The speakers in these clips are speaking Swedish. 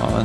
Ja,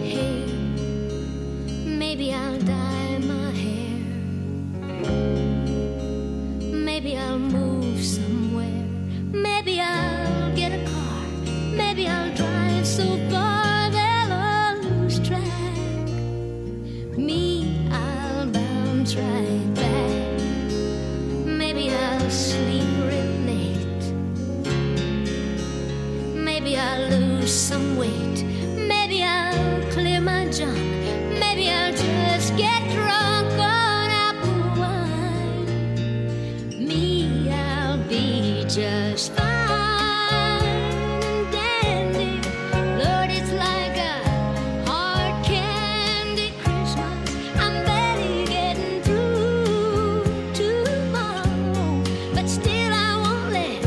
Hey, maybe I'll dye my hair. Maybe I'll move somewhere. Maybe I'll get a car. Maybe I'll drive so far they'll all lose track. Me, I'll bounce right back. Maybe I'll sleep real late. Maybe I'll lose some weight. Maybe I'll clear my junk. Maybe I'll just get drunk on apple wine. Me, I'll be just fine. and dandy. Lord, it's like a hard candy Christmas. I'm barely getting through tomorrow, but still I won't let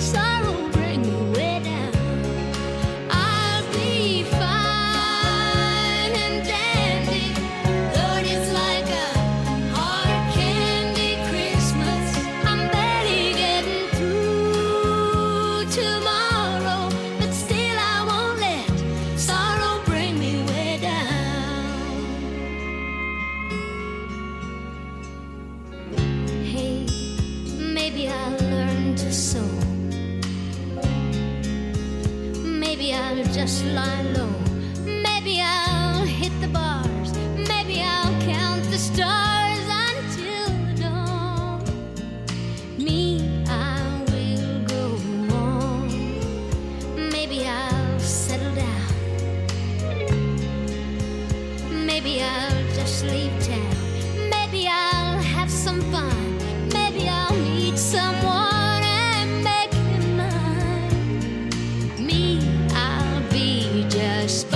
sorrow bring me way down. I'll be fine and dandy. Lord, it's like a hard candy Christmas. I'm barely getting through tomorrow, but still I won't let sorrow bring me way down. Hey, maybe I'll learn to sew. Maybe I'll just lie low. Maybe I'll hit the bars. Maybe I'll count the stars until dawn. Me, I will go on. Maybe I'll settle down. Maybe I'll just leave town. Maybe I'll have some fun. Maybe I'll meet someone and make him mine me, I'll be just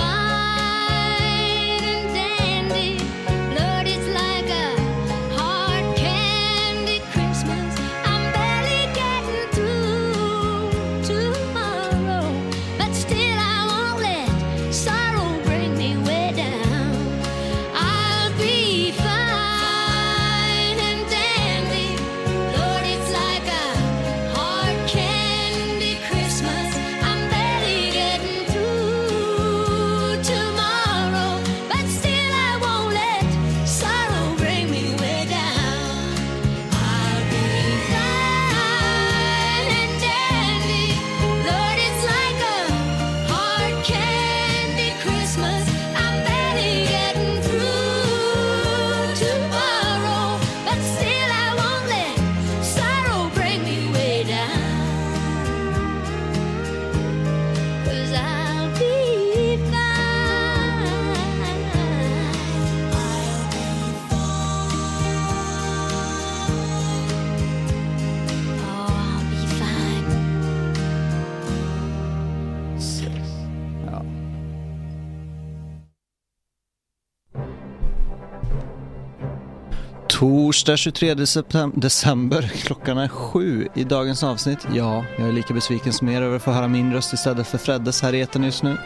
Torsdag 23 septem- december, klockan är sju i dagens avsnitt. Ja, jag är lika besviken som er över att få höra min röst istället för Freddes här i etern just nu.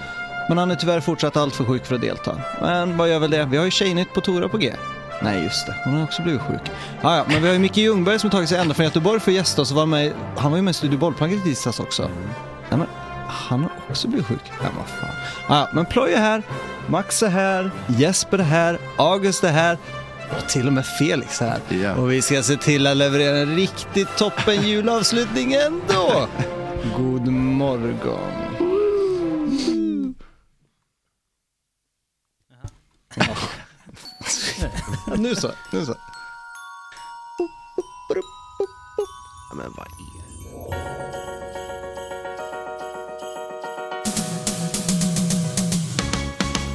Men han är tyvärr fortsatt allt för sjuk för att delta. Men vad gör väl det, vi har ju Tjejnytt på Tora på G. Nej, just det. Hon har också blivit sjuk. Ah, ja, men vi har ju Micke Ljungberg som tagit sig ända från Göteborg för att gästa oss och var med. Han var ju med i Studio Bollplanket i tisdags också. Nej, men han har också blivit sjuk. Ja, vad fan. Ah, ja, men Ploy är här, Max är här, Jesper är här, August är här och till och med Felix är här. Ja. Och vi ska se till att leverera en riktigt toppen julavslutning ändå. God morgon. nu så, nu så. Men vad är det?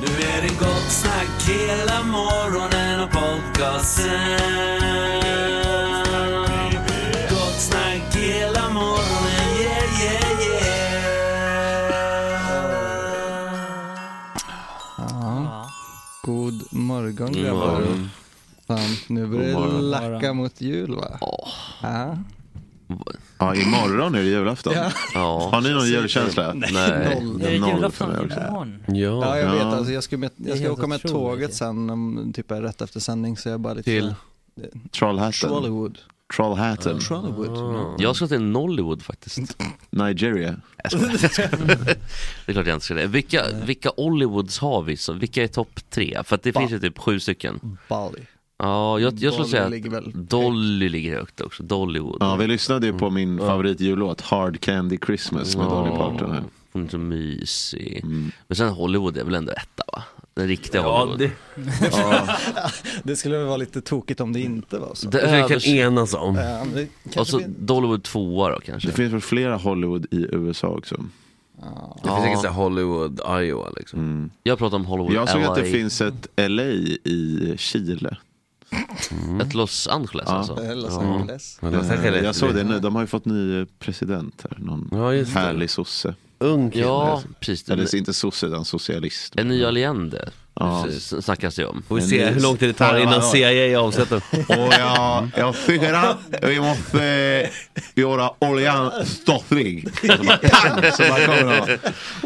Nu är det gott snack hela morgonen och podcasten. Gott snack hela morgonen, yeah, yeah, yeah. God morgon grabbar. morgon. Fan, nu börjar God det morgon. lacka mot jul va? Ja. Ja, imorgon är det julafton. Har ni någon julkänsla? Nej. Noll. Är det Noll julafton för mig också. också imorgon? Ja, Ja, jag Ja. vet. Alltså, jag ska, med, jag ska helt åka med otroligt. tåget sen, om, typ är rätt efter sändning, så Mm. jag är bara lite... Till? Trollhatten. Trollwood. Trollhatten. Trollwood. jag ska till Nollywood faktiskt. Nigeria. Det är klart jag inte ska det. Vilka, vilka Ollywoods har vi? Så, vilka är topp tre? För att det Ba- finns ju typ sju stycken. Bali. Ja, jag, jag skulle Dolly säga ligger väl- att Dolly ligger högt också. Dollywood. Ja, vi lyssnade ju på min Mm. favoritjullåt Hard Candy Christmas med Dolly Parton. här. Hon är så mysig. Mm. Men sen Hollywood är väl ändå etta va? Den riktiga Hollywood. det, Det skulle väl vara lite tokigt om det inte var så. Det det vi kan övers- enas om. Ja, men det kanske Alltså- Och så blir- Dollywood tvåa då kanske. Det finns väl flera Hollywood i USA också. Det finns säkert så här Hollywood, Iowa liksom. Jag pratar om Hollywood Jag såg LA. att det finns ett LA i Chile. Mm. Ett Los Angeles alltså. Eh, Los Angeles. Men det var säkert Eh, lite- Jag såg det nu, de har ju fått ny eh, president här. Någon Ja, just det. härlig sosse. Ung kille. Ja, precis. En, Eller inte sosse, utan socialist. en ny Allende Ja. s- s- snackas det om. Får vi se hur lång tid det tar innan CIA avsätter Och jag, jag tycker att vi måste eh, göra oljan stopplig. Så bara, pang, så bara kommer de.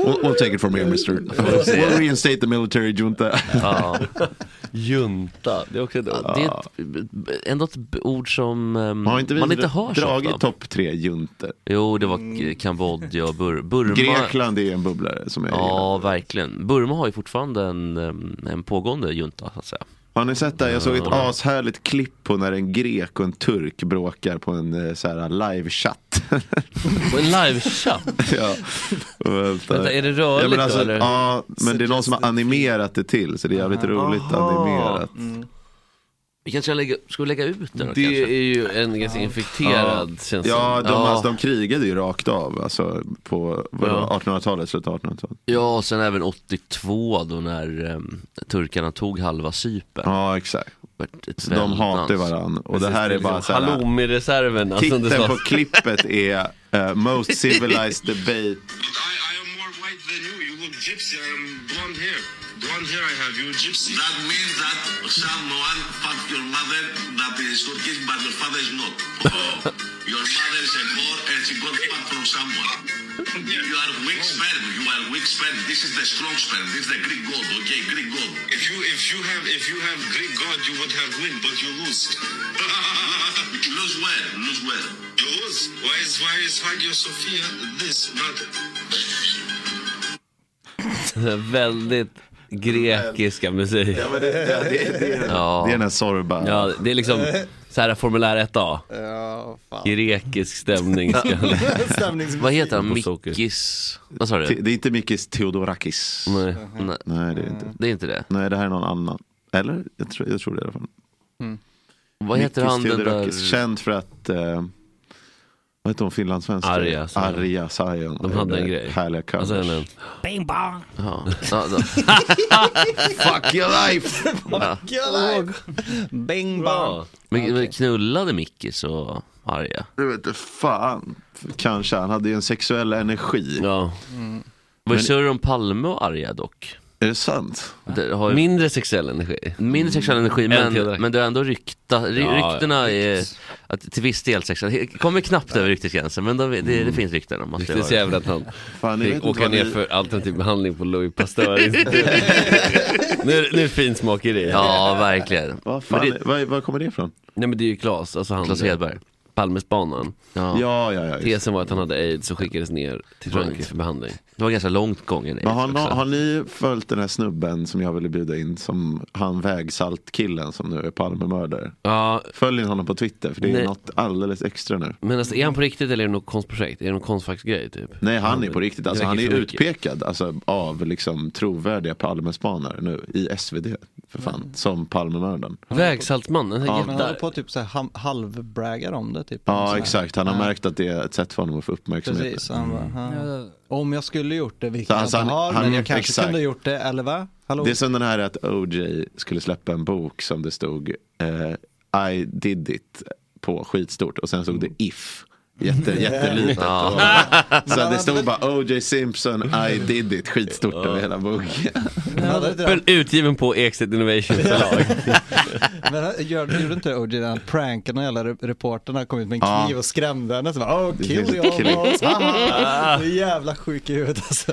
We'll, we'll take it from here mister. We'll reinstate the military junta. Ja. Junta. Det är också dumt. Det är ett, ändå ett b- ord som ehm, Har inte vi man inte hör så ofta. dragit topp tre juntor? Jo, det var k- Kambodja och Bur Burma. Grekland är en bubblare som jag gillar. Ja, verkligen. Burma har ju fortfarande en, ehm, en pågående junta, så att säga. Har ni sett det? här? Jag såg ett ashärligt klipp på när en grek och en turk bråkar på en eh, så här livechatt. Och en livechatt. ja. Vänta, är det Ja, rörligt men, då alltså, eller? ja, men det är någon som har animerat det till så det är jävligt roligt animerat. Mm. Vi kanske ska lägga, ska vi lägga ut den då, Det kanske? är ju en ganska infekterad känsla. Ja, de, Ja. Alltså, de krigade ju rakt av alltså, på vadå, Ja. 1800-talet, slutet av 1800-talet. Ja, och sen även 82 då när ehm, turkarna tog halva Cypern. Ja, exakt. Vart ett Så de väldans. hatar varandra. Och det här är bara så här. Halloumi-reserven. Alltså, liksom det Titeln står- på klippet är eh, Most Civilized Debate. I, I am more white than you. You look gypsy. I am blonde hair. Blonde hair I have. You're gypsy. That means that someone fucked your mother that is Turkish, but your father is not. Oh, your mother is a whore and she got fucked from someone. You are weak sperm. You are weak sperm. This is the strong sperm. This is the Greek god. Okay, Greek god. If you if you have if you have Greek god, you would have win, but you lose. lose where? Lose where? You lose. Why is why is Hagia Sophia this? But Väldigt grekiska musik. Ja, men det, det, det, det, är- Ja. det är den här Sorba. Ja, det är liksom så här formulär 1A. Ja, fan. Grekisk stämning. Ska Stämnings- Vad heter han? På socker. Mickis... Vad sa Te- du? Det är inte Mikis Theodorakis. Nej. Nej, Nej, det är inte. det är inte det. Nej, det här är någon annan. Eller? Jag tror, jag tror det i alla fall. Vad heter han den där... Theodorakis, känd för att, eh, vad heter hon, finlandssvensk? Arja Saijon. Arja Saijon. De hade en grej. Härliga covers. Alltså, en, Bing bong! Ja. Ja, då. Fuck your life! Åh, Bing bang. bra. Men men knullade Mickis och Arja? Du vet inte fan. Kanske, han hade ju en sexuell energi. Ja. Var det surr om Palme och Arja dock? Är det sant? Det har ju- Mindre sexuell energi. Mm. Mindre sexuell energi, En till men, direkt. men det är ändå rykta, ry, Ja, ja. ryktena är att, till viss del sexuell. Kommer knappt över ryktesgränsen, men de, det, Mm. det finns rykten om att det Det är så var jävla att han Fan, ni vet fick inte åka vad ner ni- för alternativ behandling på Louis Pasteur-institutet. nu, är det- nu är det finsmakeri. Ja, verkligen. Vad fan, Men det... var, var kommer det ifrån? Nej men det är ju Klas, alltså han Claes Hedberg. Palmesbanan. Ja. Ja, ja, ja. just. Tesen var att han hade aids och skickades ner till Frankrike för behandling. Det var ganska långt gången. Men har, har, har ni följt den här snubben som jag ville bjuda in, som han vägsaltkillen som nu är Palmemördare? Ja, Följer ni honom på Twitter? För det är Nej. något alldeles extra nu. men alltså är han på riktigt eller är det något konstprojekt? Är det någon konstfacksgrej typ? Nej, han är på riktigt. Alltså, Det han är verkar ju för mycket. utpekad alltså, av liksom, trovärdiga Palmespanare nu i SvD, för fan, Mm. som Palmemördaren. Vägsaltmannen, Ja, ja, men han håller på att typ så här ham- halvbraggar om det typ. Så Ja, här. exakt. Han har märkt att det är ett sätt för honom att få uppmärksamhet. Precis, han bara, "Ha. Om jag skulle gjort det, vilket Så jag alltså inte han- har, han- men jag kanske exakt. kunde gjort det, eller va? Hallå? Det är som den här att OJ skulle släppa en bok som det stod eh, I did it på skitstort och sen Mm. stod det if. Jätte, jättelitet. Och- Så det stod bara OJ Simpson, I did it, skitstort över hela boken. Men hade inte Men utgiven på Exit Innovation förlag. det- men eh, gör- Gjorde inte OJ den pranken när alla re- reporterna kom ut med en Ja. kniv och skrämde henne? Så bara, oh, Det kill finns your kill balls, haha. Det är jävla sjuk i huvudet alltså.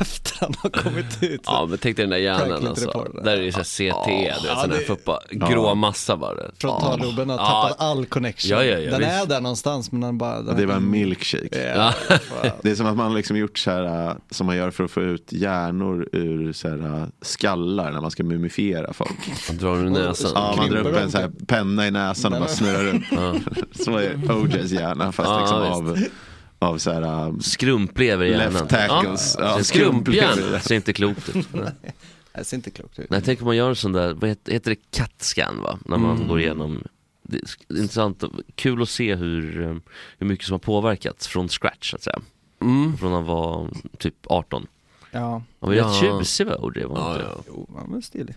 Efter han har kommit ut. Så. ja men tänk dig den där hjärnan Franklin alltså. Reporter. Där är det såhär CT, du vet sån där fuppa. Grå massa var det. Frontalloben har Ja. tappat all connection. Ja, ja, ja, den är visst. där någonstans men den bara... Den Det var en milkshake. Ja. Det är som att man liksom gjort så här, äh, som man gör för att få ut hjärnor ur så här, äh, skallar när man ska mumifiera folk. Drar du näsan? Ja, man drar Klipper upp en dem så här penna i näsan och bara snurrar runt. Så är OJs hjärna, fast Ja, liksom av, visst. av så här, äh, Skrumplever i hjärnan. Left tackles. Ja, Ja, skrumplever. Skrumphjärna. Ser inte klokt ut. Det ser inte klokt ut. Nej, tänk om man gör en sån där, vad heter, heter det, CAT-scan va? När man Mm. går igenom, det är sk- intressant, och- kul att se hur, eh, hur mycket som har påverkats från scratch så att säga. Mm. Från han var typ 18. Ja, Han var ju Ja. rätt tjusig va, Audrey? Var han Ja, inte? ja. jo, man var stilig.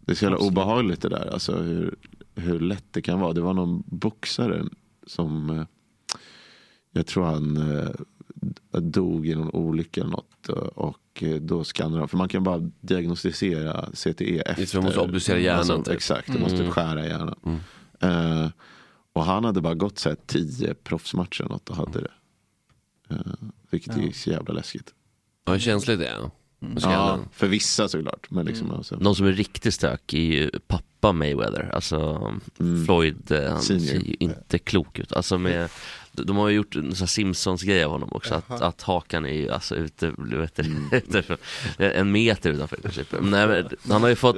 Det är så jävla obehagligt det där, alltså hur, hur lätt det kan vara. Det var någon boxare som, eh, jag tror han eh, dog i någon olycka eller något. eh, Och eh, då skannar de, för man kan bara diagnostisera CTE efter. Alltså, Just det, man måste obducera hjärnan, typ. Mm. Exakt, du måste skära hjärnan. Eh, och han hade bara gått så här tio proffsmatcher eller något och Mm. hade det. Eh, vilket är så jävla läskigt. Ja, hur känsligt det är. Med Ja, skallen. för vissa såklart. Men liksom, Mm. alltså, Någon som är riktigt stök är ju pappa Mayweather, alltså Floyd, eh, han Mm. Senior. ser ju inte klok ut. Alltså med, de de har ju gjort en sån här Simpsons-grej av honom också, att, att hakan är ju alltså ute, du vet, Mm. utanför- en meter utanför i princip. Men Nej, men, han har ju fått,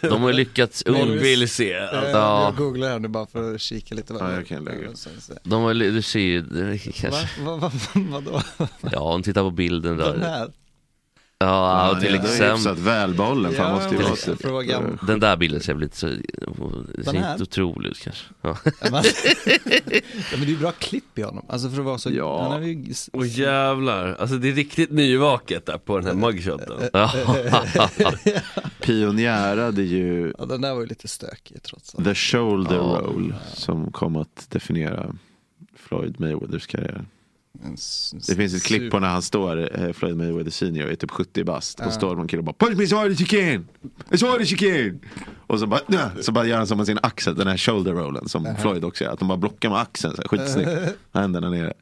de har ju lyckats Elvis. undvika Vill se. Eh, Ja. Jag googlar här nu bara för att kika lite. Ja, jag kan lägga. de har, ju- du ser ju, det kanske, Vad va, va, vadå? ja om tittar på bilden Den där, här? ja, han till är ändå exempel hyfsat välbehållen. Fan, Ja, måste ju men vara liksom, typ- för att vara gammal. den där bilden ser väl lite så, det ser här? inte otroligt ut kanske. Ja. Ja, men det är ju bra klipp i honom. Alltså för att vara så... Ja. Han är ju... s- Åh jävlar, alltså det är riktigt nyvaket där på den här mugshoten. pionjärade ju Ja, den där var ju lite stökig trots allt. the shoulder roll som kom att definiera Floyd Mayweathers karriär. En s- Det finns ett klipp på när han står, eh, Floyd Mayweather senior, är typ 70 bast och står någon kille och bara Punch me as hard as you can! As hard as you can! Och så bara, "Nä." så bara gör han som med sin axel, den här shoulder rollen som Floyd också gör, att de bara blockar med axeln, så här, skitsnyggt. Händerna nere.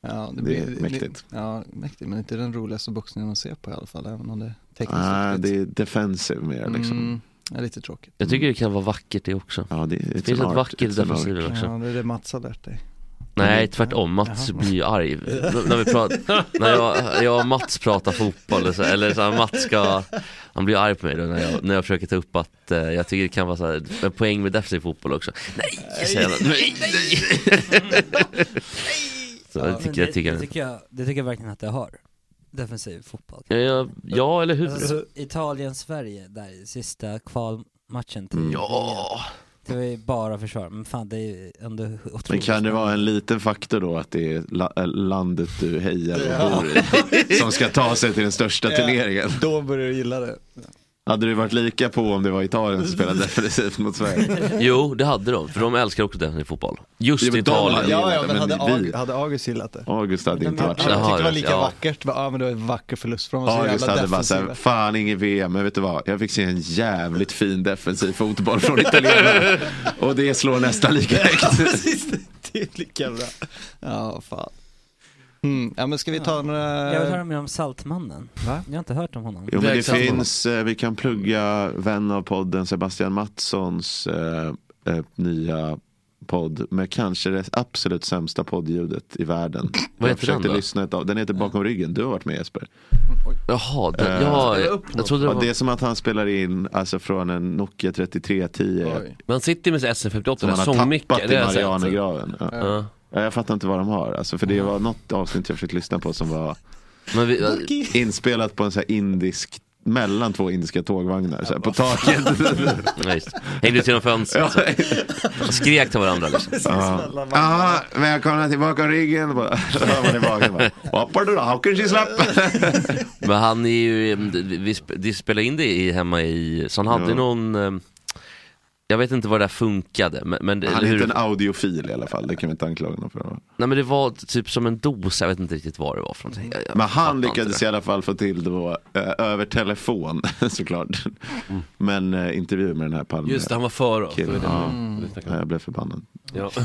Ja, Det är mäktigt. Ja, mäktigt. Men inte den roligaste boxningen att se på i alla fall. Även om det tekniskt Ah, sett det är defensive mer liksom. Mm, är lite tråkigt. Jag tycker det kan vara vackert det också. Ja, det, it's Det finns an ett art, vackert it's an art. defensiv också. Ja, det är det Mats har lärt dig. Nej, tvärtom. Mats blir ju arg. när, vi pratar, när jag, jag och Mats pratar fotboll, eller så, eller så här, Mats ska, han blir arg på mig då när jag, när jag försöker ta upp att eh, jag tycker det kan vara så här, en poäng med defensiv fotboll också. Nej, säger han. Nej, nej. Så det tycker jag, tycker det, jag. tycker jag, det tycker jag verkligen att det har. Defensiv fotboll. Ja, Ja, ja, eller hur? Alltså, Italien-Sverige där i sista kvalmatchen till Ja, Det var ju bara försvar, men fan det är ju ändå otroligt Men kan det vara en liten faktor då att det är la- äh, landet du hejar och bor i som ska ta sig till den största turneringen? Då börjar du gilla det. Hade du varit lika på om det var Italien som spelade defensivt mot Sverige? Jo, det hade de, för de älskar också defensiv fotboll. Just Ja, men de- Italien. ja, Ja, ja, men men hade, vi- Aug, hade August gillat det? August hade inte Han varit tyckte så. Jaha, det var lika ja. vackert, Va- "Ah, ja men det var en vacker förlust för de var så August jävla hade bara såhär, defensiva. fan ingen VM, men vet du vad? Jag fick se en jävligt fin defensiv fotboll från italienarna. Och det slår nästan lika högt. Precis, det är lika bra. Ja, fan. Mm. Ja men ska vi ta Jag vill några... höra mer om Saltmannen. Va? Jag har inte hört om honom. Jo, men det Vägsamma. finns, eh, vi kan plugga vän av podden Sebastian Mattssons eh, eh, nya podd med kanske det absolut sämsta poddljudet i världen. Vad Jag heter den försökte då? lyssna ett av, den heter Bakom ryggen, du har varit med Jesper. Jaha, det, ja, jag, jag trodde det Eh, Ja, var... det är som att han spelar in alltså, från en Nokia 3310 Oj. Man sitter med sin SM58, den som han här har sångmicken. tappat i Det har jag sett. Marianergraven. Ja. Ja. Ja, jag fattar inte vad de har, alltså, för det var något avsnitt jag försökte lyssna på som var Men vi, inspelat på en så här indisk mellan två indiska tågvagnar, så här, på taket. nej, just. Hängde ut genom fönstret. så. Och Skrek till varandra liksom. Ja, välkomna tillbaka ryggen. Bara, så hör man i baken bara, Hoppar du då? Hawken she slapp. Men han är ju, eh, vi sp- de spelade in det i, hemma i, så han hade Ja. någon, eh, jag vet inte vad det där funkade, men, men, det- Han är hur, inte en audiofil i alla fall, det kan vi inte anklaga honom för. nej, men det var typ som en dos, jag vet inte riktigt vad det var för någonting. Jag, jag Mm. Men han fattar lyckades inte i det. alla fall få till då, eh, över telefon såklart. Mm. Men eh, intervju med den här Palme. Just det, han var för oss. Det var killen. det. Ja, vi snackade ja, jag blev förbannad. Ja. Ja,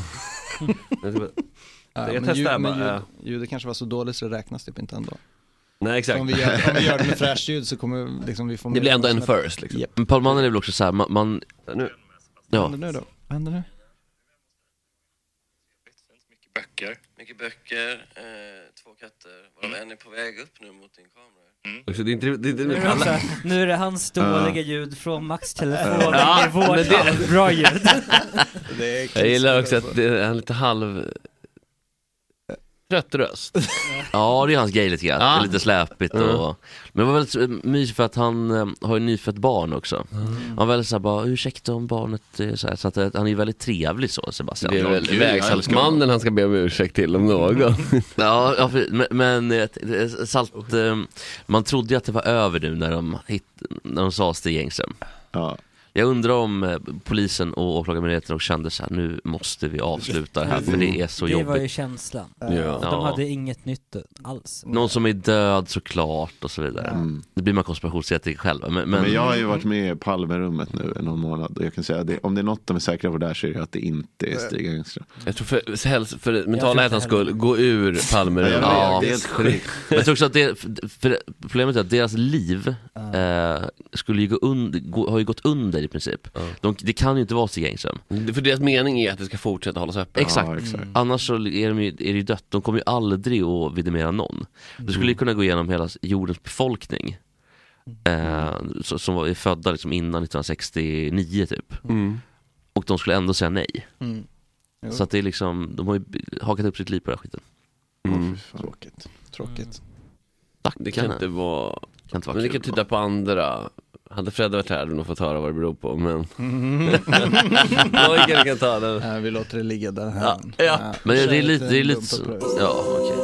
Jag men testar ljud- bara, men ljud- ja. Ljudet kanske var så dåligt så det räknas typ inte ändå. Nej exakt. Om vi gör, om vi gör det med fräscht ljud så kommer liksom, vi få Det mer- blir ändå en first liksom. Japp. Men Paul Mannen är väl också såhär, man, man Nu. Vad ja. händer nu då? Vad händer nu? Mycket böcker, eh, två katter, varav en är på väg upp nu mot din kamera. Också, det är inte, det är inte Nu är det, alla, också, nu är det hans dåliga ljud från Max telefon. i vårt bra ljud. Det är jag gillar också att det är en lite halv trött röst. ja det är hans grej lite grann, Ja. Det är lite släpigt Mm. och Men det var väldigt eh, mysigt för att han eh, har ju nyfött barn också Mm. Han var väldigt såhär bara, ursäkta om barnet är såhär, så att eh, han är ju väldigt trevlig så Sebastian Det är väl Mm. gud, vägsaltsmannen han ska be om ursäkt till om någon. Ja, ja för- men, men eh, t- eh, Salt, eh, man trodde ju att det var över nu när de, hit, när de sa Stig Engström. Ja. Jag undrar om eh, polisen och åklagarmyndigheten också kände så här, nu måste vi avsluta det här för det är så Det var ju jobbigt. känslan. Ja. De Ja. hade inget nytt alls. Någon som är död såklart och så vidare. Mm. Det blir man konspirationsetiker själva. Men, men, mm. Men jag har ju varit med i Palmerummet nu i någon månad och jag kan säga att det, om det är något de är säkra på där så är det att det inte är Stig Engström. Jag tror för, häls- för tror mentala hälsans inte heller. skull, gå ur Palmerummet. Ja. det är helt sjukt. jag tror också att det, för det, problemet är att deras liv eh, skulle ju gå under, gå, har ju gått under i princip. De, det kan ju inte vara Stig Engström. Mm. För deras mening är att det ska fortsätta hållas öppet. Exakt. Ja, exakt. Mm. Annars så är, de ju, är det ju dött, de kommer ju aldrig att vidimera någon. Du Mm. skulle ju kunna gå igenom hela jordens befolkning. Mm. Eh, så- som var är födda liksom innan 1969 typ. Och de skulle ändå säga nej. Mm. Jo. Så att det är liksom, de har ju b- hakat upp sitt liv på den här skiten. Mm. Tråkigt. Tråkigt. Tack, Det kan inte vara... kan inte vara Men ni kul. kan titta på andra. Hade Fredde varit här hade vi nog fått höra vad det beror på, men... Pojken kan ta den. Nej, Äh, vi låter det ligga där här. Äh, Ja, ja. Men det, Kör är lite, det är lite dumt så. upprör. Ja, okej.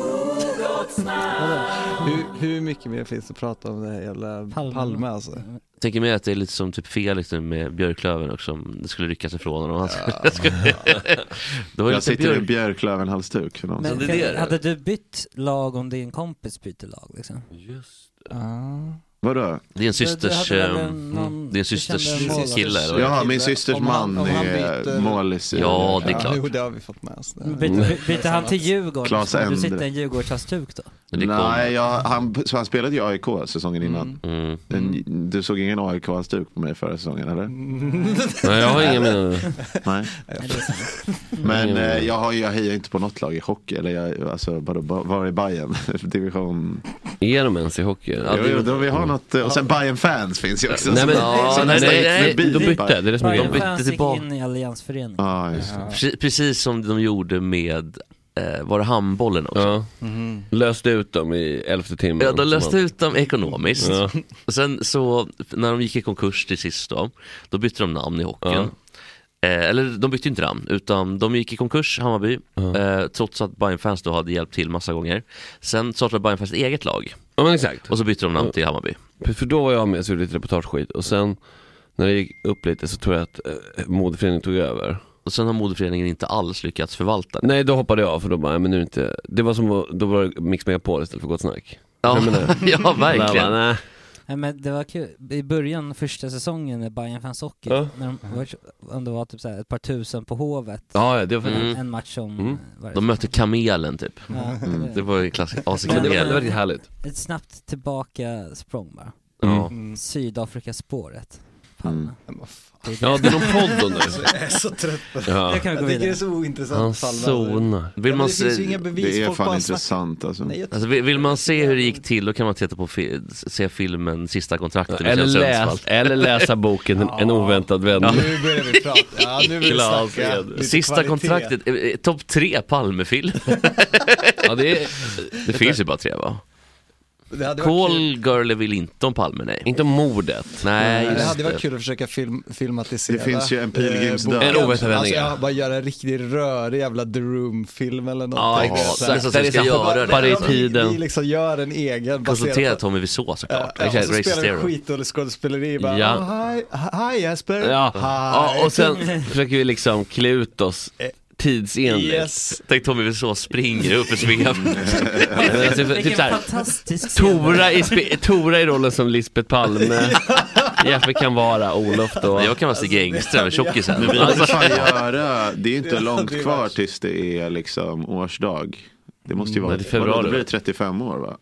Hur, hur mycket mer finns det att prata om det här jävla Palme. Palme, Palme alltså? Jag tänker mig att det är lite som typ Felix nu med Björklöven också, om det skulle ryckas ifrån honom. Han skulle, det var ju Jag lite sitter i en björk. björklövenhalsduk. för någon Men som- det är det. hade du bytt lag om din kompis byter lag liksom? Mm. Ah. Vadå? Det är en Du systers... hade väl ehm, någon- Det är en du kände systers en målvakt. kille eller vad det är. Jaha, min kille, systers om han- man om han är byter- målis i... Ja, det är klart. Jo, det har vi fått med oss. Men Byter, by- byter han till Djurgården? Claes så kommer Du Endre. sitter i en Djurgårdshalsduk då? Men det kom- Nej, jag, han, så han spelade ju AIK säsongen innan. Mm. En, du såg ingen AIK-halsduk på mig förra säsongen, Mm. Mm. eller? Nej, jag har inga minnen. Nej. Men eh, jag, har, ju- jag hejar inte på något lag i hockey. Eller jag, alltså, vadå, ba- var är Bayern? Division... Är de ens i hockey? Ja, jo, jo, då vi har något, eh, och sen Bayern fans finns ju också. Nej men, Ja, ja, nej, nej, nej, nej, de nej. bytte, det är det som är Bayern grejen. fans gick tillbaka. in i alliansföreningen. Ja, just det. Pre- Precis som de gjorde med, eh, var det handbollen också? Ja. Mm-hmm. Löste ut dem i elfte timmen. Ja, de löste ut dem ekonomiskt. Ja. Och sen så, när de gick i konkurs till sist då, då bytte de namn i hockeyn. Ja. Eh, eller de bytte inte namn, utan de gick i konkurs, Hammarby, eh, trots att Bayern fans då hade hjälpt till massa gånger. Sen startade Bayern fans ett eget lag Ja men exakt. och så bytte de namn till Hammarby. För då var jag med så gjorde lite reportageskit och sen när det gick upp lite så tror jag att eh, modeföreningen tog över. Och sen har modeföreningen inte alls lyckats förvalta det. Nej, då hoppade jag av för då bara, nej, men nu är det inte, det var som att, då var det Mix Megapol istället för Gott Snack. Ja, Jag menar- ja, verkligen. Jag bara, nej. Nej, men det var kul, i början, första säsongen när Bayern fanns hockey, Ja. när de var, om det var typ så här, ett par tusen på Hovet. Ja, ja, det var Mm. en, en match som varje- De mötte kamelen typ. Ja. Mm. Det var ju klassiskt, AC Men- kamel. Ett snabbt tillbaka språng bara. Ja. Mm. Mm. Sydafrikaspåret. Mm. Ja, det är någon podd då nu. Alltså, jag är så trött på det. Ja. Jag kan gå Jag tycker vidare. Alltså, det är så ointressant Han fall. zonar. Ja, men Vill man det finns se- ju inga bevis. Det är Folk fan bara snackar. intressant alltså. Nej, jag- Alltså, vill vill man se hur det gick till då kan man titta på fi- se filmen Sista kontraktet med Eller, Kjell läs, Sundsvall. eller läsa boken En- En oväntad vän. Ja. Nu börjar vi prata. Ja, nu vill vi snacka. lite Sista kvalitet. kontraktet, eh, eh, topp tre Palmefilm. ja, det det finns ju bara tre va? Det hade varit Call kul. Girlie vill inte om Palme nej. Inte om mordet. Nej, just det hade varit kul att försöka film, filmatisera Det finns ju en eh, pilgrimsdag. boken. En oväntad Alltså, vändning. ja, bara göra en riktigt rörig jävla The Room-film eller något. Ja, exakt. Det är så att vi ska göra det. Bara i Ja. tiden. Vi liksom gör en egen Konsultera baserad på... Tommy Wiseau såklart. Ja, och så Exakt, Ray spelar vi Zero. skitdålig skådespeleri bara, Ja. "Ah, hi, hi Jesper, Ja. hi. ja, och sen försöker vi liksom klä ut oss tidsenligt. Yes. Mm. Tänk Tommy Wiseau springer upp i Men alltså, svep. typ så här, fantastisk Tora i, spe- Tora i rollen som Lisbeth Palme, Jeppe kan vara Olof då. Jag kan vara Stig Engström, tjockisen. Men Men vi alltså- måste fan göra, det är ju inte Det- långt det är kvar värst. tills det är liksom årsdag. Det måste ju vara, Nej, det är februari, vadå, det blir va? 35 år va?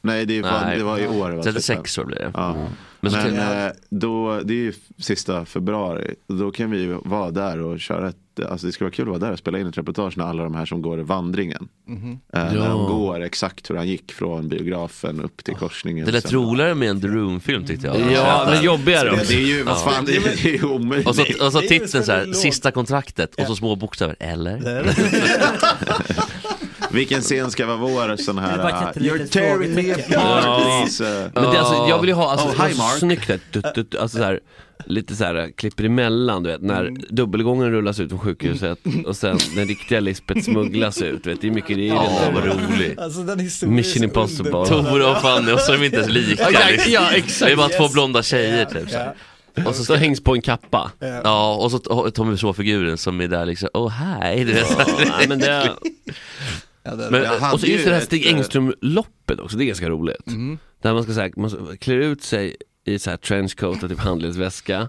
Nej, det, är fan, Nej. det var i år. Va? 36 år blir det. Ja. Men Men, så kan- eh, då, det är ju sista februari, då kan vi ju vara där och köra ett, alltså det skulle vara kul att vara där och spela in ett reportage när alla de här som går vandringen. Mhm. Eh, När de Ja. går exakt hur han gick från biografen upp till korsningen. Det lät Sen- roligare med en The Room-film tyckte jag. Alltså, Ja, men jobbigare Men det är ju, vad fan, det är det är ju omöjligt. Och så, och så Det är ju titeln som så här, en låt. sista kontraktet och så små bokstäver, eller? Vilken scen ska vara vår sån här? Det var ett uh, jättelitet You're tearing me frågetecken. apart. Ja. please, uh, Men det, alltså, jag vill ju ha alltså, oh, hi, så Mark. snyggt där, tut, tut, alltså, så här, lite så här klipper emellan du vet, när dubbelgången rullas ut från sjukhuset och sen den riktiga Lisbeth smugglas ut, vet, det är mycket det är Ja, den vad där- roligt. Alltså den historien är Mission så impossible. underbar. Tora och Fanny och så är de inte ens lika. Ja, liksom. ja, exakt. Det är bara två Yes. blonda tjejer typ. Så Ja. här. Och så, Så hängs på en kappa. ja, och så t- Tommy Wiseau-figuren som är där liksom, oh hi. Du vet, så här. Ja, men det, Ja, den- men, Jag hade och så just ju det här ett, Stig eh, Engström-loppet också, det är ganska roligt. Mhm. Där man ska säga, man ska- klär ut sig i så här trenchcoat och typ handledsväska.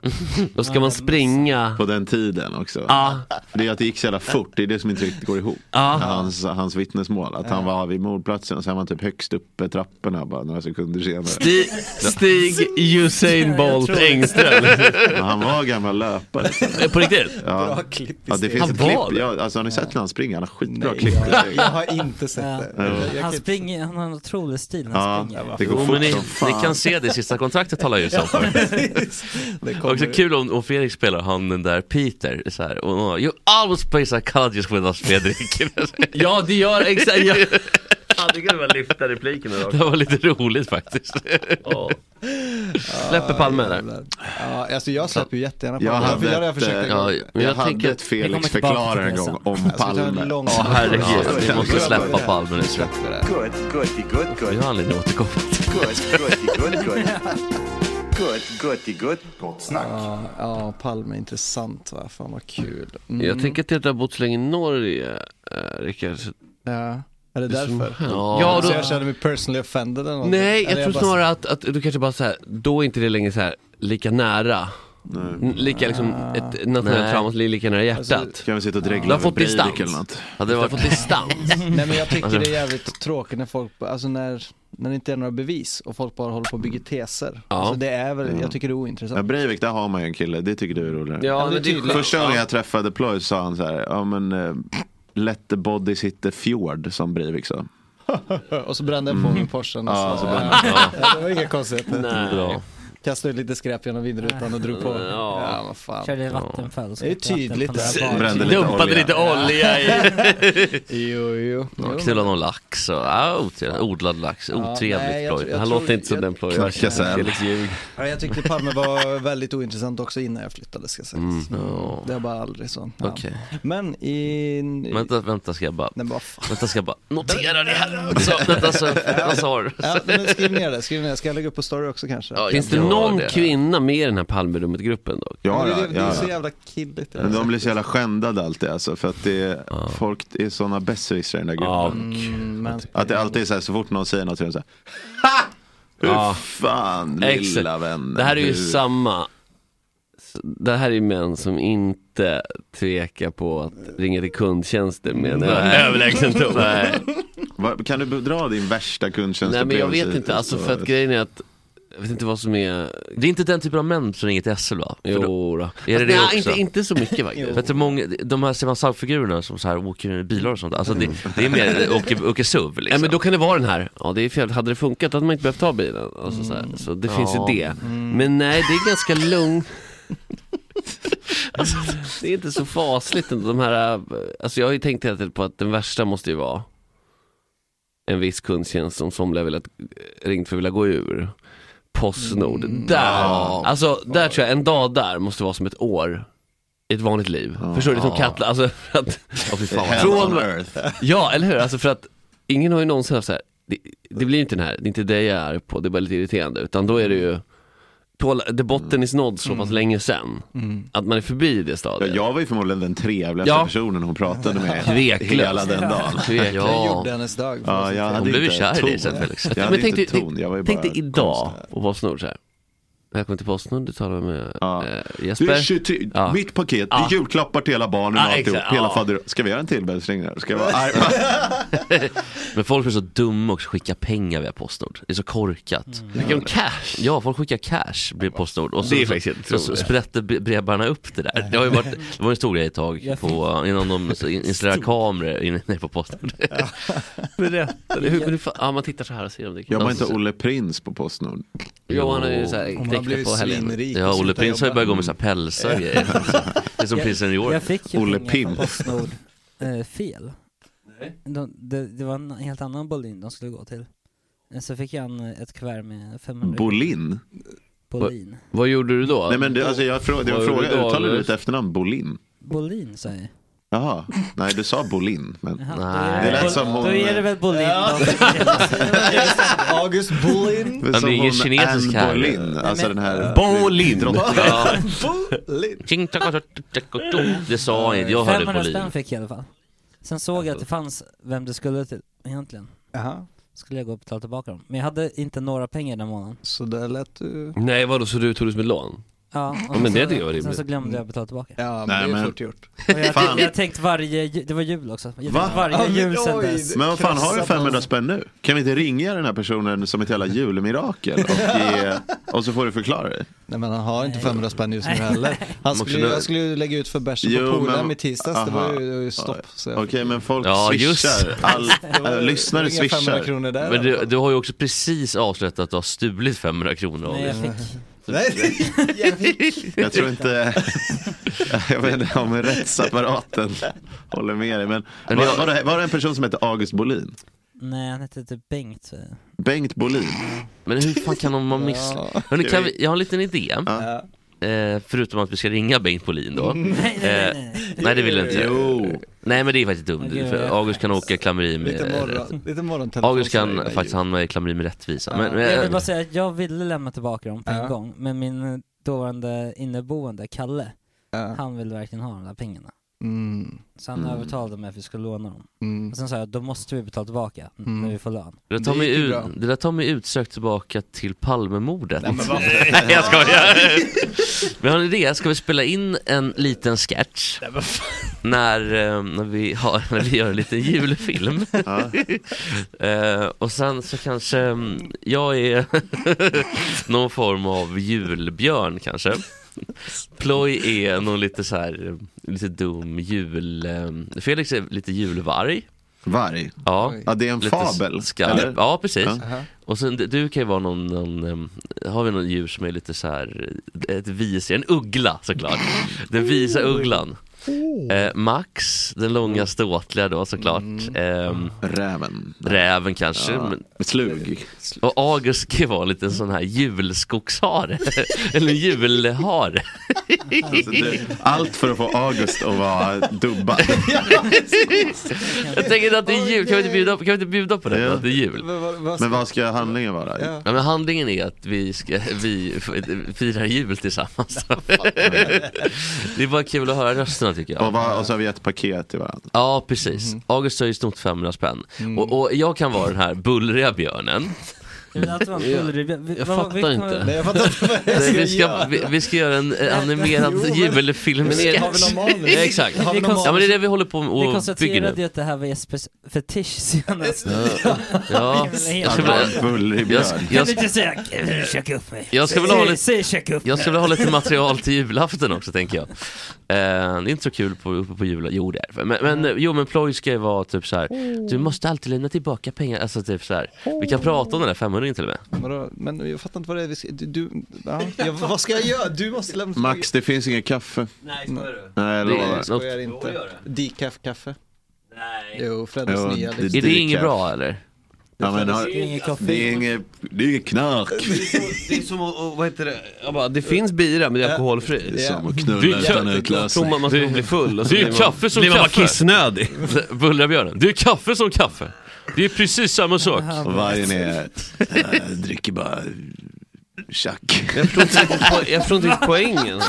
Då ska man springa, På den tiden också. ja, Det är att det gick så jävla fort, det är det som inte riktigt går ihop. Hans, hans vittnesmål, att han var vid mordplatsen och sen var han typ högst uppe i trapporna bara några sekunder senare. Stig, Stig Usain Bolt Engström. Men han var gammal löpare. Eh, På riktigt? Ja. Bra klipp Ja, det istället. finns Han ett var klipp, det? ja, alltså, har ni sett när han springer? Han har skitbra Nej, klipp. jag, jag har inte sett Ja. det. Ja. Jag kan Han inte- springer, han har en otrolig stil när han Ja, springer. det går Jo, fort men ni, som ni fan. kan se det sista kontraktet talar ju om för. Det kommer- Också kul om, om Felix spelar han den där Peter så här, och hon bara, You always play psychologist with us Fredrik Ja, det gör exakt. Ja. Hade kunnat bara lyfta repliken Det var lite roligt faktiskt Släpper Palme där. Ja, alltså jag släpper ju jättegärna på Jag det. Därför gör hade jag ett, eh, försökte gå. Ja, jag, men jag hade tänker- ett Vi kommer Felix tillbaka förklarar en till det gång om Jag ska ta Alltså, en Palme. lång- Ja herregud, Ja, vi måste jag- släppa jag- Palme nu tror jag. Släpper det. Good, goody, good, Vi good. har aldrig återkommit Good, goody, good, good. Good, goody, good. Gott snack. Ja, ja, Palme är intressant va. Fan vad kul. Mm. Jag tänker att du har bott så länge i Norge, eh, Rickard. så- Ja. Är det det som därför? hänt. Ja. Ja, Ja, då- Så jag känner mig personally offended eller någonting. Nej, Eller jag tror bara- snarare att, att du kanske bara så här, då är inte det längre så här lika nära. N- Lika liksom, ett nationellt Nej. trauma som ligger lika nära hjärtat. Alltså, Kan vi sitta och Du dregla har över fått Breivik distans. eller något? Hade det Du har varit fått distans. Nej men jag tycker det är jävligt tråkigt när folk, alltså när, när det inte är några bevis och folk bara håller på och bygger teser. Ja. Alltså det är väl, Ja. jag tycker det är Ja, ointressant. Breivik, där har man ju en kille, det tycker du är roligare. Ja, men det är tydligt. Första gången jag träffade Ploy sa han så här, ja men eh, let the bodies hit the fjord som Breivik sa. Och så brände jag på mig Porschen och Ja, så, så ja, brände ja, det var inga konstigheter. Nej. Bra. Kastade lite skräp genom vindrutan och drog på. Ja. Ja, vad fan. Körde vattenfall. Det är tydligt. Vattenfall. Brände lite Dumpade olja. lite olja i- jo, jo. Och knulla någon lax och ja, otrevligt, odlad lax, Ja, nej, otrevligt jag ploj. tror- Han jag låter tror- inte som jag- den ploj Knacka säl. Felix ljug. Ja, jag tyckte Palme var väldigt ointressant också innan jag flyttade ska sägas. Mm. Det var bara aldrig så. Okej. Men i... Vänta, vänta ska jag bara, Nej, men vad vänta ska jag bara notera det här också. Vänta så, vad sa du? Ja, men skriv ner det, skriv ner det. Ska jag lägga upp på story också kanske? Finns det någon kvinna med i den här Palmerummet-gruppen dock? Ja, Men det, ja, det är ja. så jävla killigt. Men de blir så jävla skändade alltid alltså, för att det är, folk är sådana besserwissrar i den där gruppen. Mm, men- Att det alltid är så här, så fort någon säger något så är de så här, Hur fan, lilla vännen, Det här är ju hur- samma. Det här är ju män som inte tvekar på att ringa till kundtjänster med en Nej. överlägsen ton. Nej. Vad- Kan du dra din värsta kundtjänst? Nej men jag vet upplevelse? inte, alltså för att Så- grejen är att jag vet inte vad som är Det är inte den typen av män som ringer till SL va? För Jo, då- då. Är det Fast det nej, också? inte- inte så mycket, faktiskt. För att det är många, de här Stefan Sauk-figurerna som så här åker i bilar och sånt, alltså det, det är mer åker, åker SUV liksom. Nej men då kan det vara den här. Ja det är fel, hade det funkat hade man inte behövt ta bilen. Alltså, så, här. så det Mm. Ja. Mm. finns ju det. Men nej det är ganska lugnt. alltså, det är inte så fasligt ändå. De här, äh, alltså jag har ju tänkt hela tiden på att den värsta måste ju vara en viss kundtjänst som somliga velat ringt för att vilja gå ur. Postnord. Där! Mm. Ja. Alltså där tror jag, en dag där måste vara som ett år i ett vanligt liv. Förstår du? Det är Som Ja. katt, alltså för att... fy fan, vad Från- hemskt. Earth. Ja, eller hur? Alltså för att ingen har ju någonsin haft så här. Det, det blir inte den här, det är inte det jag är på, det är bara lite irriterande. Utan då är det ju, tåla, the botten is nådd så pass Mm. länge sen. Att man är förbi det Ja, stadiet. jag var ju förmodligen den trevligaste Ja. personen hon pratade med Tveklöst. hela den dagen. Tveklöst. Det gjorde hennes dag. får Ja, jag jag säga. hade blev ju inte kär i dig ton. sen, Felix. Jag hade Men tänk inte dig, ton, jag var ju bara tänk dig idag på Postnord så här. Välkommen till Postnord, du talar med eh, Jesper. Du är 23, Ja. mitt paket, Ja. det är julklappar till hela barnen Ja, och alltihop, exakt, hela ja. fader... Ska vi göra en till bälsring där? Ska jag vara arg? Men folk är så dumma också, skicka pengar via Postnord. Det är så korkat. Skickar de Mm. cash? Ja, folk skickar cash blir Postnord. Och så, Det är så- faktiskt helt så, så otroligt. sprätter bre- brevbärarna upp det där. Det, har ju varit, det var en stor grej ett tag på, innan de så in- installerade kameror inne inne på Postnord. Berätta, hur, hur, fan- ja, man tittar så här och ser om det Jag var inte Olle Prins på Postnord. Jo, han är ju så här Om han knäckt blir på helgen. svinrik och Ja, Olle slutar Prins har ju jobba. börjat gå med så här pälsar och grejer. Det är som Jag- Prins Senior. Jag fick ju pengar från Postnord eh, fel. De, det, det var en helt annan Bolin de skulle gå till. Eh, Så fick jag en, eh, ett kuvert med 500 Bolin? Bolin. Vad gjorde du då? Nej men det, alltså, jag frå- det var en Vad gjorde fråga, du då, uttalade du Anders? ett efternamn? Bolin? Bolin sa jag. Jaha, nej du sa Bolin. Men... Nej. Det lät som hon... Då är det väl Bolin då. August Bolin. Det är som Det är ingen hon kinesisk Anne här. Boleyn, alltså den här Bolin! drottningen. Det sa han inte, jag hörde 500 Bolin. spänn fick jag i alla fall. Sen såg jag att det fanns vem det skulle till egentligen. Skulle jag gå och betala tillbaka dem. Men jag hade inte några pengar den månaden. Så där lät du... Nej vadå, så du tog det som ett lån? Ja, och men det så- tycker jag var Sen rimligt. så glömde jag betala tillbaka. Ja, Nej, det är men- fort gjort. Och jag, Fan. jag har tänkt varje, ju- det var jul också. Jag har Mm. Va? tänkt varje jul sen dess. Men vad fan, har du 500 spänn nu? Kan vi inte ringa den här personen som ett jävla julmirakel och, ge, och så får du förklara dig? Nej men han har inte 500 spänn just nu heller. Han Måste skulle, du- jag skulle ju lägga ut för bärs på Jo, polaren men- i tisdags, det var ju, det var ju stopp. Så jag Okej, men folk Ja, just swishar. All, Det var- äh, lyssnare det var inga 500 swishar. kronor där. Men du, du har ju också precis avslöjat att du har stulit 500 kronor av Nej, jag oss. fick. Nej, Jag tror inte, jag vet inte om rättsapparaten håller med dig. Men var, jag- var, det, var det en person som hette August Bolin? Nej, han hette typ Bengt. Bengt Bolin? Men hur fan kan man missla? Ja. Hörrni, kan vi, jag har en liten idé. Ja. Eh, förutom att vi ska ringa Bengt Bolin då. Mm. Nej, nej, nej, Eh, nej, det vill jag inte. Jo. Nej, men det är faktiskt dumt. Okej, För ja. August kan åka i klammeri med... Lite, morgon, lite morgontelefon. August kan så är det faktiskt ju- hamna i klammeri med rättvisa. Men, eh, Jag vill men, bara säga att jag ville lämna tillbaka dem på en gång, men min dåvarande inneboende, Kalle, han ville verkligen ha de där pengarna. Mm. Så han övertalade mig att vi skulle låna dem. Och Mm. Alltså, sen sa jag, då måste vi betala tillbaka n- Mm. när vi får lön. det, där tar Det mig gick ju ut, bra. det där tar mig utsökt tillbaka till Palmemordet. Nej, men vad- Nej, jag skojar. Vi har en idé, ska vi spela in en liten sketch? När, eh, när, vi har, när vi gör en liten julfilm. Eh, och sen så kanske mm, jag är någon form av julbjörn kanske. Ploy är någon lite så här, eh, lite dum jul... eh, Felix är lite julvarg. Varg? Ja, Ja, det är en lite fabel, Skarp. eller? Ja, precis. Ja. Aha. Och sen, du kan ju vara någon, någon ehm, har vi någon djur som är lite så här, ett vis, en uggla såklart. Den visa ugglan. Oh. Eh, Max, den Mm. långa ståtliga då såklart. Ehm, räven. Räven kanske. Mm. Ja, Men... Slug. Och August kan ju vara lite en sån här julskogshare. Eller julhare. Alltså, det, allt för att få August att vara dubbad. Jag tänker att det är jul, kan vi inte bjuda, kan vi inte bjuda på det? Ja. Att det är jul. Men vad ska handlingen vara? Ja. men handlingen är att vi, ska, vi f- firar jul tillsammans. det är bara kul att höra rösterna tycker jag. Och, vad, och så har vi gett paket till varandra. Ja, precis. August har ju snott 500 spänn. Och, och jag kan vara den här bullriga björnen. Jag vill alltid vara en bullrig björn. Vi- Jag vad- vi fattar kommer- inte. Nej, jag fattar inte vad jag Nej, ska vi, ska, göra. vi, vi ska göra en eh, animerad Jo, men- julfilmsketch. Men har vi någon manus? Ja, Exakt. Har vi någon Ja, men det är det vi håller på Vi och bygger nu. konstaterade ju att det här var Jespers fetisch senast. Ja. Ja. Jag ska väl- Typ Jag ska- Kan jag du ska- inte säga "K- käka upp mig? Jag ska väl Säg- ha lite- Säg käka upp Jag mig." ska väl ha lite material till julafton också tänker jag. Eh, det är inte så kul på, uppe på julen. Jo det är det. Men, men, eh, jo, men ploj ska ju vara typ så här. du måste alltid lämna tillbaka pengar. Alltså typ så här. vi kan prata om den där 500 till och med. Vadå? Men jag fattar inte vad det är vi ska, du, du ja. jag, vad ska jag göra? Du måste lämna Max, det finns inget kaffe. Nej, skojar du? Nej, jag Nej, lovar. jag skojar inte. Decaf kaffe? Nej. Jo, Freddes Jo, nya det- liksom. det är inget bra, eller? Ja, men, har, Det är inget kaffe. det är inget, det är inget knark. Det är som att, och, vad heter det, jag bara, det finns bira men det är alkoholfri. Det är som att knulla utan utlösning. Tror man man ska bli full och så Det är blir man- kaffe som blir man bara kaffe. kissnödig. Bullabjörnen, det är kaffe som kaffe. Det är precis samma sak. Och vargen är, äh, dricker bara tjack. Jag förstår inte riktigt po- jag förstår inte riktigt poängen.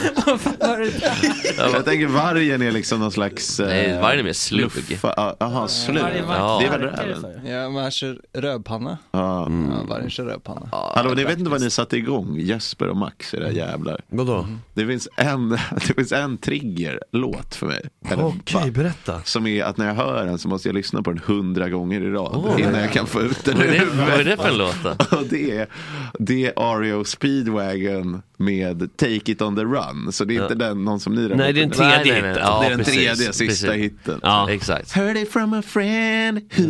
Jag tänker vargen är liksom någon slags... eh, Nej, vargen är mer slug. luffa- ja, Jaha, slug. Vargen var Det är väl knarkare räven? förr. Ja, men han kör rödpanna. Ja. Mm. Ja, vargen kör rödpanna. Hallå, ni vet inte vad ni satte igång, Jesper och Max, era jävlar. Vadå? Det finns en, det finns en trigger-låt för mig. Eller, va? berätta. Som är att när jag hör den så måste jag lyssna på den hundra gånger i rad Åh. innan jag kan få ut den Vad är ur det- huvudet. vad är det för en låt då? Och det är, det är Ario Speedwagon med Take It On The Run. Så det är inte den, någon som ni redan Nej, det är en vet. tredje Nej, nej, nej. hit. Ja, det Ja, är den precis, tredje sista precis. hitten. Ja, exakt. Heard it from a friend who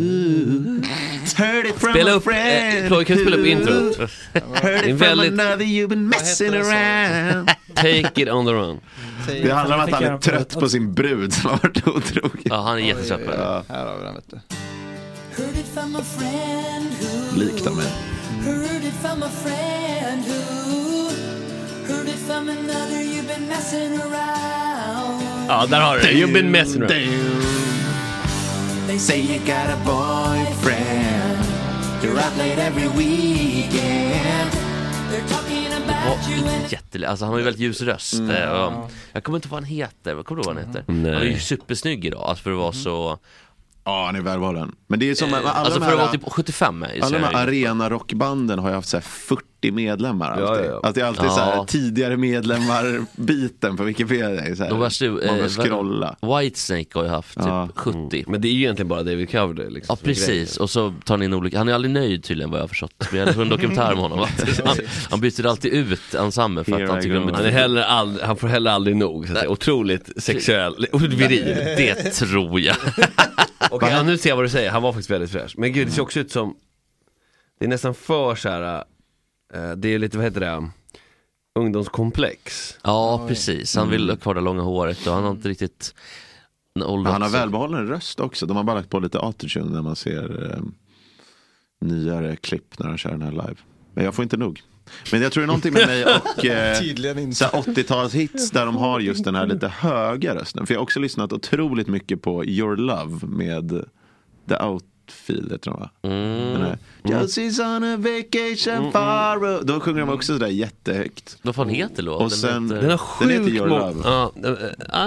Heard it from Spela a upp, friend eh, Ploy, kan du spela upp who introt? Heard Det är it from väldigt- another you've been messing around Take it on the run. Det handlar om att han är trött på sin brud som har varit otrogen. Ja, han är jättetrött på det. Här har vi den vet du. Heard it from a friend who Likt dem är. Heard it from a friend who Heard it from another you've been messing around Oh. Ja, där har du det. You've been messing around. They say you got a boyfriend You're out late every weekend They're talking about you and Jätte, alltså han har ju väldigt ljus röst. Mm. Eh, och- Jag kommer inte ihåg vad han heter, vad kommer du ihåg vad han heter? Nej. Han är ju supersnygg idag, alltså för att vara så... Ja, han är välvalen. Men det är Eh, som Mm. alla alltså de för att här- vara typ 75 är ju så Alla de här- här arena-rockbanden har ju haft så här 40 medlemmar alltid. Ja, ja, ja. Att det är alltid så Ja. här tidigare medlemmar-biten på Wikipedia. är Så här, De värsta, eh, man vad- får scrolla. Whitesnake har ju haft typ 70. Men det är ju egentligen bara David Coverdale liksom. Ja precis, och så tar han in olika, han är aldrig nöjd tydligen vad jag har förstått. Men jag såg en dokumentär om honom. va? Han, han byter alltid ut ensemble för att han tycker de han, är heller aldrig, han får heller aldrig nog. Så att säga. Otroligt sexuell, och viril. Det tror jag. Okej, ja, nu ser jag vad du säger. Han var faktiskt väldigt fräsch. Men gud, det ser också ut som, det är nästan för så här, eh, det är lite, vad heter det, ungdomskomplex. Ja precis, han Mm. vill ha kvar det långa håret och han har inte riktigt en ålder Han har också. välbehållen röst också. De har bara lagt på lite autotune när man ser eh, nyare klipp när han kör den här live. Men jag får inte nog. Men jag tror det är någonting med mig och eh, Tydligen inte. så här 80-talshits där de har just den här lite höga rösten. För jag har också lyssnat otroligt mycket på Your Love med The Outfield, heter de va? Den här, Josie's on a vacation far away. Då sjunger de också sådär jättehögt. Vad fan heter låten? Och sen, heter- Den har den heter sjukt Your många... Love. Ja, eh,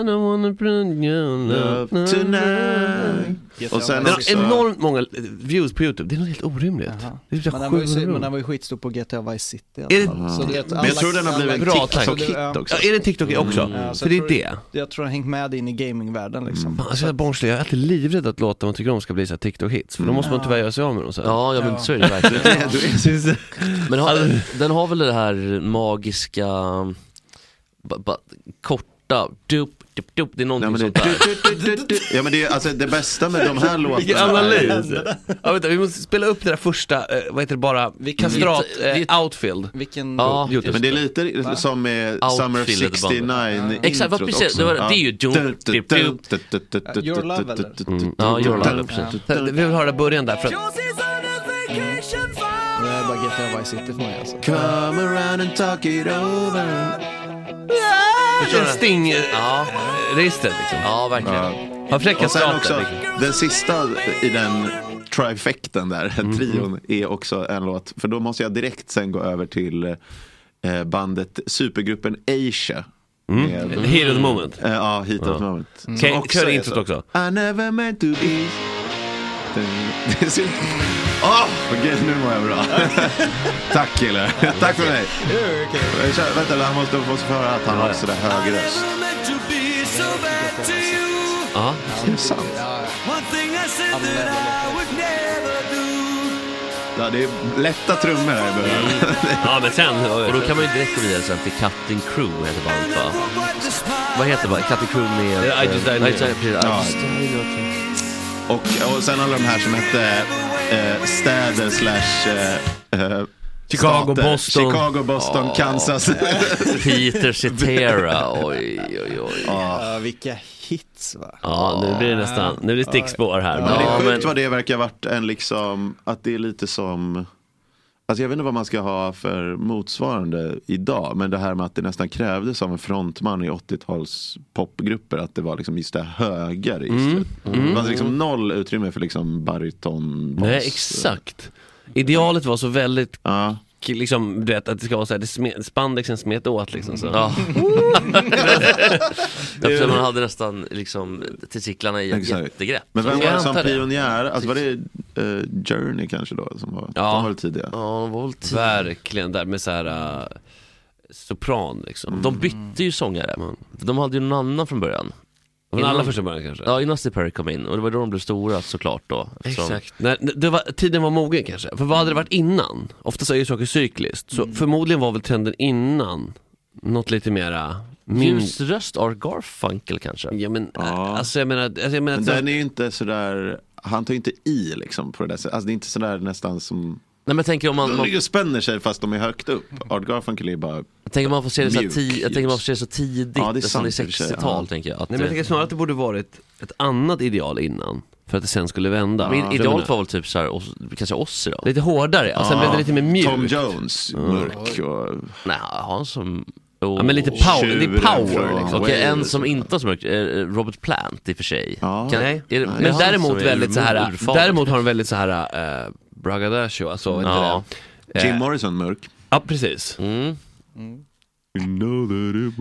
I don't wanna bring you love tonight. Och sen den har också- enormt många eh, views på YouTube, det är något helt orimligt. Det är typ Men den, var ju, så- 700. men den var ju skitstor på GTA Vice City i alla Är det, fall. Så du vet, men alla- jag tror den har blivit en alla- Bra TikTok-hit tanke. också. Ja, är det en TikTok också? Mm. Ja, så För det jag är det. tror- Jag tror den har hängt med in i gamingvärlden liksom. Fan, alltså, jag, är barnslig, jag är alltid livrädd att låta man tycker om ska bli så här TikTok-hits, för då Mm. måste man Ja. tyvärr göra sig av med dem så här. Ja, ja men så är det verkligen. Men har, den har väl det här magiska, ba, ba, korta, dup, dup, dup, det är någonting men sånt det- där. Ja men det är alltså det bästa med de här låtarna. Vilken analys. Ja, vänta, vi måste spela upp det där första, eh, vad heter det bara, kastrat eh, outfield. Vilken... Ja, Ja, men det är lite som eh, Summer of Outfieldet 69 bandet. introt Exakt, vad precis, också. det var- det är ju Ja. dum, dum, dum, dum. Your Love, eller? Mm, ja, Your Love, precis. Vi vill höra början där. För att, Det är bara GTA Vice City för mig alltså. Come around and talk it over. en Mm. sting eh, Ja, registret liksom. ja verkligen. Har fräcka Och sen stater. också, den sista i den trifecten där, Mm-hmm. trion, är också en låt. För då måste jag direkt sen gå över till eh, bandet, supergruppen Asia. Mm. Med, liksom. Here at the moment. eh, ja, Heat of the Moment. Mm. Som Kan- också kör är introt så. också. I never meant to be. Den- det är så- Åh, gud, nu mår jag bra. Tack killar, tack för mig. Jag kör- Vänta, han måste, måste få höra att han har sådär hög röst. Ja. Det är sant. Ja, det är lätta trummor här i början. Ja, men sen. Och då kan man ju direkt gå vidare sen till Cutting Crew heter bandet va? Vad heter bandet? Cutting Crew med... eh, I Just Died Nej, precis, I Ja. Just- Och, och sen alla de här som hette eh, städer slash eh, eh, Chicago, stater. Boston. Chicago, Boston, Ja. Kansas. Peter Cetera, oj oj oj. Ja, vilka hits va? Ja, nu blir det nästan, nu blir det stickspår här. Men det är Ja, sjukt men, vad det verkar varit en liksom, att det är lite som Alltså jag vet inte vad man ska ha för motsvarande idag, men det här med att det nästan krävdes av en frontman i 80-tals popgrupper att det var liksom just det höga registret. Det fanns liksom noll utrymme för liksom baryton. bas. Nej, exakt. Idealet var så väldigt, Ja. k- liksom, du vet, att det ska vara så här, det smet, spandexen smet åt liksom. Så. ja. Eftersom man hade nästan liksom testiklarna i ett Exakt. jättegrepp. Men vem Så var det jag som antar pionjär? Alltså var det eh, Journey kanske då? Som var, Ja. De var väl tidiga? Ja, de var väl typ- tio. Verkligen, där med så här äh, sopran liksom. Mm. De bytte ju sångare. man. De hade ju någon annan från början. Från allra första början kanske. Ja, innan Steve Perry kom in. Och det var då de blev stora såklart då. eftersom- Exakt. När, det var, tiden var mogen kanske. För vad hade det varit innan? Ofta så är ju saker cykliskt. Så Mm. förmodligen var väl trenden innan något lite mera min... Ljus röst, Art Garfunkel kanske? Ja men Ja. alltså jag menar, alltså, jag menar Men den är ju inte sådär, han tar ju inte i liksom på det där sättet. Alltså det är inte sådär nästan som, Nej men jag tänker om man, de man, ligger och spänner sig fast de är högt upp. Art Garfunkel är bara, jag tänker man får se det så, här Mjuk ti, jag tänker man ljus. får se det så tidigt, Ja, det är eftersom det är sant i och för sig, 60-tal ja. tänker jag. Att, Nej men jag tänker snarare att det borde varit ett annat ideal innan. För att det sen skulle vända. men Förstår du vad jag idealet menar? var väl typ såhär, oss- kanske Ozzy då? Lite hårdare, ja. sen Ja. blev det lite mer mjukt. Tom Jones, mörk och Nej, han som... Oh. Ja men lite power, det är Tjuren power från liksom. Okej, Wales. en som inte har så mycket, eh, Robert Plant i och för sig. Ja. är det, är Men han som däremot är väldigt så här, urfader? däremot har de väldigt så här, äh, braggadocio, alltså vad heter Ja. det? Eh, Jim Morrison mörk. Ja precis. Mm.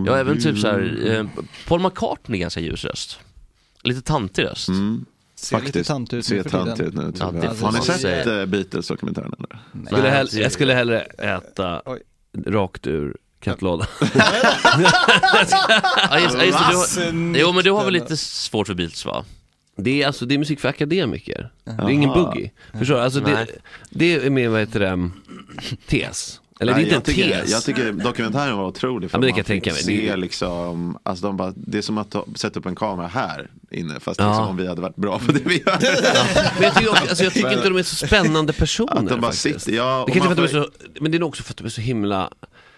Ja, även typ Mm. såhär, eh, Paul McCartney är ganska ljus röst. Lite tantig röst. Mm, Ser lite faktiskt. tant ut nu Ser för tiden. tant ut nu. Ja, det tyvärr. får Har ni man sett säga. eh, Beatles-dokumentären? eller? Nej, Skulle hell- så- jag skulle hellre äta Oj. rakt ur kattlådan. Ja, Ah, just, ja, just, det, du har, Snyggt jo men du har väl ändå. lite svårt för Beatles va? Det är, alltså, det är musik för akademiker. Det är ingen Aha. boogie. Förstår du? Alltså, det, Nej. det är min, vad heter det, mm, tes. Eller Nej, det är jag inte en tycker, tes. jag tycker dokumentären var otrolig. För Ja, men det man kan jag tänka fick mig. Det Se är- liksom, alltså de bara, det är som att ta- sätta upp en kamera här inne. Fast Ja. liksom om vi hade varit bra på det vi gör. Men jag tycker, också, alltså, jag tycker inte de är så spännande personer att de bara faktiskt. sitter. Ja, och Det kanske man för att de är får- så, men det är nog också för att de är så himla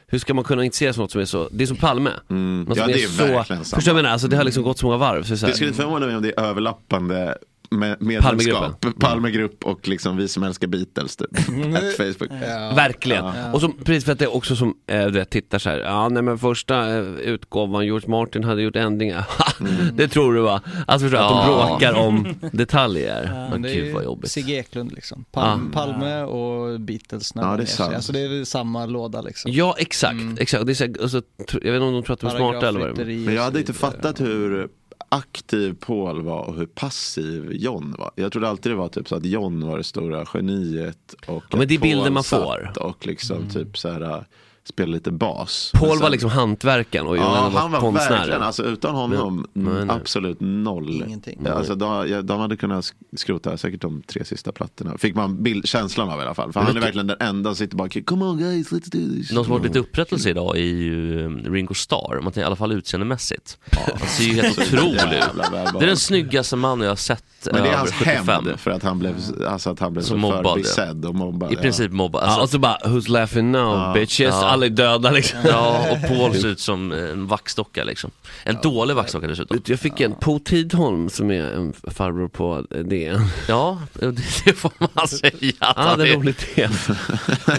hur ska man kunna intressera sig för något som är så, det är som Palme. Mm. Ja, som det är verkligen så, samma. förstår du vad jag menar? Alltså det har liksom gått så många varv. Så det är så här, Det skulle inte förvåna mig om det är överlappande med medlemskap. Palmegruppen. Palmegrupp och liksom vi som älskar Beatles. Typ. At Facebook. Verkligen. Och som, precis för att det är också som, eh, du vet, tittar så här, ja nej men första eh, utgåvan, George Martin hade gjort ändringar. Ha, det tror du va? Alltså förstår du, att de Ja. bråkar om detaljer. Men det är gud vad ju jobbigt. Sigge Eklund liksom. Palm, Palme och Beatles när Ja, det de är ger sig. sant. Alltså det är väl samma låda liksom. Ja exakt, exakt. Det är så här, alltså, tr- jag vet inte om de tror att de är smarta eller vad det är. Paragrafrytteri och Men jag hade så inte vidare. fattat hur aktiv Paul var och hur passiv John var. Jag trodde alltid det var typ så att John var det stora geniet. Och Ja, men att det är bilden Paul man satt får. Och liksom typ så här, spelade lite bas. Paul Men sen- var liksom hantverkaren och Johan var han var konstnären. verkligen, alltså utan honom, Men- mm, men- absolut noll. Mm. Ingenting. Alltså, de, ja, de hade kunnat sk- skrota säkert de tre sista plattorna. Fick man bild, känslan av i alla fall. För han är Vilket- verkligen den enda som sitter bara, come on guys, let's do this. Någon som har fått lite upprättelse idag är ju eh, Ringo Starr, om man tänker- i alla fall utseendemässigt. Han ser ju helt Så otrolig jävla ut. välbehaglig. Det är den snyggaste man jag har sett eh, Men det är över hans 75. hämnd för att han blev, alltså, att han blev så Som mobbad, ja. förbisedd och mobbad. I princip mobbad. Alltså- Ja, och så bara, who's laughing now Ja. bitches? Ja. Alla är döda liksom. Ja, och Paul ser ut som en vaxdocka liksom. En dålig vaxdocka dessutom. Jag fick en på Tidholm som är en farbror på DN. Ja, det, det får man säga. att Han han hade är. en rolig tes.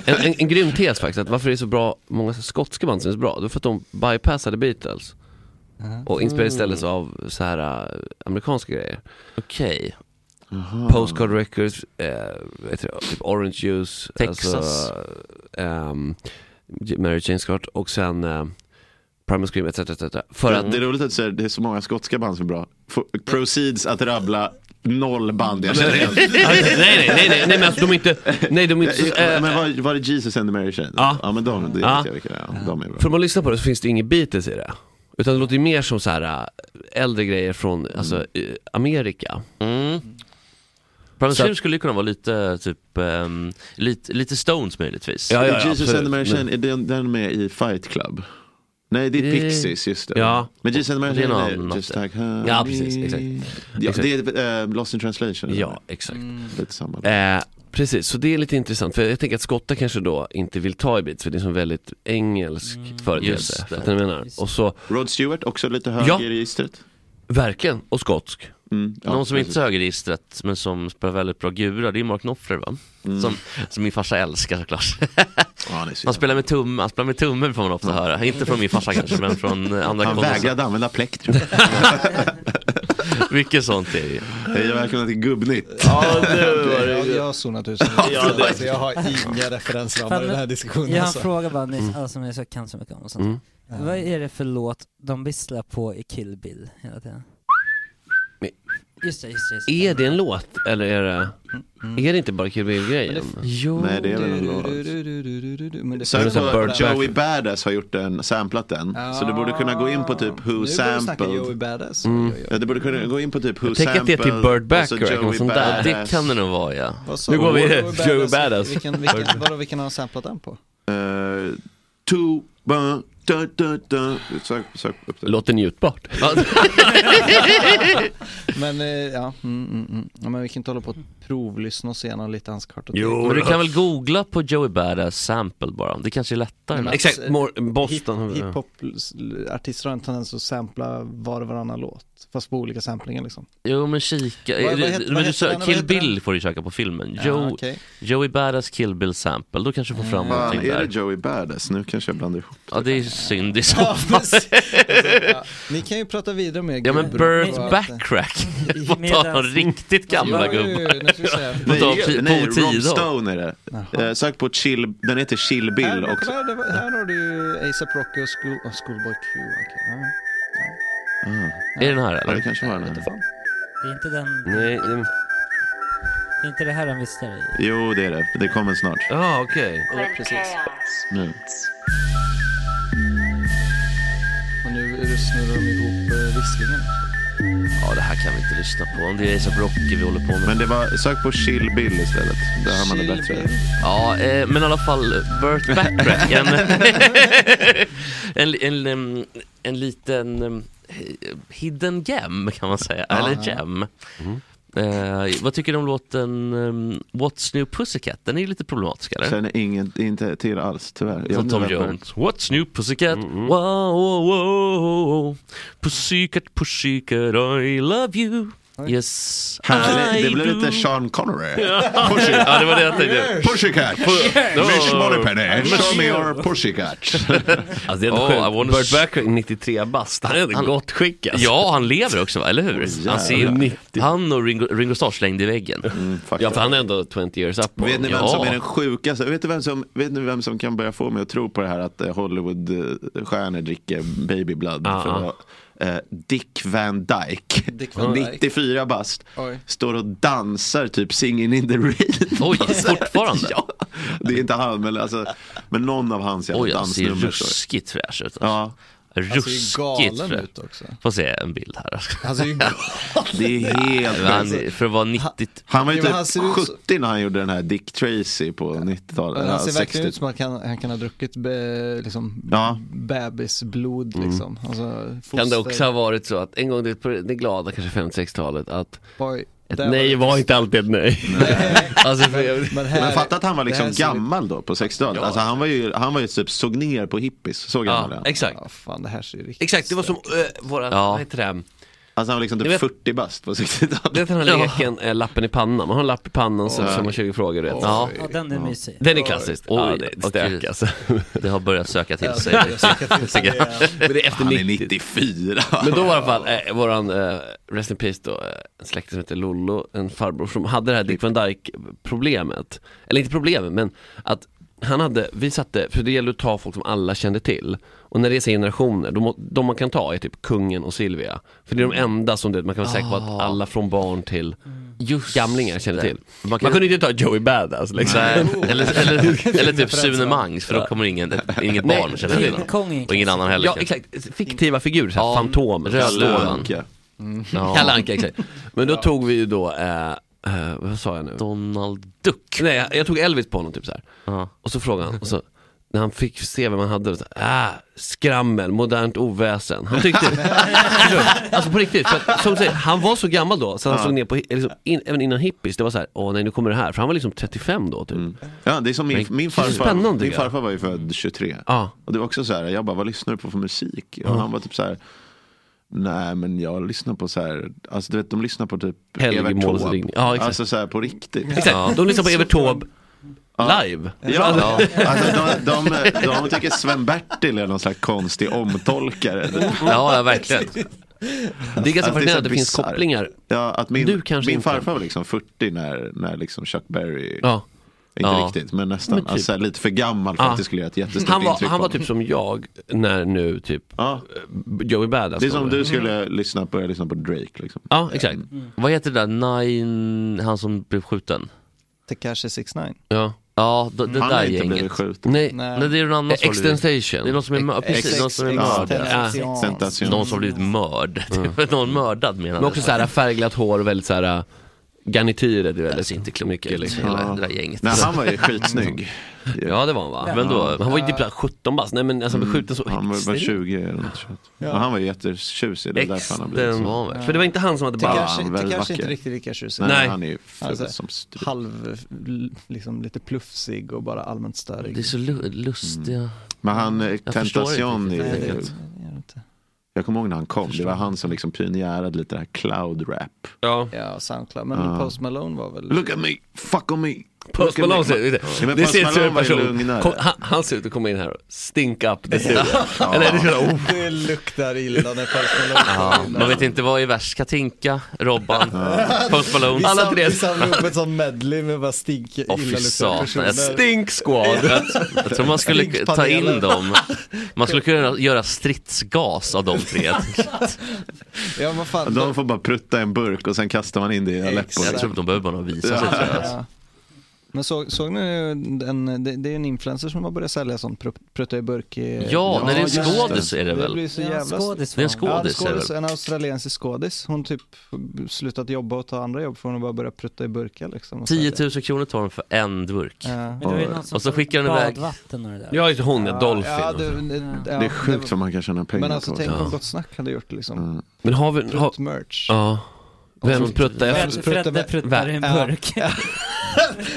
En, en, en grym tes faktiskt, att varför det är så bra, många skotska band som är så bra, det var för att de bypassade Beatles. Uh-huh. Och inspirerades istället Mm. av så här äh, amerikanska grejer. Okej. Ah. Postcard Records, eh, vet jag, typ Orange Juice, Texas. alltså, ehm, J- Mary Jane's Cart och sen eh, Primal Scream etc. etc. För att Det är roligt att du säger det är så många skotska band som är bra. F- Proceeds att rabbla noll band jag känner igen. nej, nej, nej, nej, nej, nej, men alltså de är inte, nej de är inte, så- Men eh, men var, var det Jesus and the Mary Chain? Ja. men de, det vet Ja. jag vilka det är. De är bra. för om man lyssnar på det så finns det inget Beatles i det. Utan det låter ju mer som så här äh, äldre grejer från, alltså, Mm. eh, Amerika. Mm. Primal Så att- Scream skulle ju kunna vara lite, typ, ehm, lite, lite Stones möjligtvis. Ja, ja, ja, Jesus and the Mary absolut. Chain, är den, den med i Fight Club? Nej, det är Det- Pixies, just det. Ja. Men Jesus and the Det Mary är någon Chain är annan just där. like honey. Ja, precis, exakt. Ja, Exakt. Det är eh, Lost in translation. eller? Ja, exakt. Lite samma. Mm. Eh, precis, så det är lite intressant. För jag tänker att skottar kanske då inte vill ta i beats, för det är en sån väldigt engelsk företeelse. Mm. Just det. Fattar ni vad jag menar? Just Och så, Rod Stewart, också lite höger Ja. i registret. verkligen, och skotsk. Mm, ja, Någon som precis. inte sög i registret men som spelar väldigt bra gura, det är Mark Knopfler va? Mm. Som, som min farsa älskar såklart. Ja, han är så Han jävla- spelar med tummen, han spelar med tummen får man ofta höra. Inte från min farsa kanske men från eh, andra han kompisar. vägrade använda plektrum. Mycket sånt är det ju. Hej och välkomna till Gubbnytt. Jag, jag har zonat ut. alltså, jag har inga referensramar i den här diskussionen. Jag har en alltså. fråga bara Mm. nyss, alla som jag kan så mycket om och sånt. Mm. Vad är det för låt de visslar på i Kill Bill hela tiden? Men- Just det, just det. Just det. Är det en låt, eller är det, Mm, är det inte bara Kill Bill-grejen? Jo, Nej, det är väl en låt. du-du-du-du-du-du-du, men det Sök finns- så här på Bird Joey Backer. Badass har gjort den, samplat den. Så du borde kunna gå in på typ Ah, Who Nu börjar vi snacka Joey Sampled. Mm. Badass. Ja, du borde kunna gå in på typ Who Jag tänker att det är till Sampled. Bird Backer, och så eller något Joey sånt där. Ja, Badass. det kan det nog vara ja. Vad sa Nu du? går vi- Joey Joey Vilken- Badass. Vilken, vilken, vadå, vilken har han samplat den på? Eh, two, ba, da, da, da. Sök, sök upp det. Låter njutbart. Men eh, ja, mm, mm, mm. ja, men vi kan inte hålla på att provlyssna oss igenom lite hans kartor. Jo, Men du kan väl googla på Joey Badass sample bara, det kanske är lättare. men- Mm, Exakt, Mor- Boston. Hip- Hiphop-artister har en tendens att sampla var och varannan låt, fast på olika samplingar liksom. Jo men kika, Vad- vad du- heter- vad men heter du sö- den? Vad Kill heter den? Bill får du söka på filmen. Ja, Joe, okej. Joey Badass Kill Bill sample, då kanske du får fram Fan, någonting är det där. Joey Badass? Nu kanske jag blandar ihop. Ja det är synd i så Ja, fall. precis. ja. Ni kan ju prata vidare om er Ja men gubbe. Bird Och- Backrack, I- på tal om medans- riktigt gamla Ja, ju, gubbar. nu ska vi se. Nej, ta P- nej på Rob Tidholm. Stone är det. Eh, sök på Chill, den heter Chill Här, Bill här, också. här, här har du ASAP Rocky och School, och Schoolboy Q. okej. Ja. Är det den här Ja, det eller? kanske var den här. Det är inte den, Nej, nej. men- det är inte det här han visslar i. Jo, det är det. Det kommer snart. Ja, okej. Ja, precis. Nu. Och nu snurrar de ihop eh, visslingen. Ja det här kan vi inte lyssna på, om det är ASAP Rocky vi håller på med. Men det var, sök på Chill Bill istället. Där har man det Chill bättre. Bill. Ja, eh, men i alla fall, Burt Backrack, en, en, en, em, en liten em, hidden gem kan man säga, eller gem. Mm. Eh, vad tycker du om låten em, What's New Pussycat? Den är ju lite problematisk eller? Känner inget, inte till alls tyvärr. Från Jag Tom undrar varför- Jones. What's new pussycat? Mm, Wow, wow, wow. Pussycat, pussycat, I love you. Yes, Härligt. I Det blev do. lite Sean Connery. Ja, det var det jag tänkte. Pussycat! Miss Moneypenny, show me your pussycat. Alltså det är Oh, ändå I wanna sjukt. Bird sh- Backrack, 93 bast, han är ändå Han- gott skick alltså. Ja, han lever också va, eller hur? Han, ser, ju- 90. han och Ringo, Ringo Starr slängde i väggen. Mm. Ja, för han är ändå 20 years up. Mm. Vet ni vem Ja. som är den sjukaste? Vet ni vem som, vet ni vem som kan börja få mig att tro på det här att eh, Hollywoodstjärnor dricker baby blood? Ja, För ja. att- eh, Dick Van Dyke. Van Dyke. 94 bast. Oj. Står och dansar typ Singing in the rain. Alltså, Oj, fortfarande? ja, det är inte han men, alltså, men någon av hans jävla Oj, han ser dansnummer. så- ruskigt fräsch ut. Alltså. Ja. Ruskigt galen fräsch. ut också. Får se en bild här. Han ser ju Det är helt Han, sjukt. för att vara 90... Han var ju Ja, men han typ ser ut så- 70 när han gjorde den här Dick Tracy på 90-talet. Men han ser eller verkligen 60. ut som att han kan, han kan ha druckit be, liksom, Ja. bebisblod liksom. Alltså, Mm. Kan det foster- också ha varit så att en gång det- på det glada kanske 50-60-talet att Oj, ett där var nej det- var inte alltid ett nej. alltså, för jag, Men, här, Men fatta att han var det liksom här ser- gammal då på 60-talet. Alltså han var ju, han var ju typ, såg ner på hippies. Så gammal ja, ja. exakt. Ja, fan det här ser ju riktigt Exakt, det var som eh, våra, Ja. vad heter det? Alltså han var liksom typ Ni vet- 40 bast på 60-talet. Det heter den här leken, eh, lappen i pannan. Man har en lapp i pannan så får man 20 frågor rätt. Ja, Ja, den är mysig. Den är klassisk. Oj, ja, det är ett och stök gud. alltså. det har bött söka till sig. Men det är efter Han är 90. 94. Men då var i alla fall eh, våran, eh, Rest in Peace då, eh, en släkting som heter Lollo, en farbror som hade det här Dick Van Dyke problemet. Eller inte problemet, men att han hade, vi satte, för det gäller att ta folk som alla kände till. Och när det är så generationer, de, må- de man kan ta är typ kungen och Silvia. För det Mm. är de enda som det, man kan vara säker på att alla från barn till Ah. Just gamlingar känner det. till. Man Man, kan- kunde inte ta Joey Badass liksom. Nej, eller, eller, eller typ Sune Mangs för då kommer ingen, inget barn känna till King honom. Kong är en Och ingen klassiker. annan heller. Ja exakt, fiktiva figurer, så här, Ja, Fantomen, Rödluvan. Stålman. Anka. Ja. Kalle Anka, exakt. Men då tog vi ju då, eh, eh, vad sa jag nu? Donald Duck. Nej, jag, jag tog Elvis på honom typ så här. Ja. Och så frågade han, och så, när han fick se vem han hade, så här, ah, skrammel, modernt oväsen. Han tyckte, alltså på riktigt, för att, som du säger, han var så gammal då, så han såg ner på, hi- liksom, in, även innan hippies, det var så här, åh nej nu kommer det här, för han var liksom 35 då typ. Ja, det är som min, Men det min är så farfar. spännande, Min tycker jag. farfar var ju född 23. Ja. Och det var också så här, jag bara, vad lyssnar du på för musik? Och han var typ så här, nej men jag lyssnar på så här, alltså du vet de lyssnar på typ Helge Evert Måls Taube. ringning. Ja, exakt. Alltså så här på riktigt. Exakt, de lyssnade på Evert Taube live. Ja, alltså, de, de, de tycker Sven-Bertil är någon slags konstig omtolkare. Ja, ja verkligen. Det är ganska Alltså, det är så fascinerande att det finns bisarrt. kopplingar. Ja, att Du min, kanske min inte. farfar var liksom 40 när, när liksom Chuck Berry, Ja. inte Ja. riktigt, men nästan, Men typ. alltså, så här, lite för gammal för Ja. att det skulle göra ett jättestort Han var, intryck han på var honom. typ som jag när nu typ Ja, Joey Badass det är som kommer. du skulle lyssna på, lyssna på Drake liksom. Mm. Ja, exakt. Vad heter det där, Nine, han som blev skjuten? Tekashi 69. Ja. Ja, d- det Han där har inte blivit gänget. skjuten. Nej, Nej. Nej, det är någon annan som har blivit- Extenstation. Det är någon som är mörd, precis, någon som är mörd. Existential. Sentation. Någon som har blivit mörd. Någon mördad menar Men också så här färgglatt hår och väldigt så här eh, garnityrer. Det är Alltså, väldigt inte klokt mycket liksom. Hela det där gänget. Nej, han var ju skitsnygg. Ja det var han va? Men då, han var ju typ så här 17 bast, nej men alltså han blev skjuten så Mm. Han var, var extremt. 20 eller något sånt. Och han var ju jättetjusig, det är därför han har blivit Extremt. så. För det var inte han som hade bara han är Tekashi väldigt Tekashi är inte vacker. riktigt lika tjusig. Nej, Nej. han är ju ful Alltså, som stryk. Halv, liksom lite plufsig och bara allmänt Det är störig. så lu- lustiga. Men han, eh, förstår inte Tentation, riktigt, är, jag jag, vet. Jag vet inte. kommer ihåg när han kom, det var han som liksom pionjärade lite det här cloud rap. Ja. Ja, Soundcloud. Men Ja. Post Malone var väl... Look at me, fuck on me. Post Malone ser ut, Ja, men det Post ser ut som en Malone var ju person, lugnare. Kom, han, han ser ut att komma in här och stinka upp det ser ut. Eller det ser ut, oh. Det luktar illa när Post Malone Ja, man vet inte vad är värst, Katinka, Robban, Post Malone. alla tre. samlade upp ett sånt medley med bara stink, Åh, fy satan. Stink squad. Jag tror man skulle ta in Stinkpanelen. dem. Man skulle kunna göra stridsgas av de tre. Ja, vad fan. De får bara prutta i en burk och sen kastar man in det i en läpp. Jag tror de behöver bara visa sig. tror jag. Ja. Men såg, såg ni en, det, det är en influencer som har börjat sälja sånt pr- prutta i burk i, Ja, när det är en just det. skådis är det Det väl. blir så Ja, jävla... skådis, Det är en va? skå- Skådis ja, är det skådis, en australiensisk skådis. Hon typ slutat jobba och ta andra jobb för hon har bara börjat prutta i burkar liksom. och 10 sälja. 000 kronor tar de för en burk. Ja. Men det var ju någon som Och så skickar den sålde iväg- badvatten och det där. Ja just det, hon är Dolphin. Ja, alltså. det, det, ja, Det är sjukt vad man kan tjäna pengar Men alltså på. tänk sånt. vad Gott Snack hade gjort liksom. Mm. Men har vi, har, Prutt-merch. ja. Vem pruttar Fred- efter? pruttar Fredde med- pruttar i en Ja. burk.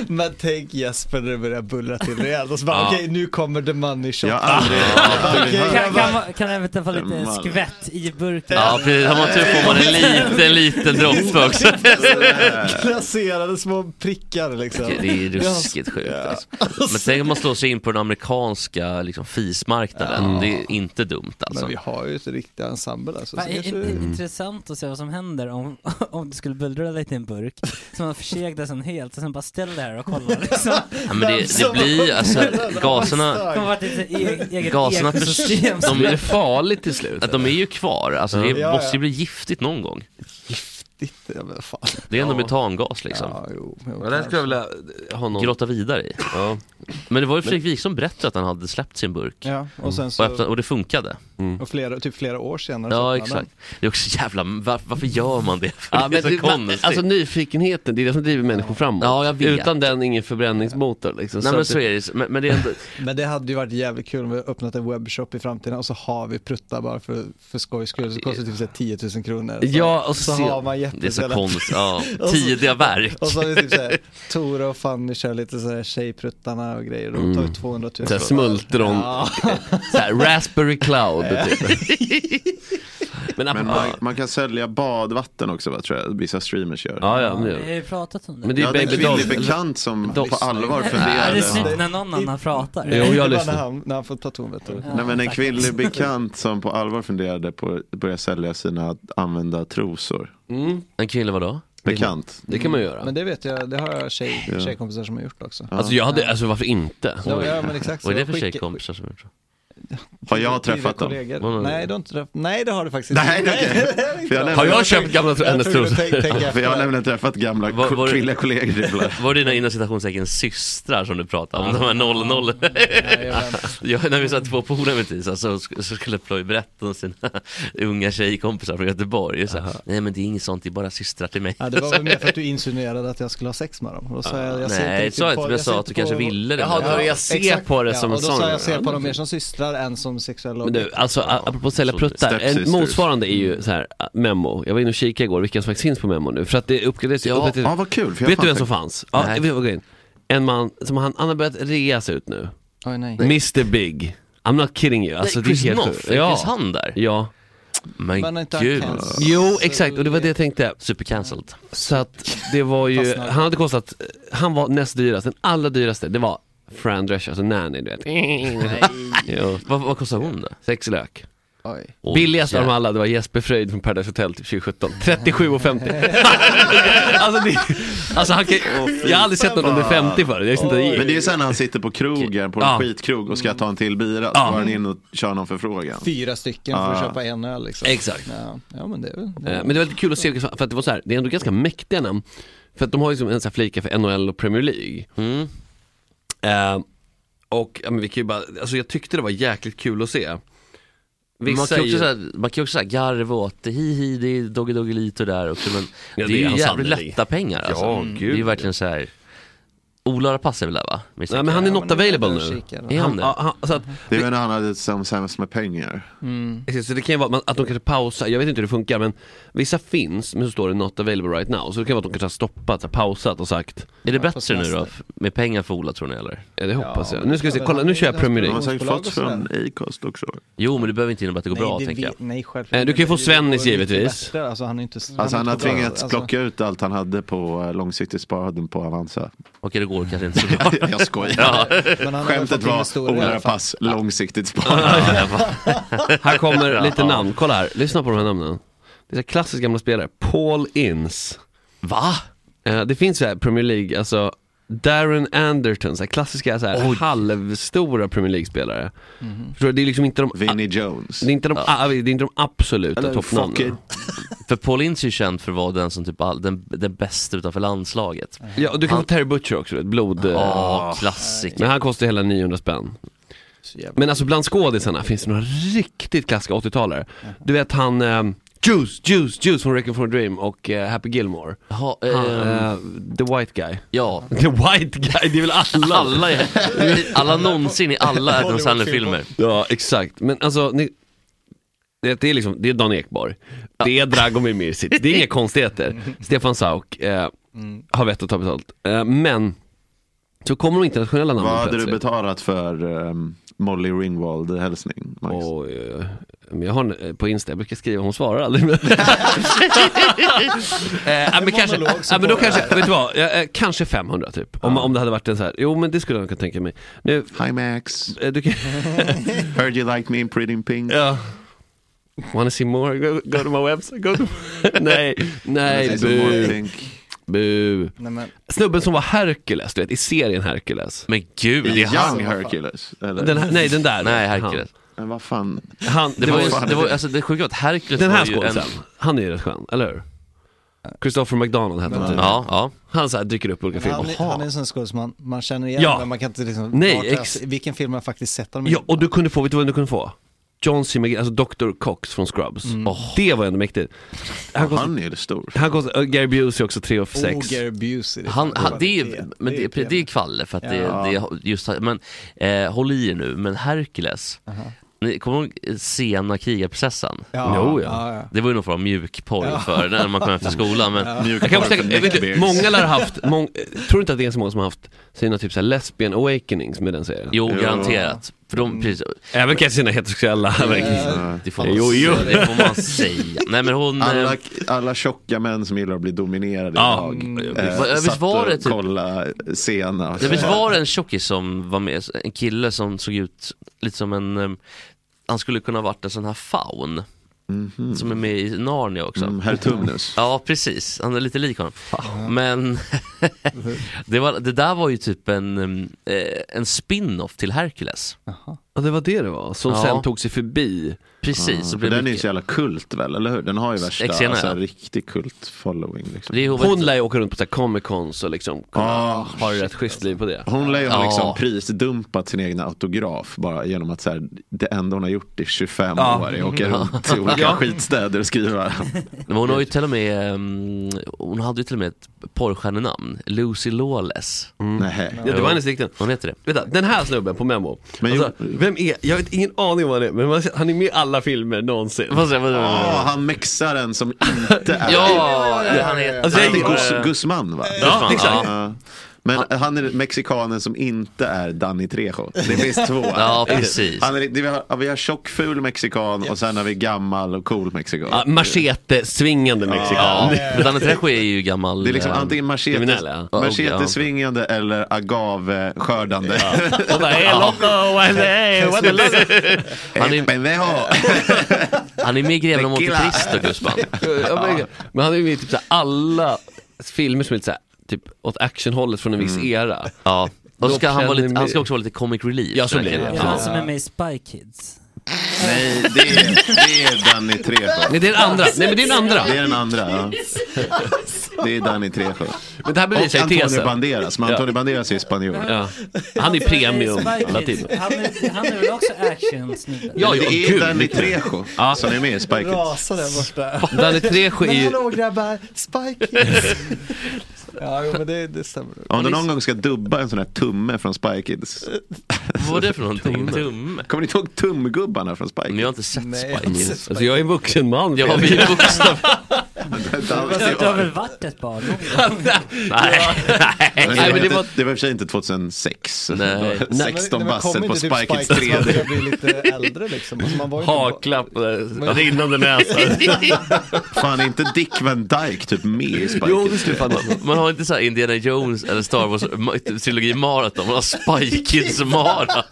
Men tänk Jesper när det börjar bullra till rejält och så bara Ja. okej nu kommer the money shot. Jag har aldrig, aldrig Okej. hört. Kan, kan, man- kan det även få Den lite mallen. skvätt i burken? Ja precis, har man tur får man en liten, liten droppe också. Placerade små prickar liksom. Det är ruskigt sjukt alltså. Men tänk om man slår sig in på den amerikanska liksom, fismarknaden. Det är inte dumt alltså. Men vi har ju ett riktigt ensemble alltså. Så Va, i- i- kanske... Mm. Intressant att se vad som händer om, om du skulle bullra lite i en burk, som man förseglar sen helt, och sen bara ställer hotell där och kollar liksom. Ja, men det, det blir, alltså gaserna, Kommer vara ett litet e- eget gaserna ekosystem. de är farligt till slut. Att de är ju kvar, alltså det Ja, ja. måste ju bli giftigt någon gång. Giftigt? Ja men fan. Det är ändå metangas liksom. Ja, jo, jo, Ja, det här skulle jag vilja ha någon... Grotta vidare i. Men det var ju Fredrik Wikström berättade att han hade släppt sin burk. Ja, och sen och, så, öppnade, och det funkade. och flera, typ flera år senare så Ja öppnade han exakt. Det är också jävla, var, varför gör man det? För Ja, det men är så det- man- konstigt. alltså nyfikenheten, det är det som driver människor framåt. Ja, jag vet. Utan den, ingen förbränningsmotor liksom. Nej men att så är det, men, men det är ändå, Men det hade ju varit jävligt kul om vi öppnat en webbshop i framtiden och så har vi pruttar bara för, för skojs skull. Så kostar det typ så här 10 000 kronor. Så, Ja, och så se- har man det är så jätteställa- konstigt, ja. Och så- Tidiga verk. Och så har vi typ såhär, Tore och Fanny kör lite såhär tjejpruttarna och grejer. De tar ju 200 000. Så här smultron, Ja. så här, raspberry cloud typ. Men, Men man, man kan sälja badvatten också, va, tror jag. Vissa streamers gör. Ja, ja, men, Vi har ju pratat om det. men det är Jag hade en baby doll. kvinnlig bekant som Dolls. på allvar är det funderade. snyggt när någon annan pratar? Jo, Det är bara jag lyssnar. När han, när han får ta ton vet du. Nej men en kvinnlig bekant som på allvar funderade på att börja sälja sina använda trosor. Mm, En kille vadå? Bekant. det kan man göra. Men det vet jag, det har jag tjej, Ja. tjejkompisar som har gjort också. Alltså jag hade, alltså varför inte? Ja, ja, men exakt så. Vad är det för Skicka- tjejkompisar som gjort så? Har jag Tidigare träffat dem? kollegor. Vad var det? Nej, du har inte träffat, nej det har du faktiskt Nej, inte. okej. För jag, Har nämligen, jag köpt gamla tr- hennes trosor? för jag har nämligen träffat gamla Var- var det- kvinnliga kollegor till Blair. Var det dina inom citationstecken systrar som du pratade om? De här 00? Ja, när vi satt på polare med Tisa så, sk- så skulle Ploy berätta om sina unga tjejkompisar från Göteborg. Så, här, Nej men det är inget sånt, det är bara systrar till mig. Ja, det var väl mer för att du insinuerade att jag skulle ha sex med dem. Och Då sa jag, jag ser inte Nej, det riktigt sa jag på- inte, men jag ser sa att du på- kanske ville det. Jaha, det var- jag ser på det som ja, en och då sån. sa jag ser på dem mer som systrar än som sexuella Men du, objekt. alltså a- apropå sälja Så- pruttar, en Stepsisters. Mm. motsvarande är ju så här, ä, Memo. Jag var inne och kikade igår vilka som faktiskt finns på Memo nu. För att det uppgraderas ju. uppgraderas- Ja, vad kul. För jag vet du vem som fan tänkte- fanns? Ja, Nej. vet du vad grejen? En man som han, han har börjat reas ut nu. Oj, nej. Mr Big. I'm not kidding you. Alltså, Alltså, Chris det är helt Noff, sjukt. finns Ja. han där? ja. Men Men inte han gud. cancelled? Jo, exakt. Och det var det jag tänkte. Supercancelled. Så att det var ju, Fastnade. han hade kostat, han var näst dyrast, den allra dyraste, det var Fran Drescher, alltså Nanny du vet. Jo. Vad, vad kostar hon då? Sex lök. Oj. Oj, Billigast av dem jävlar. alla, det var Jesper Fröjd från Paradise Hotel typ 2017. 37,50. alltså, det, alltså han kan, jag har aldrig sett någon under 50 för det. Jag visste inte Men det det gick. är sen när han sitter på krogen, på en Ja. Mm. skitkrog och ska ta en till bira, så Ja. går han in och kör någon förfrågan. Fyra stycken för att Ah. köpa en öl liksom. Exakt. Ja, ja men det är väl... Eh, Men det var lite kul att se, för att det var så här, det är ändå ganska mäktiga namn. För att de har ju liksom en sån här flika för NHL och Premier League. Mm. Eh, och ja, men vi kan ju bara, alltså jag tyckte det var jäkligt kul att se. Man kan, Vissa ju är ju- också så här, man kan ju också säga garva åt det, hi hi, det är Doggy Doggy Lito där också men Ja, det är det är ju han jävligt sannolikt. lätta pengar alltså. Ja, Mm. gud, Det är ju ja. verkligen så här. Ola Rapace är väl där va? Misstänker Nej men han är Mm. jag. not available jag nu. kikar. Är han Han, det? ja, han, så, att, Det är ju när han hade som sämst med pengar. precis, så det kan ju vara att de kanske pausar, jag vet inte hur det funkar men vissa finns men så står det not available right now. Så det kan vara att de kanske har stoppat, så här, pausat och sagt, Är det Ja, bättre nu då? fast Med pengar för Ola tror ni eller? ja det hoppas Ja, jag. Nu ska vi se, men kolla han nu är kör jag ganska Premier De har League. säkert Bolag fått och sådär. från Acast också. Jo men det behöver inte innebära att det går bra det tänker jag. vet- Nej, självklart. Eh, du kan ju få Det vore Svennis, mycket givetvis. bättre. Alltså han är inte... Alltså han har inte bra. tvingats Alltså, plocka ut allt han hade på eh, långsiktigt sparande på Avanza. Okej det går kanske inte så bra. Jag skojar. men han har fått Skämtet in var historia i alla Ola fall. Pass, långsiktigt sparande. Här kommer lite namn, kolla här, lyssna på de här namnen. Det är så här klassiskt gamla spelare, Paul Inns. Va? Eh, Det finns så här Premier League, alltså Darren Anderton, så här klassiska så här halvstora Premier League-spelare. Förstår du? Det är liksom inte de, Vinnie Jones. det är inte de, ah, det är inte de absoluta Eller fuck it. toppnamnen. För Paul Ince är ju känd för att vara den som typ all, den, den bästa utanför landslaget. Ja, och du kan Han- få Terry Butcher också, ett blod... eh, Ja, klassiker. Men han kostar hela 900 spänn. Så jävla- Men alltså bland skådisarna finns det några riktigt klassiska 80-talare. Du vet han, eh, Juice, Juice, Juice från Reckon for a Dream och eh, Happy Gilmore. Jaha, Han, ehm, eh, the White Guy. ja. The White Guy, det är väl alla? Alla, är, alla någonsin i alla Adam Sandler-filmer. Ja, exakt. Men alltså, ni, det, det är liksom, det är Dan Ekborg, det är Dragomir Mirsic, det är inga konstigheter. Stefan Sauk eh, Mm. har vett att ta betalt. Eh, men, så kommer de internationella namnen Vad hade du plötsligt. betalat för ehm, Molly Ringwald-hälsning? Max? Oj, oj, oj. Men jag har en, eh, på Insta, jag brukar skriva, hon svarar aldrig. Men... eh, men kanske, eh, men då kanske, vet du vad, eh, eh, kanske 500 typ. Om, om det hade varit en så här, jo men det skulle jag kunna tänka mig. Nu, Hi Max, eh, du kan... heard you like me in Pretty in Pink. Ja. Wanna see more? Go, go to my website. Go to... nej, nej Say some more bu. pink. Bu. Nej, men- Snubben som var Hercules, du vet, i serien Hercules. Men gud, I det är han. Young Hercules, eller? Den, här- nej, den där. Nej, han. Hercules. Men vad fan. Han, Det var ju- det var- alltså, det sjuka var att Hercules Den var här ju skådisen, en- han är ju rätt skön, eller hur? Christopher McDonald hette han Ja. typ. Ja, ja. Han så här dyker upp i olika Men Han, filmer. är- han är en sån skådespelare man, man känner igen, Ja. men man kan inte liksom Nej, vara klass- ex- vilken film man faktiskt sett honom i. Ja, och du kunde få, vet du vad du kunde få? John C. McGee, alltså Dr. Cox från Scrubs. Det var ändå mäktigt. Han, kostar, han är det stor. Han kostar, äh, Gary Busey också 3 och 6. Oh, Gary Busey. det är Han, fan- han, det är, det är- men det, det det, är det är kvalle för att det, Ja. det är just, men eh, håll i er nu, men Hercules, ni kommer ni ihåg sena krigarprocessen? Uh-huh. Ja. Jo, ja. Ja, ja. Det var ju någon form av mjukporr Ja. för när man kom hem från skolan. Men Ja. Jag kan försäkra, jag vet inte, många lär ha haft, mång, eh, tror du inte att det är så många som har haft sina typ såhär lesbian awakenings med den serien? Mm. Jo, garanterat. För de, precis, Även kanske sina heterosexuella awakenings. Det får man Jo, jo. säga. Det får man säga. Nej, men hon, Eh, alla, eh, alla tjocka män som gillar att bli dominerade Ja. idag. Mm. eh, Va- visst satt var det och typ- kollade sena. Ja, visst var det en tjockis som var med, en kille som såg ut lite som en, eh, han skulle kunna ha varit en sån här faun. Som är med i Narnia också. Mhm. Mm, herr Tumnus. Ja, precis. Han är lite lik honom. Men det, var, det där var ju typ en, eh, en spin-off till Hercules. Ja, det var det det var, som Ja. sen tog sig förbi. Precis, så så blev Ah, den är ju mycket- så jävla kult väl, eller hur? Den har ju värsta, Exakt, ja. alltså, riktig kult-following. Liksom. Hon lär ju åka runt på så här comic cons och liksom kunna Ah, ha ett rätt schysst liv på det. Hon lär ju ha Ja. liksom prisdumpat sin egna autograf bara genom att så här, det enda hon har gjort i 25 Ja. år är att åka runt till olika Ja. skitstäder och skriva. Men hon har ju till och med, um, hon hade ju till och med ett porrstjärnenamn, Lucy Lawless. Nej. Ja, det var hennes riktiga. Hon heter Mm. det. Vänta, den här snubben på Memo. Alltså, vem är, jag har ingen aning om vad han är, men man ser- han är med i alla filmer någonsin. Ah, han mexaren som inte är... Ja, ja, ja, ja, han är- alltså, han är- Gus, Guzman va? Ja, exakt. Ja. Men han är mexikanen som inte är Danny Trejo. Det finns två. Ja, precis. Han är, det- vi, har, vi har tjockful mexikan och sen har vi gammal och cool mexikan. Ja, machete-svingande mexikan. Ja, Danne Trejo är ju gammal. Det är liksom eh, antingen kriminell, machete, ja. machete Ja. svingande eller agave skördande. Och bara, "Hey, loco, what the- what the loco?" Han är- Han är med i Greven av Monte Tequila. Cristo, Gusman. Ja, men, men han är ju med i typ så här alla filmer som är lite så här, typ åt actionhållet från en viss era. Ja, och Då ska han, vara känner lite, han vi- ska också vara lite comic relief. Ja, så den här blir det. killen. Är det han som är med i Spy Kids? Nej, det är, det är Danny Trejo. Nej, det är den andra. Nej, men det är den andra. Det är den andra, ja. Det är Danny Trejo. Men det här blir Och så här Antonio tesen. Banderas, men Ja. Antonio Banderas är spanjor. Han är premium Spy Kids, latin. Han, är, han är väl också actionsnubbe? Ja, ja, det är gud, Danny mycket. Trejo som är med i Spy Kids. Rasar där borta. Danny Trejo är Men ju... hallå grabbar, Spy Kids. ja, jo, men det, det stämmer. Om du någon gång ska dubba en sån här tumme från Spy Kids. Vad var det för någonting? Tumme? Kommer ni inte ihåg tumgubbarna från Spy Kids? Men jag har inte sett Nej, jag har Spy inte Kids. sett Alltså jag är en vuxen man. Ja, vi är vuxna. Du har väl varit ett barn? Nej. Nej, Nej, men det det, var- var... det var i och för sig inte 2006. Nej. Nej, 16 men- nej, men kom bassen på inte Spy typ Kids Spy Kids när man 3D. börjar bli lite äldre liksom. Alltså, man var ju inte- Haklapp, eh, rinnande näsa. Fan, är inte Dick Van Dyke typ med i Spy Jo, det Kids? skulle fan vara. Man har inte så här Indiana Jones eller Star Wars ma- trilogi maraton, man har Spy Kids maraton.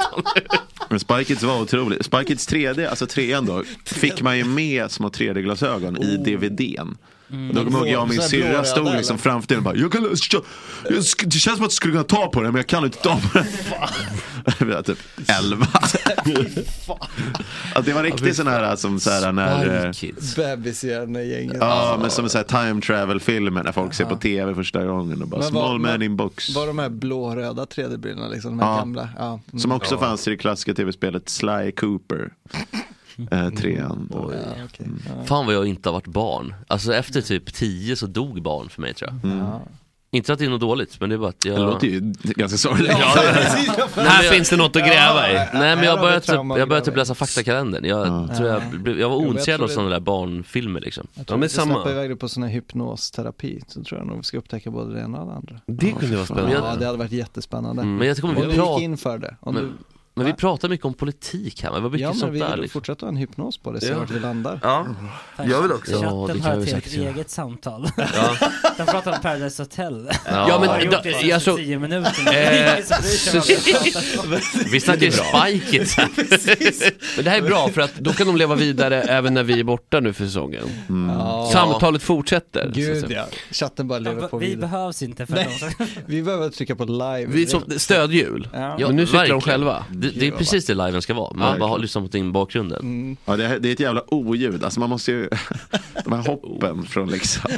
Men Spy Kids var otroligt. Spy Kids 3D, alltså trean då, fick man ju med små 3D-glasögon Oh. i DVDn. Mm. Då kommer jag ihåg jag och min Så här syrra blåröda, stod liksom eller? framför tvn och bara, jag kan, jag, jag, det känns som att du skulle kunna ta på den men jag kan inte ta på den. Vi var typ 11. alltså, det var riktigt sån här som så här när eh, Kids. Bebishjärnegänget. Ja, men som så här time travel-filmer när folk ser på tv första gången och bara Men var- small man men- in box. Var de här blå-röda 3D-brillorna liksom, de här Ja. gamla? Ja. Mm. Som också fanns i det klassiska tv-spelet Sly Cooper. Mm. Eh, trean. då. Ja, okej. Ja. Fan vad jag inte har varit barn. Alltså efter typ 10 så dog barn för mig tror jag. Mm. Inte att det är något dåligt, men det är bara att jag... Det låter ju ganska sorgligt. Här finns det något att gräva i. Nej men Här jag har vi började, typ, trauma att jag började gräva typ läsa i. faktakalendern. Jag, tror jag, blev- jag var jag ointresserad av tror det- sådana där barnfilmer liksom. Jag Ja, men tror samma. Vi ska iväg dig på sån här hypnosterapi, så tror jag nog vi ska upptäcka både det ena och det andra. Det kunde vara Ja, spännande. det hade varit jättespännande. Mm. Men jag kommer Om vi du gick pratar, in för det. Om Men- du, men vi pratar mycket om politik här, men det var mycket ja, men sånt vi där vill liksom. fortsätta ha en hypnos på det, se Ja. vart vi landar. Ja. Jag vill också. Ja, det Chatten kan har vi ett helt säkert göra. eget samtal. De pratar om Paradise Hotel. Ja, De har men gjort da- det i jag alltså, såg- 10 minuter. Eh, Det är ingen som bryr sig om vad de pratar om. Vi snackar ju Spike Kids här. Men det här är bra för att då kan de leva vidare även när vi är borta nu för säsongen. Mm. Ja. Samtalet fortsätter. så Gud att säga. ja, chatten bara lever på Vi vidare. behövs inte för Nej. att de Vi behöver trycka på live. Vi är som stödhjul. Ja. Men nu cyklar de verkligen. själva. Det, det är precis det liven ska vara. Man bara har lyssnat mot in bakgrunden. Ja, det, här- det är ett jävla oljud. Alltså man måste ju... De här hoppen från Leksand.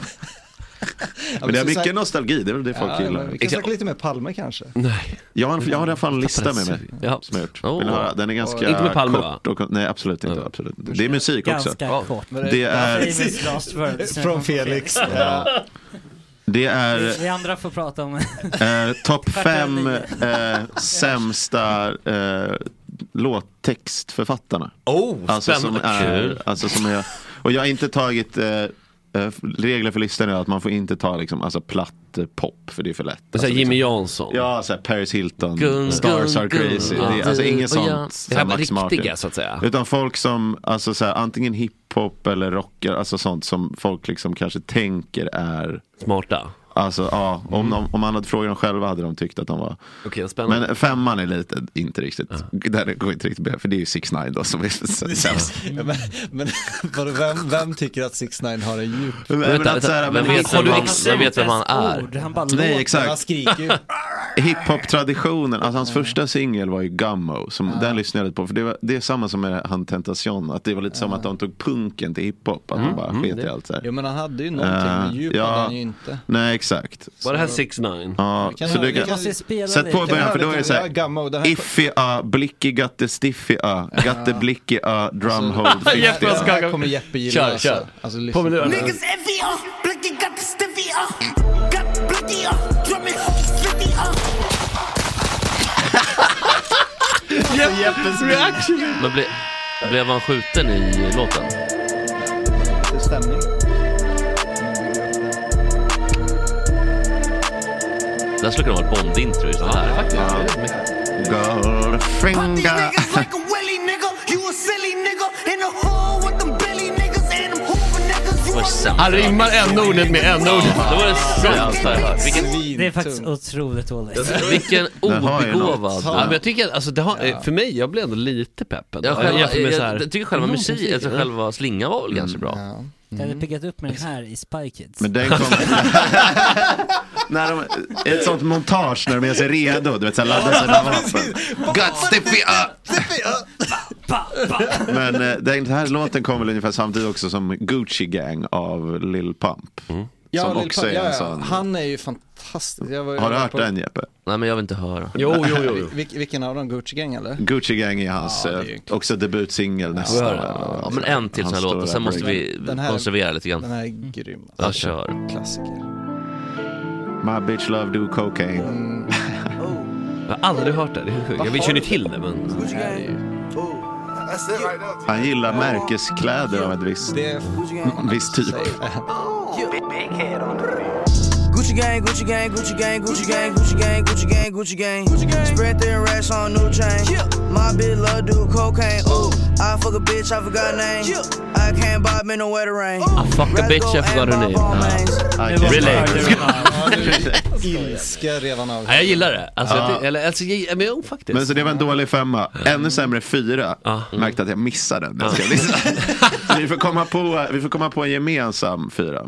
Men det är som sagt- mycket nostalgi, det är väl det folk Ja, men gillar. vi kan snacka lite mer Palme kanske. Nej. Jag har, en, jag har i alla fall en lista med mig. Ja. Som jag gjort. Oh. Vill du höra? Den är ganska Inte med Palme, kort. Och, nej, absolut inte. Absolut. inte. Det är musik också. Ganska kort. Det är, Famous last words. Från Felix. det är Vi andra får prata om eh, topp fem eh, sämsta eh, låttextförfattarna. Oh, Alltså som spännande. är, Kul. alltså som är, och jag har inte tagit, eh, eh, regler för listan är att man får inte ta liksom, alltså platt eh, pop, för det är för lätt. Men så Alltså, här liksom, Jimmy Jansson. Ja, såhär Paris Hilton, Gun, Stars gun, are gun. crazy. Ja. Det är, alltså Du inget och sånt. jag. Det här såhär var Max Martin. riktiga så att säga. Utan folk som, alltså så här, antingen hiphop eller rockar, alltså sånt som folk liksom kanske tänker är, Smarta. alltså ja, om, Mm. de, om man hade frågat dem själva hade de tyckt att de var Okej, spännande. men femman är lite, inte riktigt, där går inte riktigt bra, för det är ju 6 9 då som är sämst. Ja, men men vadå, vem, vem tycker att 6 9 har en djup? Men, men vänta, att så här, vem men vet vem hip- han- vem vet vem han är? ord. Han bara Nej låter. Han exakt, skriker ju. hiphop-traditionen, alltså hans första singel var ju Gummo, som, den lyssnade jag lite på, för det, var, det är samma som med han Tentation, att det var lite som att de tog punken till hiphop, att de bara sket i allt så här. Mm. Jo men han hade ju någonting, men djup Eh, ja. hade han ju inte. Nej exakt. Var det här 6 9 Ja, Kan så han- du kan kan, Måste spela sätt lite. på i början, höra för då lite? är det så Ja, här, Gummo, det här- Iffia, blicky, gatte, stiffia, gatte, blickya, drumhold, Jeppe Det Jag ska- fiftia. här kommer Jeppe gilla Kör, alltså. kör. Alltså, På lyssna. med lurarna. Niggas heavy up, blicky got the stiffy up, got blicky up, drumming stiffy up. Jeppes reaction! Men ble, blev han skjuten i låten? Lite stämning. Det här skulle kunna vara ett Bond-intro just det här. These Goldfinger. niggas like a willy nigga, you a silly nigga, in the hole with them Billy niggas and them Hoover niggas. You Vad a sämst. Han rimmar en ordet med en ordet. Det var det sämsta jag har hört. Vilken, Det är faktiskt otroligt dåligt. vilken Den har ju obegåvad... något. Ja, men jag tycker att, alltså, det har, eh, för mig, jag blev ändå lite peppad. Jag, själva, Jämfört med jag, så här- Mm. tycker själva Mm. musik, alltså själva slingan var väl ganska bra. Jag hade piggat upp med den här i Spy Kids. Mm. Men den kom... när de, ett sånt montage när de är sig redo, du vet såhär laddar sina vapen. Got stiffia. Men eh, den här låten kom väl ungefär samtidigt också som Gucci Gang av Lil Pump. Ja, Som Lil också Pump, är ja, en ja. sån- Han är ju fantastisk. Jag Har var, du jag var hört på- den Jeppe? Nej men jag vill inte höra. Jo, jo, jo. jo. Vil- vilken av dem? Gucci Gang eller? Gucci Gang är hans Ja, det är ju eh, kul. också debutsingel nästa år. Ja, men en till sån här Hans låt och sen stora måste break. vi Den här- konservera lite Den grann. här är grym. alltså. Ja, kör. Klassiker. My bitch love do cocaine. Jag har aldrig hört det. det är sjukt. Vi känner ju till det men... Den här är ju- Han gillar märkeskläder av ett visst, Det är viss typ. Gucci gang, Gucci gang, Gucci gang, Gucci gang, Gucci gang, Gucci gang, Gucci gang. Spread their racks on new chain. My bitch love do cocaine. Ooh, I fuck a bitch, I forgot name. I can't buy me no wetter rain. Ah, I fuck a bitch, I forgot her name. Relate. ilska redan av. Nej, jag gillar det. Alltså, jag tycker- Eller alltså, jag, men jo faktiskt. Men så det var en dålig femma. Ännu sämre fyra. Märkte att jag missade den. Jag ska lyssna. Så vi, får komma på, vi får komma på en gemensam fyra.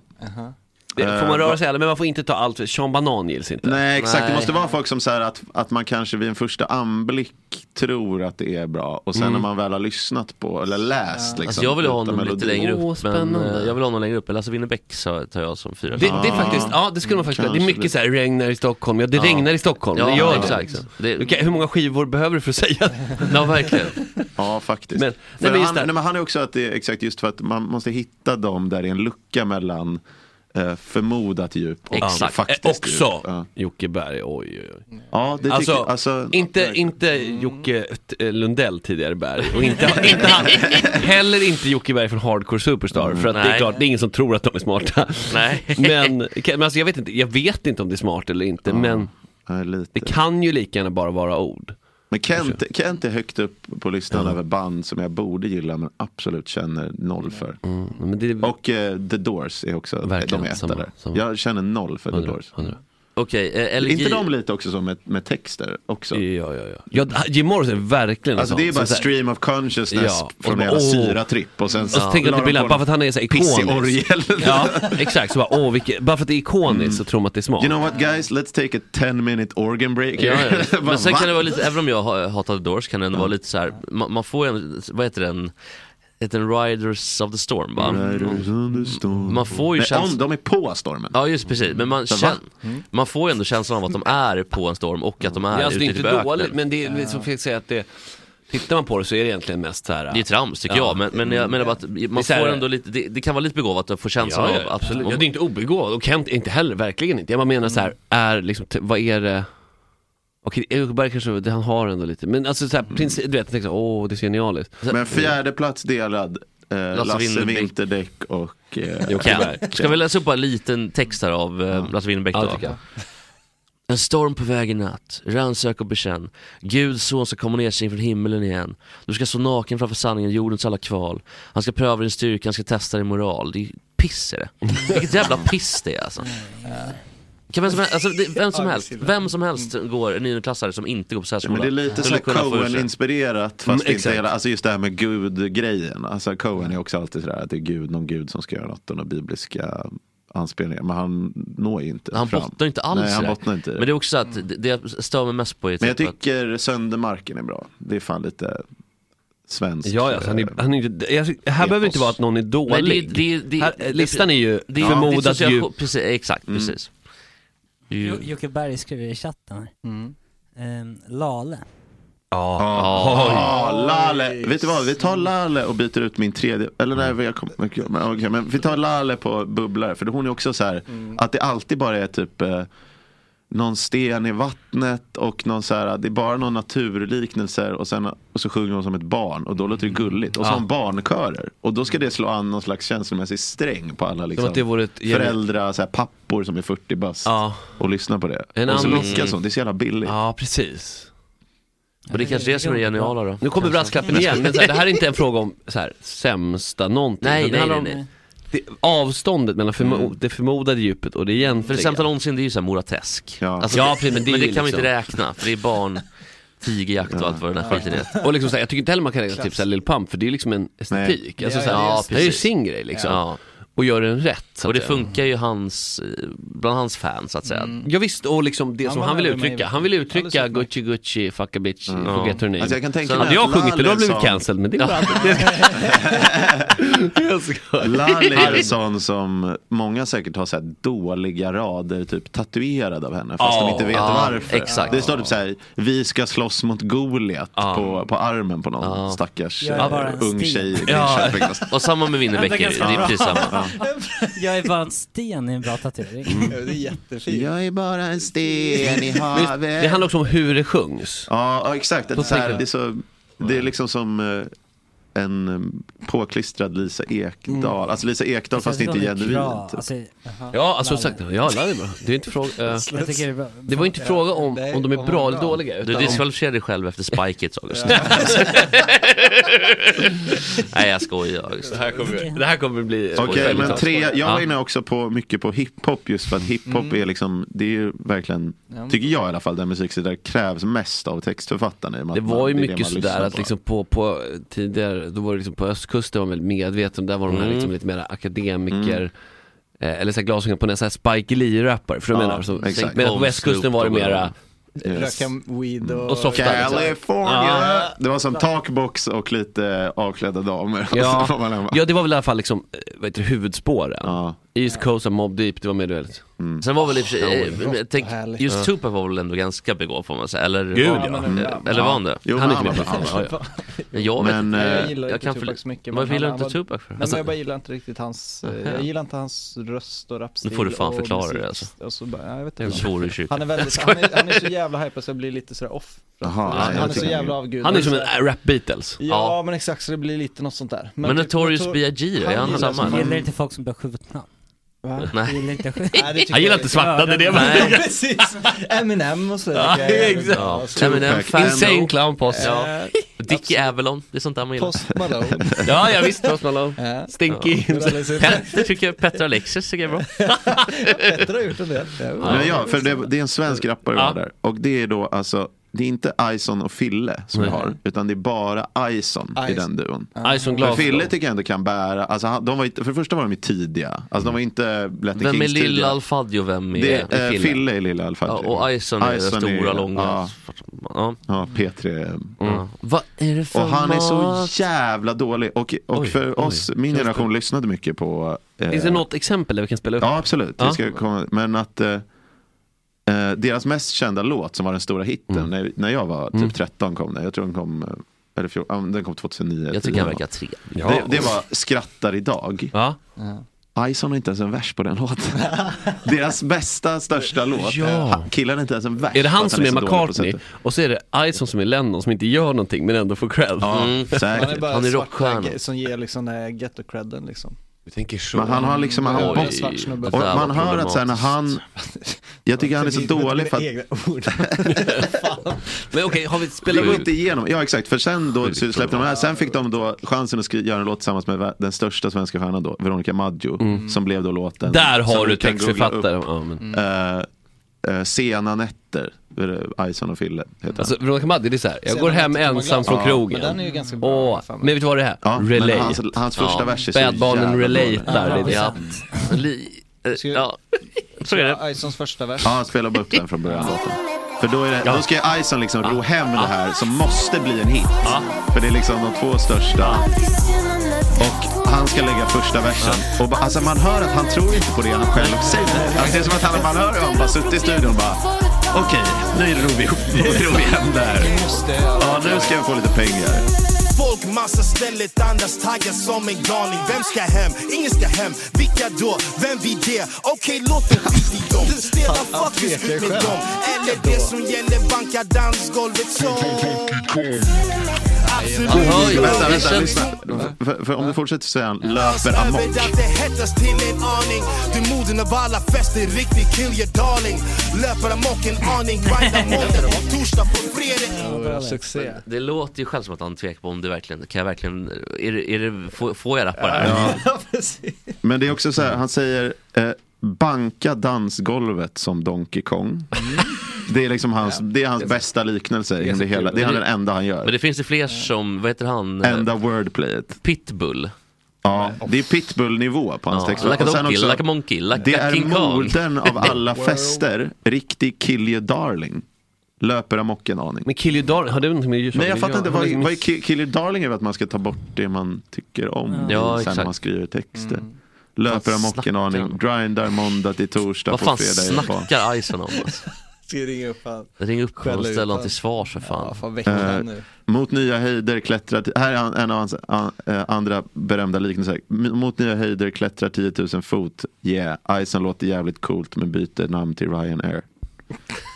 det, får man röra sig eller men man får inte ta allt. för- Sean Banan gills inte. Nej exakt, det Nej. måste vara folk som säger att, att man kanske vid en första anblick tror att det är bra. Och sen Mm. när man väl har lyssnat på eller läst. Liksom, Alltså jag vill ha utan honom lite melodi. längre Åh, upp, men spännande. eh, jag vill ha honom längre upp. Lasse Winnerbäck sa- tar jag som fyra. Det, det är faktiskt, ja det skulle man faktiskt Kanske Det är mycket det. så här, regnar i Stockholm, ja det regnar i Stockholm, ja, det gör exakt. det. Det, Du kan- hur många skivor behöver du för att säga det? Ja verkligen. Ja faktiskt. Men- Men, nej, men just han, det här. nej, men han är också att det är exakt just för att man måste hitta dem där det är en lucka mellan eh, förmodat djup och Exakt. faktiskt Eh, djup. Också Ja, Jocke Berg, oj oj oj. ja det Alltså, tycker alltså, Mm. inte, inte Jocke eh, Lundell tidigare Berg, och inte, inte han, heller inte Jocke Berg från Hardcore Superstar, Mm, för att det är Nej. klart, det är ingen som tror att de är smarta. Nej. Men, men alltså, jag, vet inte, jag vet inte om det är smart eller inte, men Ja, lite. det kan ju lika gärna bara vara ord. Men Kent, Kent är högt upp på listan över band som jag borde gilla men absolut känner noll Mm. för. Och eh, The Doors är också, Verkligen, de är samma, etta där. samma. Jag känner noll för The Doors. Okej, eh, LG... Inte de lite också som med, med texter också? Ja, ja, ja. Ja, Jim Morrison är verkligen en Alltså det är sån bara som så här- stream of consciousness Ja, och från en bara, jävla åh. syratripp och sen Och så tänker jag la att det de blir på bara för att han är så här en pissig ikonisk. orgel. Ja, exakt. Så bara, åh, vilket, bara för att det är ikoniskt Mm. så tror man att det är smart. You know what guys, let's take a 10 minute organ break. Ja, here. ja. Bara, Men sen va? kan det vara lite, även om jag ha- hatar The Doors kan det ändå vara lite så här. Man, man får ju en, vad heter den, heter den Riders of the Storm va? Riders on the storm. Man får ju Nej, känslan... om de är på stormen. Ja just precis, men man, Så, va? känn, Mm. man får ju ändå känslan av att de är på en storm och att de är Ja, alltså, ute det är i inte öknen. dåligt, men det är liksom, fick jag säga att det, tittar man på det så är det egentligen mest så här. Det är trams tycker jag, men, men jag menar bara att Det är man så här- får ändå lite, det, det kan vara lite begåvat att få känslan Ja, av ja, att... absolut. om- Ja, det är inte obegåvat och Kent inte heller, verkligen inte. Jag bara menar så här, är liksom, t- vad är det? Okej, Ögberg kanske, det- han har ändå lite, men alltså så här, princip, du vet, jag tänker så här, åh, det är genialiskt. Men fjärde plats delad, eh, Lasse, Winnerbäck. Vinterdäck och eh, Kent. Ska vi läsa upp bara en liten text här av eh, Lasse Winnerbäck Ja, då? tycker jag. En storm på väg i natt, rannsök och bekänn. Guds son ska komma ner sig från himmelen igen. Du ska stå naken framför sanningen, jordens alla kval. Han ska pröva din styrka, han ska testa din moral. Det är piss är det. Vilket jävla piss det är alltså. Kan vem som helst, alltså det, vem som helst, vem som helst går, en niondeklassare som inte går på Mm. Ja, särskola. men det är lite skulle så här kunna få ur sig. Coen-inspirerat, Mm, fast inte exakt. hela, alltså just det här med Gud-grejen. Alltså Coen är också alltid sådär att det är Gud, någon Gud som ska göra något, och några bibliska anspelningar. Men han når ju inte Han fram. bottnar inte alls Nej, han i det. bottnar inte i det. Men det är också att, det, det jag stör mig mest på är Men jag typ att- tycker Söndermarken är bra. Det är fan lite svensk. eh, Ja, ja, så han är, han är inte, jag, här behöver det inte vara att någon är dålig. Nej, det- det- det- här, eh, listan är ju Mm. det- det är förmodat social- djup. Precis, exakt, precis. Jo, Jocke Berg skriver i chatten här. Mm. Ehm, Lale. Ja, Oj. Lale. Vet du vad, vi tar Lale och byter ut min tredje. Eller nej, jag kommer... okej, men- okej, men vi tar Lale på bubblare. För hon är också så här, Mm. att det alltid bara är typ eh, någon sten i vattnet och någon så här, det är bara någon naturliknelser och, sen, och så sjunger hon som ett barn och då låter det gulligt. Och så Ja. har hon barnkörer. Och då ska det slå an någon slags känslomässig sträng på alla liksom, att det vore ett geni- föräldrar, så här, pappor som är 40 bast och lyssnar på det. En och så annan- lyckas hon, det är så jävla billigt. Ja, precis. Men det är kanske det som är det geniala då. Nu kommer Kanske. brasklappen igen, men så här, det här är inte en fråga om så här, sämsta någonting. Nej, utan det nej, handlar nej, nej. om det, avståndet mellan förmo- Mm. det förmodade djupet och det egentliga. För det sämsta någonsin det är ju såhär moratesk. Ja. Alltså, Ja, precis, men det är det ju liksom- kan vi inte räkna, för det är barn, tigerjakt och allt vad den här skiten heter. Och liksom så här, jag tycker inte heller man kan räkna typ såhär Lil Pump, för det är ju liksom en estetik. Nej. Alltså, Ja, så här, ja, det är ju precis. sin grej liksom. Ja. Och gör den rätt. så Och att det säga. funkar ju hans, eh, bland hans fans så att säga. Ja, visst, och liksom det Ja, som man han vill lärde mig uttrycka. verkligen. Han vill uttrycka Gucci Gucci, fuck a bitch, forget her name. Alltså, jag kan tänka Sen mig hade jag att sjungit det, då hade jag blivit liksom- Laleh sa- cancelled, men det är Ja. bra. Jag skojar. Lali är en sån som många säkert har så här dåliga rader typ tatuerade av henne fast de Ja, inte vet ja, varför. exakt. Det står typ så här, vi ska slåss mot Goliat på, på armen på någon stackars Jag är eh, bara en ung sten. tjej i Ja. Linköping. Och samma med Winnerbäck är det ju, det är precis samma. Jag är bara en sten i en bra tatuering. Mm. Det är jättefint. Jag är bara en sten i havet. Det handlar också om hur det sjungs. Ja, ja, exakt. Då Att så här, tänker jag. det, är så, det är liksom som eh, en eh, påklistrad Lisa Ekdahl. Mm. Alltså Lisa Ekdahl fast inte genuint. Alltså, Ja, alltså sagt, ja, Lale är bra. Det är inte fråga, eh, Jag tycker det är bra. det var inte fråga om om de är bra eller dåliga. Du Utan om, diskvalificerar dig själv efter Spike It August. Nej jag skojar August. det, här kommer, det här kommer bli... Okej, men tre, jag var Ja. inne också på mycket på hiphop just för att hiphop Mm. är liksom, det är ju verkligen, Ja. tycker jag i alla fall, den musik där det krävs mest av textförfattarna. i och med Det att var ju man- det är det mycket man sådär lyssnar att på. liksom på, på tidigare, då var det liksom på östkusten var man väldigt medveten, där var de här Mm. liksom lite mer akademiker Mm. eh, eller såhär glasögon på näsan, Spike Lee-rappare, för du Ja, menar? Så, exakt. medan på Tom västkusten var det Snoop mera Röka weed och... Och softa liksom. California! Ja. Det var som talkbox och lite avklädda damer. Och så var man Ja. hemma. ja, det var väl i alla fall liksom, eh, vad heter det, huvudspåren. East Coast och Mob Deep, det var medvetet. Mm. Sen var väl i och för Ja, sig, det eh, var jag tänk, härligt. Ja. just Tupac var väl ändå ganska begåvad får man säga, eller? Gud, ja. Mm. Ja. Eller var han det? Jo, men han var bra. Men jag vet Men, inte, eh, jag, Jag gillar inte kan Tupac så mycket. Varför men gillar han- du inte han var- Tupac för? Nej, Alltså, men jag bara gillar inte riktigt hans, eh, Aha. jag gillar inte hans röst och rapstil. Nu får du fan och förklara musik. det, alltså. Och så bara, ja, jag vet Det är inte. svår i kyrkan. Han är väldigt, Jag han skojar. är, han är så jävla hypad så jag blir lite sådär off. Jaha, han, nej, han är jag så tycker- jävla avgudad. Han är som en Så här- äh, rap-Beatles. Ja, men exakt, så det blir lite något sånt där. typ, Men Notorious Notor- B.I.G. då? Är han gillar samma? som- Mm. Gillar inte folk som blir skjutna? Va? Nej. Gillar inte skit. Nej, det tycker Han gillar jag inte är- svarta, det är det man- Nej. Nej. Precis! Eminem och sådär Ja, tycker jag är jävligt exakt. bra. Ja. Så- Eminem, Tupac, Insane Eminem. Clown Posse. Ja. Dickie Avalon, det är sånt där man gillar. Post Malone. Ja, ja visst, Post Malone. Ja. Stinky. Det är alldeles utmärkt. Petter tycker jag, Petra Alexis tycker jag är bra. Petter har gjort en del. Det är bra. Men ja, för det, det är en svensk rappare vi har Ja. där. Och det är då alltså, det är inte Ison och Fille som vi Nej. har, utan det är bara Ison i Ison. den duon. Ison Men Glasgow. Fille tycker jag ändå kan bära, alltså, han, de var, inte- för det första var de ju tidiga, alltså de var inte Latin Vem är Kings Lilla tidiga. Alfadio och vem är, Det är, är eh, Fille är Lilla Alfadji. Ja, och Ison är den stora, långa. Mm. Ja, Ja. ja P3. Ja. Vad är det för Och han är så mat? jävla dålig. Och, och Oj, för oj. oss, min generation lyssnade mycket på... eh, Finns det något exempel där vi kan spela upp? Ja, absolut. Vi Ja. ska komma, men att eh, eh, deras mest kända låt som var den stora hitten Mm. när, när jag var typ 13 kom den. Jag tror den kom, eh, eller 14, ja, men den kom 2009. Jag 10. tycker han verkar trevlig. det, det var Skrattar idag. Ja. Ison har inte ens en vers på den låten. deras bästa, största låt. Ja. Ha- Killen har inte ens en vers. Är det för han att som är, så dålig på McCartney sättet. och så är det Ison som är Lennon som inte gör någonting men ändå får cred? Ja, Mm. Han är säkert. bara Han han är är rockstjärna. som ger liksom eh, ghetto-credden liksom. Vi tänker så. Men han har liksom, han, Oj. och en svart snubbe. det där var man hör att sen när han, problematiskt. jag tycker han är så Med mina dålig för att egna ord. Men okej, har vi Det spelat går upp? inte igenom, ja exakt, för sen då släppte de här, sen fick de då chansen att skri- göra en låt tillsammans med vä- den största svenska stjärnan då, Veronica Maggio, som blev då låten. Mm. Där har som du vi kan googla upp. Mm. textförfattare. Ja, men. Eh, eh, Sena nätter, eh, Ison och Fille heter Alltså Veronica Maggio, det är så här. jag går hem ensam från krogen. Men den är ju ganska bra. Åh, fan. men vet du vad det är? Ja, men Relate. hans- hans första vers är så Bädbarnen jävla dålig. relatar. Det är Ja. det. Li- eh, Ska- ja. Så är det. Isons första vers. Ja, han spelar bara upp den från början då. För då, är det, då ska Ison liksom ro hem det här som måste bli en hit. För det är liksom de två största. Och han ska lägga första versen. Och ba, alltså man hör att han tror inte på det han själv säger. Alltså det är som att han, man hör hur han bara suttit i studion och bara okej, nu ror vi ihop, nu ror vi hem det här. Ja, nu ska vi få lite pengar. Folkmassa stället andas taggar som en galning Vem ska hem? Ingen ska hem Vilka då? Vem vi det? Okej låt det skit i dem Spela fuckers ut med dem Eller det som gäller banka dansgolvet så Absolut Oj, Vänta, det vänta, känns- lyssna. För, för om du fortsätter så säger han löper över amok. att det hettas till en aning Du moden av alla fester, riktigt kill your darling Löper amok en aning, grindar måndag från torsdag på fredag Succé. Det låter ju själv som att han tvekar på om det verkligen, kan jag verkligen, är det, är det, får, får jag rappa det här? Ja, precis. Men det är också så här, Mm. han säger eh, banka dansgolvet som Donkey Mm. Kong. Det är liksom hans, det är hans bästa liknelse inom det hela. Det är han den enda han Men gör. det finns ju Eh. fler som, vad heter han, Enda wordplayet. Pitbull? Ja, det är pitbull-nivå på hans Ja. text. Like a Och sen donkey, också, like a monkey, det like a är king kong. modern av alla fester, riktig kill your darling. Löper amok en aning. Men Kill You Darling, har du någonting med djursaker Nej jag att fattar göra? inte, Han vad, är vad är liksom- ki- kill your darling? Är väl att man ska ta bort det man tycker om Ja, sen när man exakt. skriver texter. Mm. Löper Vad amok en snackar han aning, om? grindar måndag till torsdag Vad på fan fredag. är det barn. snackar Ison om? Alltså? Ska jag ringa upp han? Ring upp honom och Skälla ut ställ honom han. till svars för fan. Ja, fan väck honom nu. Eh, Mot nya höjder klättrar, ti- här är han- en av hans an, eh, andra berömda liknelser. M- Mot nya höjder klättrar 10 000 fot, yeah, Ison låter jävligt coolt men byter namn till Ryanair.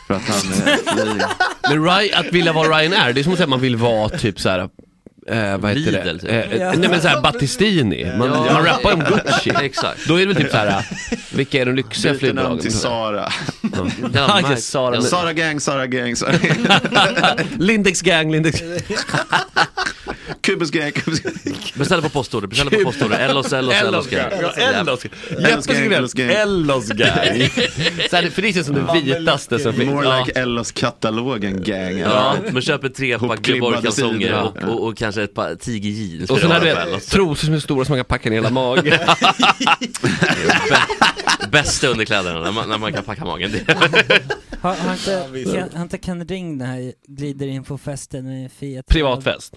För att han eh, är flyg. Men Ry- att vilja vara Ryanair, det är som att säga att man vill vara typ så här. Eh, vad heter Lidl, typ. det? Eh, eh, nej men såhär Battistini, man, man rappar om Gucci. Exakt. Då är det väl typ såhär, vilka är de lyxiga Byter namn flygbolagen? till Sara. Den Ja, just Sara. märks. Sara gang, Sara gang, Sara gang. Lindex gang, Lindex Kubus gang, Kubus gang. Beställ på postorder, beställ på postorder. Ellos, Ellos, Ellos. Ellos-gang. grejer. Ellos. Ellos gang, Ellos gang. Ellos gang. Så här, det- För det känns som det vitaste som finns. More Ja. like Ellos katalogen gang. Ja, men köp ett trepack Hopklibbade sidor, Göteborg-kalsonger ja. och, och, och kanske ett par tiger jeans. Och sen hade Ja, jag trosor som är stora som man kan packa ner hela magen. Bästa underkläderna när man, när man kan packa magen. Det- Har har inte, kan, har inte Ken Ring den här glider in på festen med Fiat? Privatfest.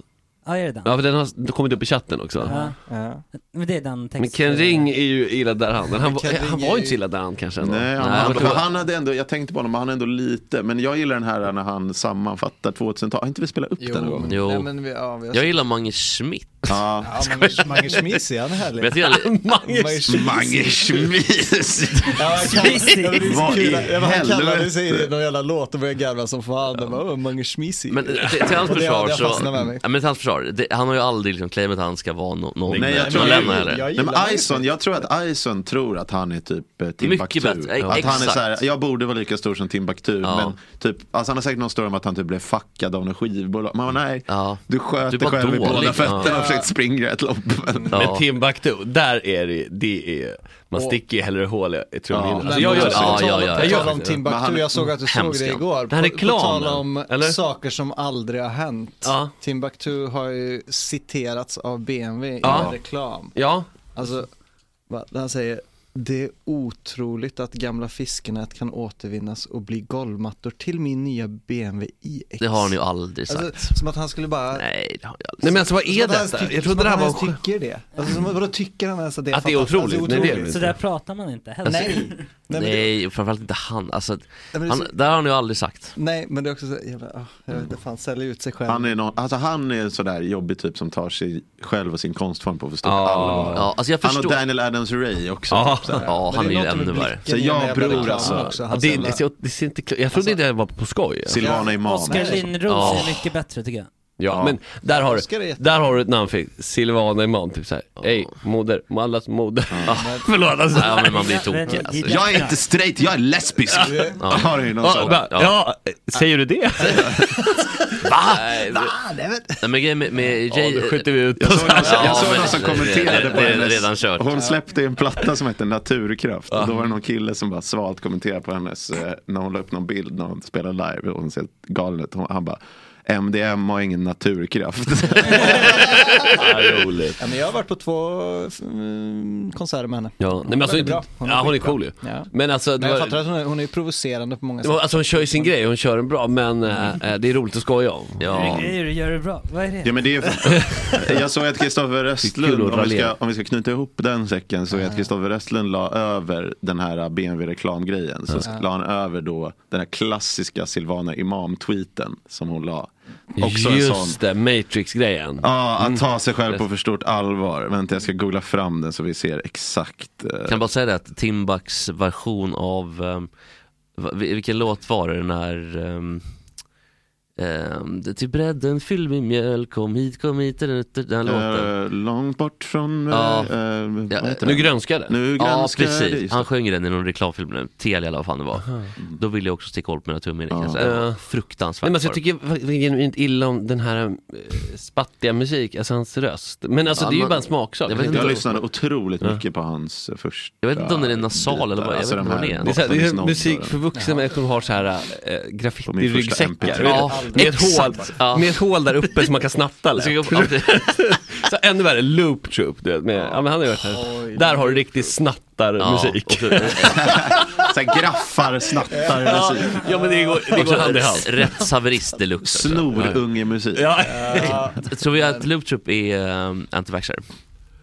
Ja, är det den? Ja för den har kommit upp i chatten också. Ja. Ja. Men det är den texten. Men Ken Ring är ju illa där han, men han, var- Ken Ring han var är ju- ju inte så illa där han kanske ändå. Nej, han, Nej, han, men då- han hade ändå, jag tänkte på honom, men han är ändå lite, men jag gillar den här när han sammanfattar 2000-talet, har inte vi spelat upp den någon gång? Jo, Jo. Nej, men vi, ja, vi har Jag gillar Mange Schmidt. Ja. Mange- Mange Schmitz, är han härlig? Vet du, jag- Mange Schmitz. Ja, jag kan- jag blir så Vad kul. i Jag bara, Han kallade helvete? sig i någon jävla låt och började garva som fan. Jag bara, "Åh, Mange Schmitz. Men till, till hans Och det- försvar det så, fastnar med mig. ja, men till hans försvar, det, han har ju aldrig liksom claimat att han ska vara no, någon Nej, jag tror någon lämnare. Nej, men Ison, jag tror att Ison tror att han är typ eh, Timbuktu. Mycket bättre, eh, Att han är exakt. så här, jag borde vara lika stor som Timbuktu. Men typ, alltså han har säkert någon story om att han typ blev fuckad av någon skivbolag. Men nej, du sköt Du dig var själv i båda dålig. fötterna Ja. och försökte springa ett lopp. Men, Men Timbuktu, där är det, det är, man Och- sticker ju hellre hål i, i Ja. trumhinnan. Alltså Men jag gör det. alltså, på tal om- På tal om Timbuktu, jag såg att du såg det Hemskan. igår. Den här På- På tal reklamen, om eller? saker som aldrig har hänt. Ja. Timbuktu har ju citerats av BMW i Ja. en reklam. Ja. Alltså, va, där han säger det är otroligt att gamla fiskenät kan återvinnas och bli golvmattor till min nya BMW iX. Det har han ju aldrig sagt. Alltså, som att han skulle bara... Nej, det har jag aldrig Nej men alltså vad Som är att han ens detta? tycker- Jag trodde som det här att var... han ens tycker det. Alltså, som, vadå tycker han ens att det är Att det är fantastiskt? otroligt? Alltså, Nej, det är det otroligt. Så där pratar man inte heller. Nej. men det- Nej, framförallt inte han. Alltså, men det är han så- där har han ju aldrig sagt. Nej, men det är också så jävla, ah, jag vet inte, fan sälja ut sig själv. han är någon, alltså han är en sådär jobbig typ som tar sig själv och sin konstform på för stort Ja. allvar. Ja, alltså jag Han förstår- och Daniel Adams-Ray också. Ja. typ så här. Ja, han Men det är är ju något med ännu blicken värre. Så i den jag jävla bror reklamen alltså. också. Ja, det, är inte- det, det ser inte kl- jag trodde inte det var på skoj. Silvana Imam. Oskar Lindros Ja. är mycket bättre tycker jag. Ja, men där har, Oscar är du, jätte- där har du ett namnfel, Silvana Imam, typ såhär, hej moder, allas moder. Förlåt alltså. Ja, men man blir tokig alltså. Jag är inte straight, jag är lesbisk. Har du någon Ja, sån? bara, ja, säger du det? Va? Ah, nej, men... Nej men grejen med, med Jay... då skjuter vi ut. Jag såg någon som, Ja, jag såg men- någon som det- det- kommenterade det- på det- hennes, redan kört. hon släppte en platta som hette Naturkraft och då var det någon kille som bara svalt kommenterade på hennes, eh, när hon la upp någon bild när hon spelade live och hon ser helt galen ut, Hon- han bara MDM har ingen naturkraft. Ja, men jag har varit på två mm, konserter med henne. Ja, nej men alltså, Väldigt bra. hon ja, hon är skitbra. cool ju. Ja. Men alltså, det Men jag var, fattar att hon är, hon är provocerande på många det sätt. var, alltså hon kör ju sin grej, hon kör den bra, men eh, eh, det är roligt att skoja om. Ja. Du gör det bra, vad är det? ja, men det är, ju- jag såg att Kristoffer Östlund, kul att om vi, ska, raljera. om vi ska knyta ihop den säcken, så är att Kristoffer Östlund la över den här BMW-reklamgrejen. Så Ja. la han över då den här klassiska Silvana Imam-tweeten som hon la. Också en Just sån. det, Matrix-grejen. Ja, Mm. att ta sig själv på för stort allvar. Vänta, jag ska googla fram den så vi ser exakt. eh, Kan bara säga det att Timbaks version av, ehm, va- vil- vilken låt var det den här ehm, ehm, det- Till bredden fyll med mjölk, kom hit, kom hit, den, den här låten. eh, långt bort från... eh, Ja. eh, vad Ja, heter Nu den? grönskar det. Nu Ja grönskar det, precis, just han sjöng den i någon reklamfilm nu, Telia eller vad fan det var. Då ville jag också sticka hål på mina tummar kan jag säga. Det var Ja. Fruktansvärt. Nej, men alltså, var jag det. tycker faktiskt genuint illa om den här eh, spattiga musik, alltså hans röst. Men alltså Ja, det är ju man- bara en smaksak. Jag Jag, vet inte om- lyssnade otroligt mycket på hans eh, första... Jag vet inte om den är nasal eller vad, jag Alltså vet de inte vad här den är. Det är, så här, det är Bottensnoddar. musik för vuxna människor som har så här äh, På min första graffiti-ryggsäckar. MP3. Ja, med, ett hål, Ja. med ett hål där uppe som man kan snatta lätt. Jag ska gå- ja, Så ännu värre, Loop Troop. Du vet, med, ja, men han har ju varit så här. Där har du riktigt snattarmusik. och så- Så här graffar, snattar musik. Ja men det går, det går hand i hand. Rättshaverist deluxe. alltså. Snorunge musik. Ja. Tror vi att Loop Troop är um, antivaxxare?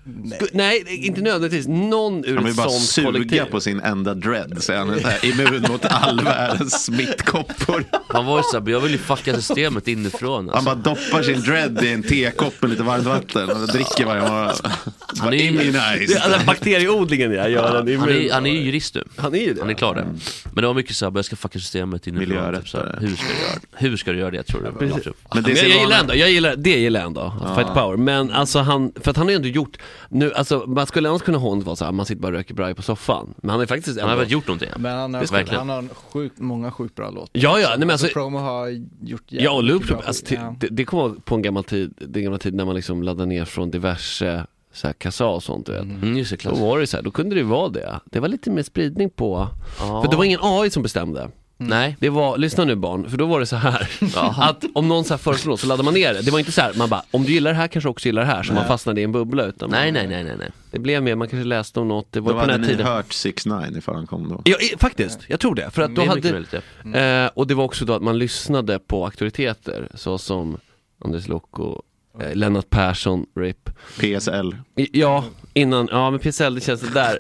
Gu- Nej, det är inte nödvändigtvis. Någon Han ur vill ett bara sånt suga kollektiv. på sin enda dread så han är så här immun mot all världens smittkoppor. Han var ju såhär, jag vill ju fucka systemet inifrån Han alltså. bara doppar sin dread i en tekopp med lite varmt vatten och dricker varje morgon. Han är ju, Det, Nice. alltså, bakterieodlingen ja, gör den han är, immun. han är ju jurist nu. Han är ju det. Han är klar där. Men det var mycket såhär, jag ska fucka systemet inifrån. Miljörättare. Typ, såhär, hur, ska du göra, hur ska du göra det tror du? Loop Troop? Men typ. Men det jag, ser jag gillar man- ändå, jag gillar, det gillar jag ändå, Fight Power. Men alltså han, för att han har ju ändå gjort, nu, alltså man skulle annars kunna ha honom vara såhär, man sitter bara och röker braj på soffan. Men han är faktiskt Han ändå... har väl gjort någonting? Men han Visst, har, verkligen. han har sjukt, många sjukt bra låtar. Ja, ja, nej men alltså, Promo har gjort jävligt ja och Loop mycket Troop, bra alltså, skit. till- det, det kommer på en gammal tid, den gamla tid när man liksom laddade ner från diverse så här, kassa och sånt du vet. Mm, just det, Då klass. var det så här, då kunde det ju vara det. Det var lite mer spridning på, Ja. för det var ingen AI som bestämde. Nej. Det var, lyssna nu barn, för då var det så här att om någon så här föreslog något så laddade man ner det. Det var inte så här, man bara, om du gillar det här kanske du också gillar det här, så man fastnade i en bubbla. Utan Nej, man, nej, nej, nej, nej. Det blev mer, man kanske läste om något, det var Då ju på den hade här ni tiden. hört 6 9 ifall han kom då. Ja, i- faktiskt, jag tror det. För att Det då är mycket hade, möjligt, ja. eh, och det var också då att man lyssnade på auktoriteter, så som Anders Locko, eh, Lennart Persson, RIP. PSL. I, ja, innan, ja men PSL det känns sådär.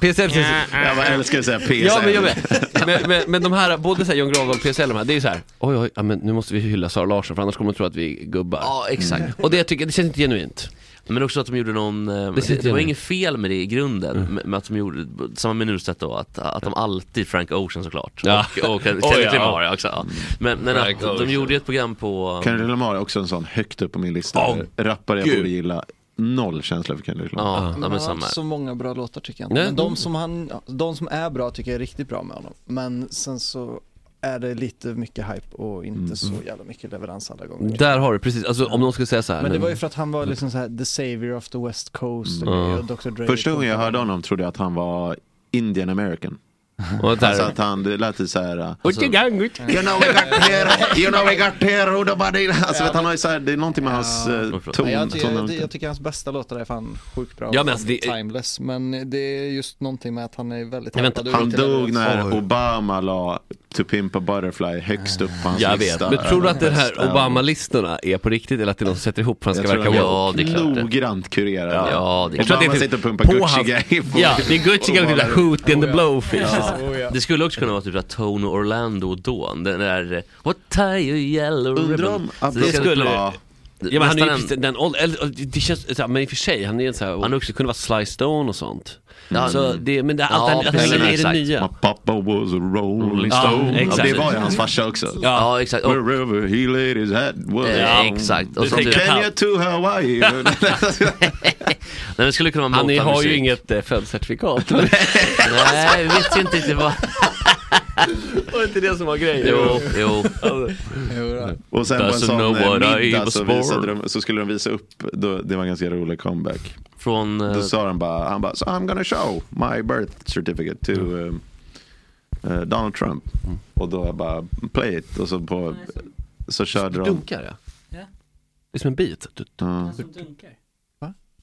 PSL känns... Jag bara älskar att säga PSL. Ja men jag vet. Men, men, men de här, både så här John Grandahl och PSL, de här, det är ju så här, oj oj, ja, men nu måste vi hylla Sara Larsson för annars kommer de tro att vi är gubbar. Mm. Ja, exakt. Och det jag tycker, det känns inte genuint. Men också att de gjorde någon, eh, Det sitter det, det var i. inget fel med det i grunden, Mm. med, med att de gjorde, samma med Nurstedt då, att, att de alltid, Frank Ocean såklart, Ja. och, och Kelly Oh, ja. Clemar ja. också. Ja. Men, men Frank att, de Ocean. gjorde ju ett program på... Kendrick Lamar är också en sån högt upp på min lista. Åh, Rappare jag gud. borde gilla. Noll känsla för Kendrick Lamar. Ja, Han har inte så många bra låtar tycker jag inte. Nej. Men de som, han, ja, de som är bra tycker jag är riktigt bra med honom. Men sen så är det lite mycket hype och inte Mm. så jävla mycket leverans alla gånger. Där har du, precis, alltså om någon skulle säga så här. Men det var ju för att han var liksom så här the savior of the west coast och, grejer, och Dr. Dre. Första gången jag hörde honom trodde jag att han var Indian American. Och där- Alltså att han, det lät lite såhär... eh, You know we got here, you know we got here, who the body... Alltså vet, han har ju så här, det är någonting med hans eh, ton. Men jag, ty- jag, ton jag tycker hans bästa låtar är fan sjukt bra Ja, och men alltså, det- timeless. Men det är just någonting med att han är väldigt hypad och han inte leverans. dog när Obama la To Pimpa Butterfly högst upp på hans Jag vet, lista. men tror du att den här Obama-listorna är på riktigt eller att det är någon som sätter ihop för att han Jag ska tror verka den är woke? noggrant kurerad. Ja, ja det är klart. Obama sitter och pumpar Gucci Gang på- Oh, Ja, det är Gucci Gang och typ Hoot and the Blowfish. Ja. Det skulle också kunna vara typ att Tono Orlando Dawn, den där eh, What tie you yellow Undrar ribbon. om Så Abdul skulle- Ja, Ja men han är ju Nästan precis- den åldern, eller, det känns, så här, men i och för sig, han är en så här, han också kunde vara Sly Stone och sånt. Ja, Så mm. det, men det, allt Ja, ja, det, precis. det är det Exakt. nya. My pappa was a rolling Ja, stone. Ja, exakt. det var ju hans farsa också. Ja, ja exakt. Och, Wherever he laid his head was Ja, exakt. Och Och så typ- Kenya to Hawaii. nej, det skulle kunna vara Han har ju motamusik. inget eh, födelsecertifikat. Nej, vi vet ju inte riktigt vad... Var det inte det som var grejen? Alltså. Jo, jo. Och sen på en Doesn't sån know what eh, I middag was så, visade born. de, så skulle de visa upp, då, det var en ganska rolig comeback. Från, eh, Då sa de bara, han bara, so I'm gonna show my birth certificate to um, eh, Donald Trump. Mm. Och då jag bara, play it. Och så, på, så körde de. Dunkar ja. Ja. Det är som en bit. Du- du- Ja. Som dunkar.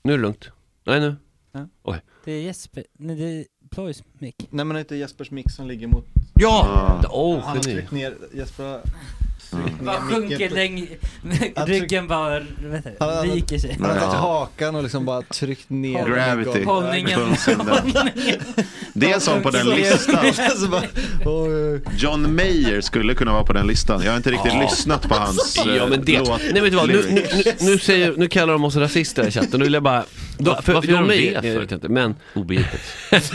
Nu är det lugnt. Nej nu. Ja. Oj. Det är Jesper, nej det är Ploys mick. Nej men det är inte Jespers mick som ligger mot... Ja! Ja. Ah. Åh, han har geni. tryckt ner, Jesper har tryckt ner Bara sjunker micken. läng... Han tryck- ryggen bara, vet du, Han har- viker sig. Han har tagit Ja. hakan och liksom bara tryckt ner Gravity. Hållningen. Funktion där. Hållningen. Det är som på den listan. Så bara, oj, John Mayer skulle kunna vara på den listan. Jag har inte riktigt Ja. lyssnat på hans eh, Ja men det, låt. nej vet du vad, nu, nu, nu- nu, säger, nu kallar de oss rasister i chatten, nu vill jag bara då, Varför gör de det Nej, för? jag vet inte, men Obegripligt.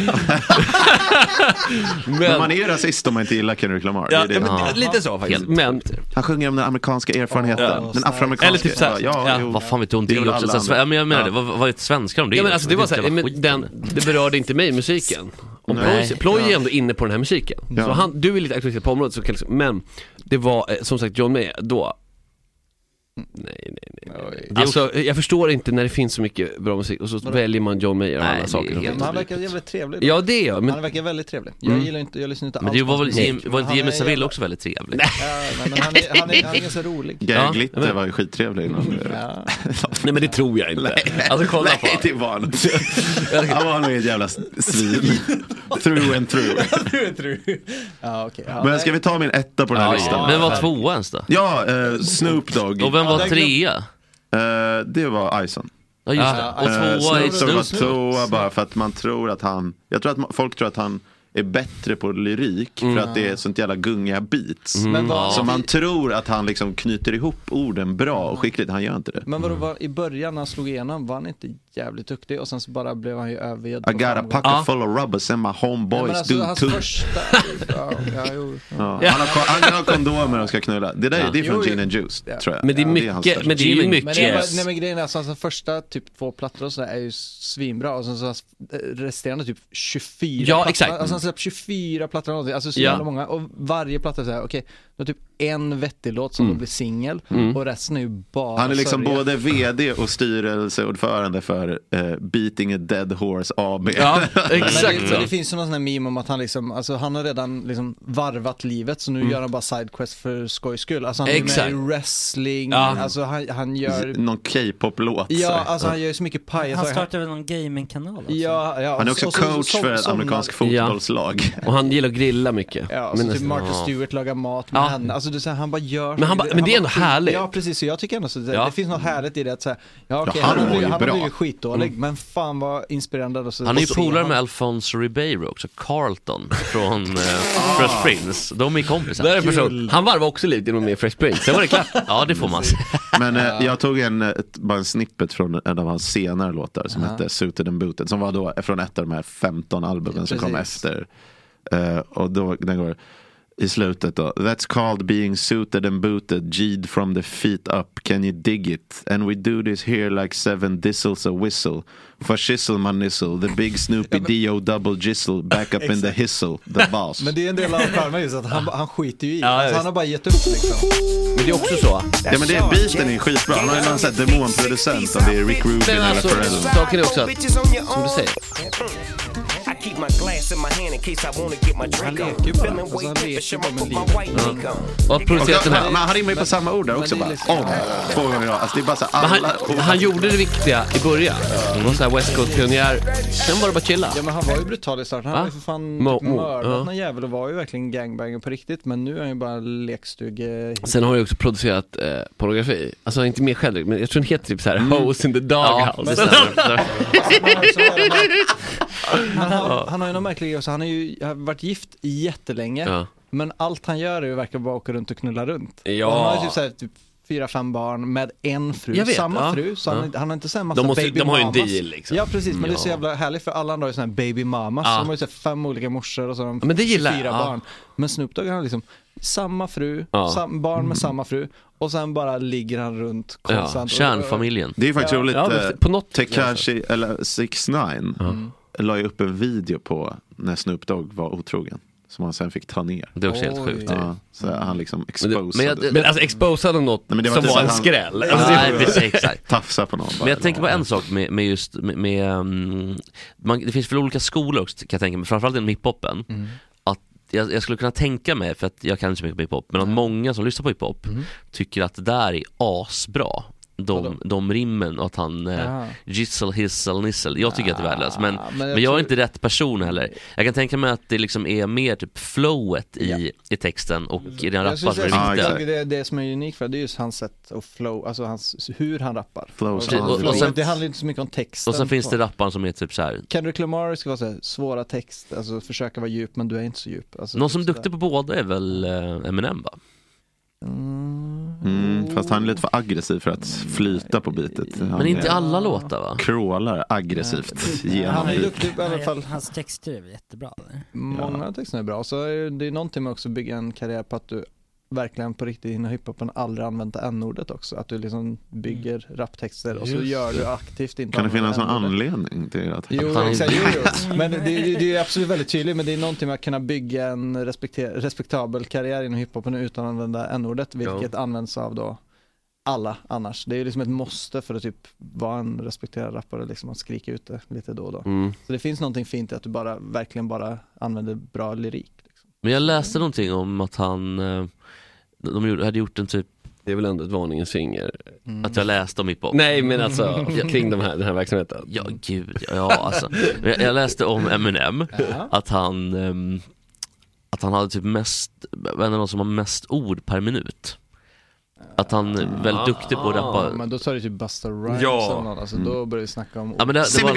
men... man är ju rasist om man inte gillar Kendrick Lamar. Ja, det ja, är det. men, lite så faktiskt. Men, Han sjunger om den amerikanska erfarenheten. Ja. den afroamerikanska. Eller typ så här, ja, jo. Vad fan vet du om Det det, är väl också? alla Så, ja, men jag menar andra. det, vad, vad vet svenskar om det? ja, men alltså det var Det såhär, är jävla men skit. den, det berörde inte mig musiken. Och Nej. Ploy, Ploy är ändå inne på den här musiken. Ja. Så han, du är lite auktoritet på området, så kan liksom, men det var eh, som sagt John Mayer då, nej nej nej. nej. Alltså jag förstår inte när det finns så mycket bra musik och så väljer man John Mayer och Nej, alla det är saker. som helt Men finns. han verkar jävligt trevlig. då. Ja det är jag, men Han verkar väldigt trevlig. Jag gillar inte, jag lyssnar inte Men alls det på var hans väl musik, Jim, men var inte han Jimmy är Savile jävla- också väldigt trevlig? Ja, nej, men han är, han, är, han är ganska rolig. Gary Ja, Glitter var ju skittrevlig. innan. Mm. Nej men det tror jag inte. Alltså kolla på Nej, det var han inte. Han var nog ett jävla svin. through and through. Ja, okej. Ja, Men ska vi ta min etta på den här Ja, listan? Men var tvåa ens då? Ja, eh, Snoop Dogg. Och vem Ja, var där glöm- trea? Eh, det var Ison. Ja just det, och Eh, tvåa är Snoop Dogg var Snoop. tvåa bara för att man tror att han, jag tror att ma- folk tror att han är bättre på lyrik för Mm. att det är sånt jävla gungiga beats. Men vad- Så man tror att han liksom knyter ihop orden bra och skickligt, han gör inte det. Men vadå, var, i början när han slog igenom var han inte jävligt duktig och sen så bara blev han ju övergödd I på got a framgång. pocket full of rubbers and my Nej, homeboys men alltså, do hans too. första... Ja, ja, jo. Ja. Han, har, ko- han har kondomer och ska knulla. Det där är- det är från Jo, jo. Gin and Juice, Ja. tror jag. Men det är Ja, mycket, hans största. men det är ju mycket. Men, det är bara, nej, men grejen är alltså, hans första typ två plattor och sådär är ju svinbra och sen så hans eh, resterande typ 24 Ja, plattor. exakt. Alltså han släppte 24 plattor eller någonting, alltså så Ja. jävla många och varje platta är såhär, okej, du har typ en vettig låt Mm. som då blir singel och resten är ju bara Han är liksom sörja. både vd och styrelseordförande för eh, Beating a Dead Horse AB. Ja, men exakt det, så. men det finns ju någon sån här meme om att han liksom, alltså han har redan liksom varvat livet så nu gör han bara sidequest för skojs skull. Alltså han är Mm. Exakt. med i wrestling, Ja. alltså han, han gör, Någon K-pop-låt. ja så. alltså han gör ju så mycket paj. Han startade väl någon gamingkanal också? Ja, ja, Han är och- också och så- coach som- för ett somnar- amerikanskt fotbollslag. Och han gillar att grilla mycket. Ja, Men så typ nästan- Martha ja. Stewart lagar mat med Ja, henne. Alltså Alltså du säger, han bara gör Men han bara- men det är ändå härligt. Ja precis, så jag tycker ändå så det, Ja. det finns något härligt i det att säga, ja okej, han han, har var ju blivit- han har bra. blivit skitdålig, Mm. men fan vad inspirerande ändå. Så- Han är ju så- polare med Alfonso Ribeiro också, Carlton från eh, Fresh Prince. De är kompisar. Där är en person. Han varvade också livet genom med Fresh Prince, sen var det klart. Ja, det får man se. Men eh, jag tog en, eh, ett, bara en snippet från en av hans senare låtar som Ja. hette Suited and Booted. Som var då från ett av de här 15 albumen som kom Precis. efter. Eh, och då, den går i slutet då. That's called being suited and booted, G'd from the feet up, can you dig it? And we do this here like seven distles a whistle. Fashizzle my nizzle, the big Snoopy D.O. double jizzle, back up in the Exakt. hissle, the boss. Men det är en del av charmen just att han, han skiter ju i, Ja, alltså, visst. han har bara gett upp liksom. Men det är också så. Ja men det, beaten är skitbra. Han har ju någon sån här demonproducent om det är Rick Rubin Men eller alltså, Pharrell. saken är också att, som du säger, I keep my glass in my hand in case I wanna get my drink on. Feeling Alltså, way different, I put my white mink on. Och producerat den här- Men han rimmar ju på samma ord där också bara. liksom- Om, två gånger i rad. Alltså det är bara så här, Men alla han, han gjorde det viktiga i början. Han var så här West Coast-pionjär. Sen var det bara chilla. Ja men han var ju brutal i starten, han Va? var ju för fan Mo- typ mo- mördat ja. någon jävel och var ju verkligen gangbanger på riktigt, men nu är han ju bara eh, lekstuge... Sen har han ju också producerat eh, pornografi. Alltså inte mer själv, men jag tror den heter typ så här Hoes in the Ja, doghouse. det stämmer. Han har, han har ju någon märklig grej också, han har ju har varit gift jättelänge, Ja. men allt han gör är ju verkar bara åka runt och knulla runt. Ja. Och han har ju typ såhär, typ fyra, fem barn med en fru, Jag vet, samma ja. fru, så Ja. han, han har inte såhär massa De måste- baby de har ju en mamas. deal, liksom. Ja precis, men Mm, det är så ja. jävla härligt för alla andra har ju sådana här baby mamas, Ja. de har ju såhär fem olika morsor och så har de Ja, men det gillar jag, 24 ja. barn. Men Snoop Dogg han har liksom samma fru, Ja. sam, barn Mm. med samma fru och sen bara ligger han runt konstant. Det är ju faktiskt Ja. roligt. Ja, men eh, på något- Tekashi, eller 6 9 la ju upp en video på när Snoop Dogg var otrogen. Som han sen fick ta ner. Det är också helt Oj. sjukt. Ja, så han liksom Men, exposade. det, men, jag, men alltså exposade något Nej, men det var som inte så var en att han- skräll. Ja, Alltså, det- nej, precis, exakt. Tafsa på någon bara. Men jag tänker på en sak med, med just, med, med, ehm, man, det finns väl olika skolor också kan jag tänka mig, framförallt inom hiphopen. Mm. Att jag, jag skulle kunna tänka mig, för att jag kan inte så mycket på hiphop, men att många som lyssnar på hiphop Mm. tycker att det där är asbra. De, de rimmen och att han Ah. eh, gissel, hissel, nissel. Jag tycker att det är värdelöst men, men, men jag, jag är inte rätt person heller. Jag kan tänka mig att det liksom är mer typ flowet i, i texten och i den Jag skulle rappar som är säga det att viktiga. det, det, det som är unikt för det är just hans sätt och flow, alltså hans, hur han rappar. Flow, och, så han- och, och sen- det handlar ju inte så mycket om texten. Och sen finns det så. rapparen som är typ så här. Kendrick Lamar ska vara så här, svåra text, alltså försöka vara djup men du är inte så djup. Alltså, Någon som är sådär. duktig på båda är väl eh, Eminem va? Mm, fast han är lite för aggressiv för att flyta på bitet. Han Men inte är- alla låtar va? Crawlar aggressivt genom beat. i alla fall. Hans texter är väl jättebra eller? Många av texterna är bra, så är det- det är någonting med också att bygga en karriär på att du verkligen på riktigt inom hiphopen aldrig använt n-ordet också. Att du liksom bygger Mm. raptexter och så Just gör du det. aktivt inte Kan det använder finnas någon n-ordet. anledning till att Jo, exakt, jo, jo. Men det, det, det är absolut väldigt tydligt, men det är någonting med att kunna bygga en respekte- respektabel karriär inom hiphopen utan att använda n-ordet, vilket används av då alla annars. Det är ju liksom ett måste för att typ vara en respekterad rappare, liksom att skrika ut det lite då och då. Mm. Så det finns någonting fint i att du bara, verkligen bara använder bra lyrik. Men jag läste någonting om att han, eh, de gjorde- hade gjort en typ Det är väl ändå ett varningens finger. Mm. Att jag läste om hiphop? Nej, men alltså, Jag- kring de här, den här verksamheten. Ja gud, ja alltså. Men Jag, jag läste om Eminem, Ja. att han ehm, att han hade typ mest, vem är någon som har mest ord per minut? Att han är väldigt Ah. duktig på att Ja, rappa Men då tar du typ Busta Rhymes Ja. Mm. eller något, alltså, då börjar vi snacka om... Ja, men det- det var-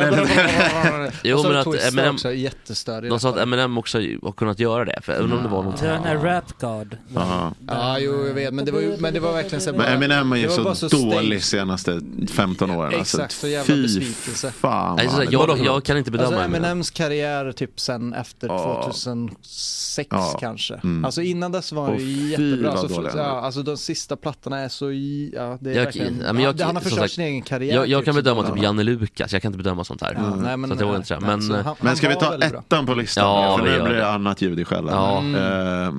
Jo, Och så men har att du Twista Eminem- också, jättestörig De sa att Eminem också har kunnat göra det, för även om det var något Det var den här Rap God. Aha. Ja, jo, jag vet, men det var, ju, men det var verkligen så här Men Eminem är det ju var så, bara dålig senaste 15 åren. Exakt, alltså, så jävla fy besvikelse. fan. Nej, så vad här, han är jag- dålig. jag kan inte bedöma Alltså Eminem. Eminems karriär typ sen efter Ja. 2006 Ja. kanske. Mm. Alltså innan dess var han Och ju fy jättebra. vad Alltså, dålig ja, han är. alltså de sista plattorna är så, i- ja det är Jag- verkligen, ja, men jag- ja, han har som förstört sagt, sin egen karriär. Jag, jag typ, kan så bedöma där. typ Janne Lukas, jag kan inte bedöma sånt här. Mm. Ja, nej, men- så att det var inte så här. nej, Men, så han- Men ska vi var ta väldigt bra. ettan på listan? Ja, för vi nu gör blir det det. annat ljud i skällan. Ja. Mm. Eh,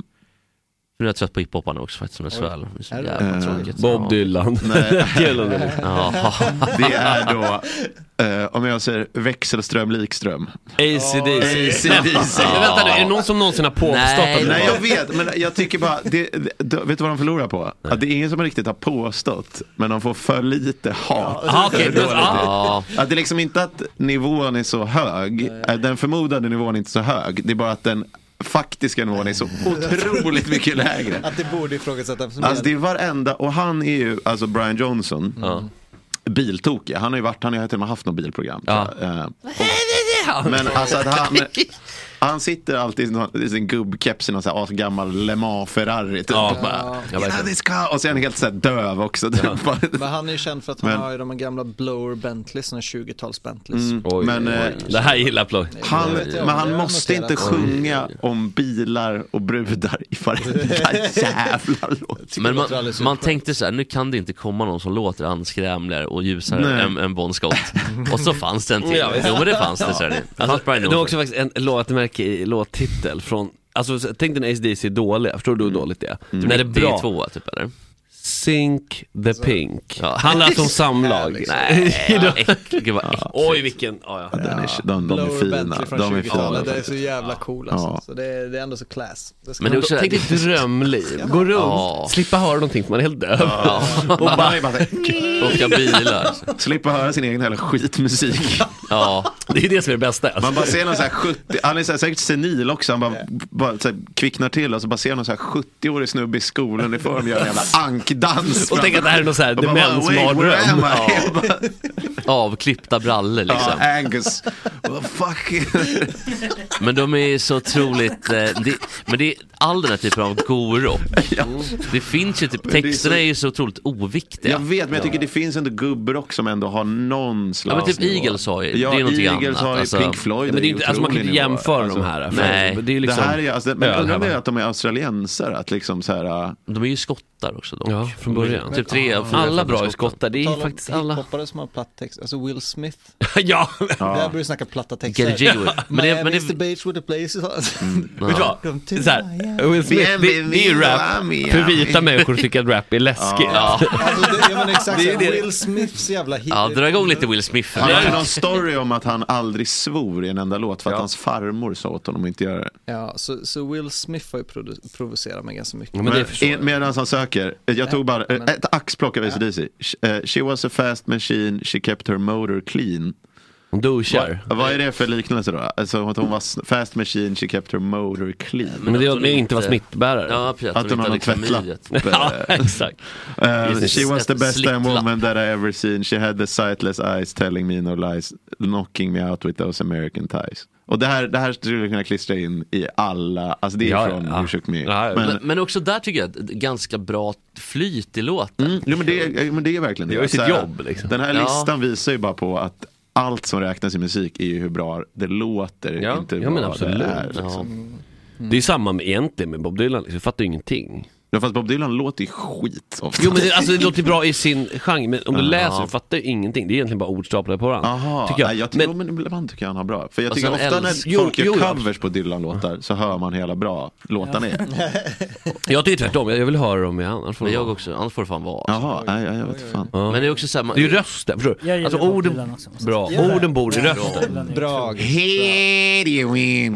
Nu är jag trött på hiphoparna också faktiskt, som jag sväl. Det är så Är du? jävla Eh, tråkigt. Bob Ja. Dylan. Nej. Ja. Det är då, eh, om jag säger växelström likström. AC/DC. AC/DC. Men vänta nu, är det någon som någonsin har påstått att Nej, det nej, var- jag vet, men jag tycker bara, det, det, det, vet du vad de förlorar på? Att det är ingen som riktigt har påstått, men de får för lite hat. Ja, okej, Hur dåligt det är. ja. Att det är liksom inte att nivån är så hög, eh, den förmodade nivån är inte så hög, det är bara att den faktiska nivån är så otroligt mycket lägre. Att det borde ifrågasättas. Alltså det är varenda, och han är ju, alltså Brian Johnson, biltokig. Han har ju varit, han har ju till och med haft något bilprogram. tror jag. Eh, och- Men alltså att han, han sitter alltid i någon- i sin gubbkeps i någon sån här asgammal Le Mans Ferrari typ. Ja. Och, bara, Ja, "Get out of this car!" och så är han helt så här döv också. typ. Men han är ju känd för att han Men- har ju de här gamla blower Bentleys, såna 20-tals Bentleys. Mm, men, eh, Det här gillar Ploy. Han, vet jag. men han Det har måste jag inte noterat. sjunga om bilar och brudar i varenda jävla låt. Men man, man tänkte så här, nu kan det inte komma någon som låter anskrämligare och ljusare Nej. än, än Bon Scott. Och så fanns den till. Ja, visst. jo men det fanns det. Så är det. Fast Brian det var Johnson. också faktiskt en låtmärke i låttitel från, alltså så- tänk dig när ACDC är dåliga, förstår du hur dåligt det är? Mm. När det är bra. 92, typ eller? Sink the pink. Handlar alltså om samlag. Nej, gud vad äckligt. Oj vilken, ja, ja. Den är, de, de är Blower fina. Bentley från De är 20-talet, det är fina. så jävla cool alltså. Så det, är, det är ändå så class. Det ska Men det är man- också, tänk dig ett drömliv, gå runt, slippa höra någonting för man är helt döv. Ja. Och bara, Åka bilar. Slippa höra sin egen jävla skitmusik. Ja, det är det som är det bästa. Alltså. Man bara ser någon så här 70, han är så här, säkert senil också, han bara, bara så här, kvicknar till och så bara ser någon så här 70-årig snubbe i skolan i form göra en jävla ankdans. Och tänker att det här är någon så här Och bara, "Wait, where am demensmardröm. I?" Avklippta brallor liksom. Ja, Angus. Well, fuck. Men de är så otroligt, eh, det, men det är all den här typen av go-rock. Det finns ju typ, Men det är texterna så- är ju så otroligt oviktiga. Jag vet, men jag tycker det finns ändå gubbrock som ändå har någon slags Ja men typ nivå. Eagles har ju, ja, det är någonting Eagles annat. Har ju alltså. Pink Floyd Ja, men det är ju inte- alltså, man kan otrolig inte nivå. jämföra de här, för Nej. det är ju liksom- här är, ju- alltså, men Ja, undrar om här det är var- att de är australiensare, att liksom så här... De är ju skottar också dock. Ja, från början. Typ tre av fyra Alla från bra är Skottland. skottar, det är Tala om faktiskt alla. Hiphoppare som har platt text, alltså Will Smith. ja. Där börjar du snacka platta texter. Get a jig with it. Men det- Miami men det- is the beach with the Alltså, places. Mm. Vet du vad? Welcome to Så här, Will Smith, det, det är ju rap, för vita människor tycker att rap är läskigt. Ja. Alltså, det, jag menar exakt Det är så här, det. Will Smiths jävla hit. Ja, dra igång lite Will Smith. Han hade någon story om att han aldrig svor i en enda låt för att hans farmor sa åt honom att inte göra det. Ja, så, så Will Smith har ju produ- provocerat mig ganska mycket. Medan han söker, jag tog bara eh, ett axplock av ACDC. She, äh, she was a fast machine, she kept her motor clean. Hon douchar. Vad, vad är det för liknelse då? Alltså att hon var s- fast machine, she kept her motor clean. Men det är att inte vara smittbärare. Ja, precis, Att hon har någon tvättlapp. Ja, exakt. Eh, she was the best damn Slicklapp. woman that I ever seen. She had the sightless eyes telling me no lies, knocking me out with those American ties. Och det här, det här skulle jag kunna klistra in i alla, alltså det är Ja, ja, från ja. You Shook Me. Men, Men, men, också där tycker jag att det är ganska bra flyt i låten. Mm, jo, men, det, är- men det är verkligen det. Det gör ju sitt Så här, jobb, liksom. Den här Ja. listan visar ju bara på att allt som räknas i musik är ju hur bra det låter, Ja, inte hur ja men bra absolut. det är. Liksom. Det är samma med, egentligen med Bob Dylan, liksom. jag fattar ju ingenting. Ja fast Bob Dylan låter ju skit ofta. Jo men det, alltså, det låter bra i sin genre, men om du Ja. läser, du fattar ju ingenting. Det är egentligen bara ord staplade på varandra. Aha, tycker jag. Nej, jag tycker, men, men ibland tycker jag han har bra. För jag Och tycker sen ofta älsk- när Jo, folk jo, gör ja. covers på Dylan-låtar så hör man hela bra låtarna är. Jag tycker tvärtom, jag jag vill höra dem i annars får Men det jag vara. också, annars får det fan vara. Jaha, nej, jag vet inte fan. Ja. Men det är också så här, man- Det är ju rösten, förstår du? Jag gillar Alltså Bob orden, Dylan också, måste bra. jag säga. orden bor i Bra. rösten. Bra.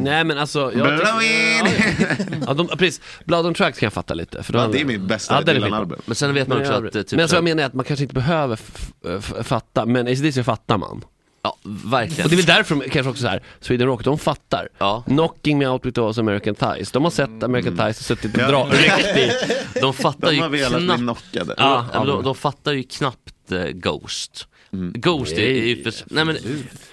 Nej men alltså, jag Blow in! Ja, de, precis, Blood on Tracks kan jag fatta lite. För Ja, de- det är min bästa den är Dylan-album. skitbra. Men sen vet man Men också jag- att, eh, typ Men alltså, så här- jag menar att man kanske inte behöver f- f- fatta, men ACDC fattar man. Ja, verkligen. Och det är väl därför de kanske också så här, Sweden Rock, de fattar. Knocking me out with those American Ties. De har Mm. sett American Ties och suttit och Ja. dra, ryckt i. De fattar De ju har velat bli knappt. knockade. Ja, Ja, men de, men- de fattar ju knappt eh, Ghost. Mm. Ghost är Nej, ju för... Nej men,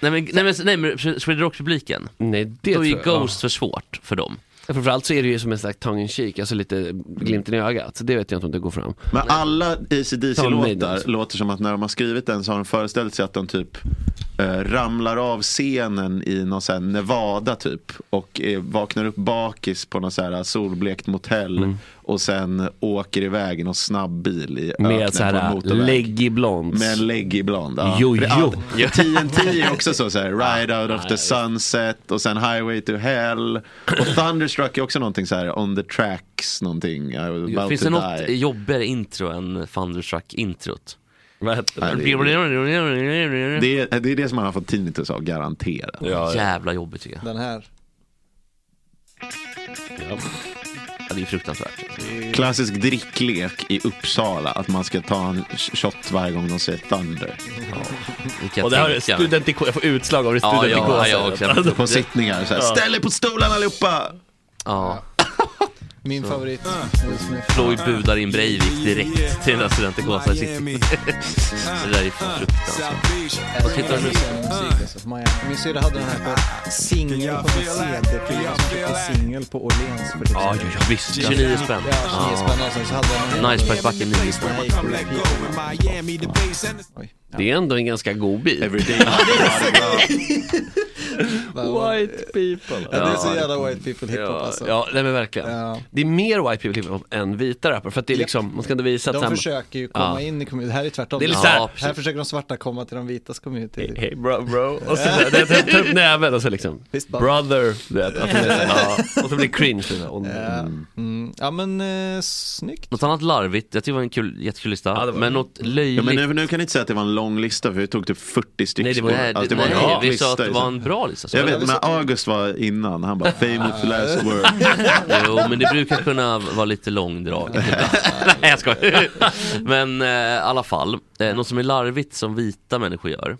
nej men, nej men, nej men Sweden Rock-publiken. Nej, det Då är ju tror jag- Ghost för svårt för dem. Framförallt så är det ju som en slags tongue in cheek, alltså lite glimten i ögat. Så det vet jag inte om det går fram. Men alla Tom Maiden ACDC-låtar också. låter som att när de har skrivit den så har de föreställt sig att de typ eh, ramlar av scenen i någon sån här Nevada typ och eh, vaknar upp bakis på någon så här solblekt motell Mm. och sen åker iväg i någon snabbbil i öknen Med så på en här motorväg. leggy blonds. Med en läggig blond. Ja. Jo, För det- jo. allt- TNT är också så, så här, Ride Out of the Sunset och sen Highway to Hell. Och Thunderstruck är också någonting så här, On the Tracks någonting. I was about Finns to det die. något jobbigare intro än Thunderstruck-introt? Vad hette Ja, det det? Det är, det är det som man har fått tinnitus av, garanterat. ja. Jävla jobbigt tycker jag. Den här. Ja, det är fruktansvärt. Klassisk dricklek i Uppsala, att man ska ta en shot varje gång de säger Thunder. jag Och det här är tänker. studentiko- jag får utslag av det Ja, ja, studentikosen. ja, jag också. På Alltså, sittningar, så här, Ja. ställ er på stolarna allihopa! Ja. Min Så. favorit. Will Smith. Floyd budar in Breivik direkt till den där studenten Gaza City. Det där är fruktansvärt. Vad tittar du Min syrra hade den här på eh, singel på en CD-skiva. som fick på Singel på Åhléns för typ Ja, ja, ja, visst. 29 spänn. Ja, 29 spänn och sen så hade den Nice pack backen 9 spänn. Det är ändå en ganska god bil. White people. Ja, det är så Ja. jävla white people hiphop Ja, alltså. ja nej men verkligen. Det är mer white people hiphop än vita rappare för att det är liksom, man ska inte visa att De så här- försöker ju komma Ja. in i kommunen, här är tvärtom. Det är lite så här- här, precis. försöker de svarta komma till de vitas community. Hey, bro, bro. Och så där, det- det- ta upp näven och så liksom, Fist bump. brother, du vet, att det är så, ja. Och så blir det cringe lite. Och, Mm. Ja men eh, snyggt. Något annat larvigt, jag tyckte det var en kul, jättekul lista. Men något Ja, löjligt. men nu, nu kan ni inte säga att det var en lång lista för vi tog typ 40 stycken. Nej, det var- nej, Alltså, nej, en vi lista, sa att det var en liksom. bra lista, så Jag var det. vet, men August var innan. Han bara famous last word. Jo, men det brukar kunna vara lite långdraget ibland. Nej, jag skojar. Men eh, i alla fall, eh, något som är larvigt som vita människor gör.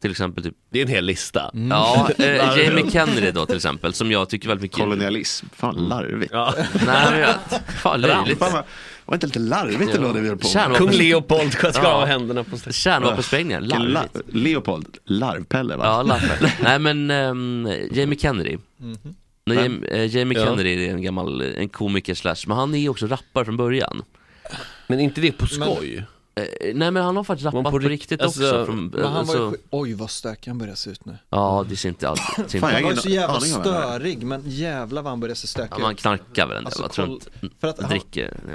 Till exempel typ Det är en hel lista. Ja, eh, Jamie Kennedy då till exempel, som jag tycker väldigt mycket Kolonialism, fan larvigt. Ja. Nej, men jag- fan löjligt. Fan, vad- var inte lite larvigt det Ja. låg det vi höll på Kärnvapen- Kung Leopold ska skar ha händerna på stället. Kärnvapensprängningar, larvigt. Leopold, larvpelle va? Ja, Laffe. Nej men ehm, Jamie Kennedy. Nej, Jam- eh, Jamie Ja. Kennedy är en gammal eh, en komiker slash, men han är ju också rappare från början. Men inte det på skoj? Eh, nej men han har faktiskt rappat på på, rikt- riktigt alltså, också. Från, Men han var ju, alltså, sjuk- oj vad stökig han börjar se ut nu. ja, det ser inte alls ser inte- han var ju så jävla störig men jävla vad han börjar se stökig Ja, men han knarkar väl en del Alltså, va? Tror koll- inte- för att alltså, han- Dricker. Oj.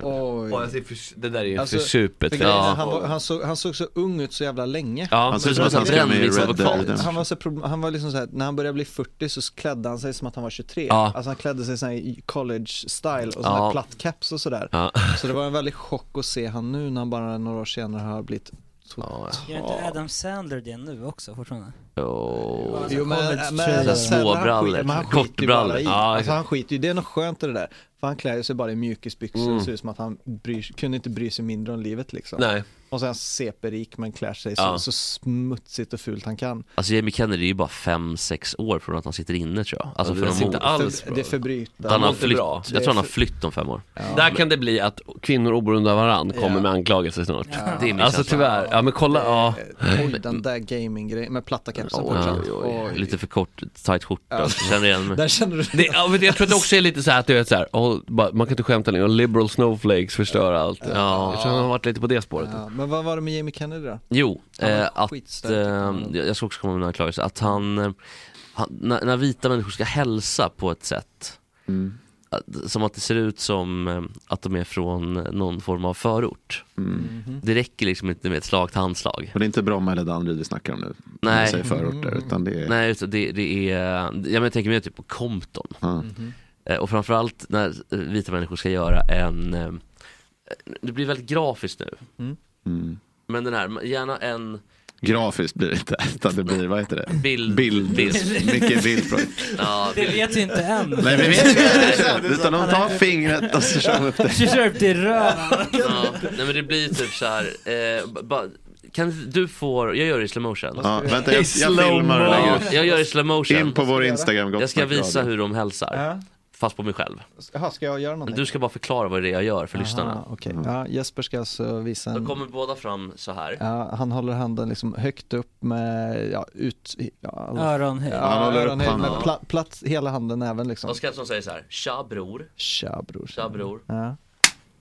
Ja, alltså, det är för- det där är ju Alltså, för supert. för grejen är, han, var, han, såg, han såg så ung ut så jävla länge. liksom Ja, Han ser ut som att han ska med i liksom Brännvinsadvokat. Red Dead Redemption. Han var, så, pro- han var liksom så här, när han började bli 40 så klädde han sig som att han var 23. Ja. Alltså han klädde sig så här i college style och sån Ja. här platt caps och sådär. Ja. Så det var en väldig chock att se han nu när han bara några år senare har blivit totalt... Gör inte Adam Sandler det nu också fortfarande? Oh. Jo men, men, Småbrallor, men Småbrallor, kortbrallor. kortbrallor. Ja, alltså, exakt. han skiter ju det är något skönt i det där. För han klär ju sig bara i mjukisbyxor Mm. och ser ut som att han bryr, kunde inte bry sig mindre om livet liksom. Nej. Och sen CP-rik men klär sig Ja. så, så smutsigt och fult han kan. Alltså Jamie Kennedy är ju bara 5-6 år från att han sitter inne tror jag. Alltså det för där de ser mord. inte alls bra Det ut. förbryter. Han har Det är flytt, bra. jag Det är tror han har för- flytt om fem år. Där kan det bli att kvinnor oberoende av varandra kommer Ja. med anklagelser snart. Ja. Det är min Alltså känsla. tyvärr, ja men kolla, ja. Oj, den där gaming-grejen med platta kepsen Ja, fortsatt. Oj. Lite för kort, tight skjorta, Ja. känner igen mig. Där känner du Det, ja, vet du, jag tror att det också är lite så här att du vet så här, oh, bara, man kan inte skämta längre, och liberal snowflakes förstör allt. Ja. Jag tror han har varit lite på det spåret. Ja, men vad var det med Jamie Kennedy då? Jo, Han var eh, att, skitstark. eh, jag- jag ska också komma med en anklagelse, att han, eh, han när, när vita människor ska hälsa på ett sätt, att, som att det ser ut som eh, att de är från eh, någon form av förort. Det räcker liksom inte med ett slagt handslag. Och det är inte Bromma eller Danderyd vi snackar om nu. Nej. Om vi säger förorter. Utan det är... Nej, utan det, det är, ja, men jag tänker mer typ på Compton. Eh, Och framförallt när eh, vita människor ska göra en, eh, det blir väldigt grafiskt nu. Mm. Men den här, gärna en Grafiskt blir det inte. Utan det blir, vad heter det? Bild. Bild. Bild. Mycket bild från Ja, Det vet vi inte än. Nej, vi vet inte. Utan de tar fingret och så kör de upp det. Så kör upp det i röven. Ja, nej men det blir typ så här. Eh, ba- ba, kan du få, jag gör det i slow motion. Ja, vänta, jag, jag filmar och lägger Ja, ut. jag gör det i slow motion. In på vår Instagram, gott Jag ska snack visa radio. hur de hälsar. Fast på mig själv. Jaha, ska jag göra någonting? Du ska bara förklara vad det är jag gör för lyssnarna. Aha, okej. ja, Jesper ska alltså visa en... Då kommer båda fram så här. Ja, han håller handen liksom högt upp med, ja, ut... Ja, Öronhöjd. Ja, Han håller upp öronhöjd med handen. pla, platt, hela handen även liksom. Oskarsson säger så här. Tja bror. Tja bror. Tja bror. Ja.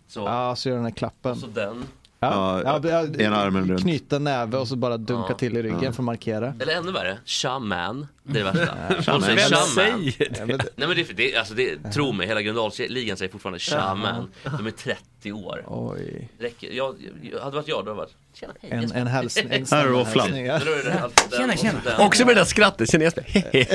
Så. ja, så gör den här klappen. Alltså- Så den. Ja, ja, ena armen runt. Knyta näve och så bara dunka Ja. till i ryggen Ja. för att markera. Eller ännu värre. Tja man. Det är det värsta. Tja, Folk säger man. tja Vem man. säger det? Ja, men det- Nej men det, är- det, är- alltså det, tro mig, hela Gröndalsligan säger fortfarande tja Ja. man. De är 30 år. Oj. Räcker, jag, jag, alltså, hade varit jag då hade jag varit Tjena, hej, En, Jesper." en hälsning. en Här är snabb våfflan. hälsning, Men då är det alltså den Tjena, och tjena. den. Också med det där skrattet, känner jag efter.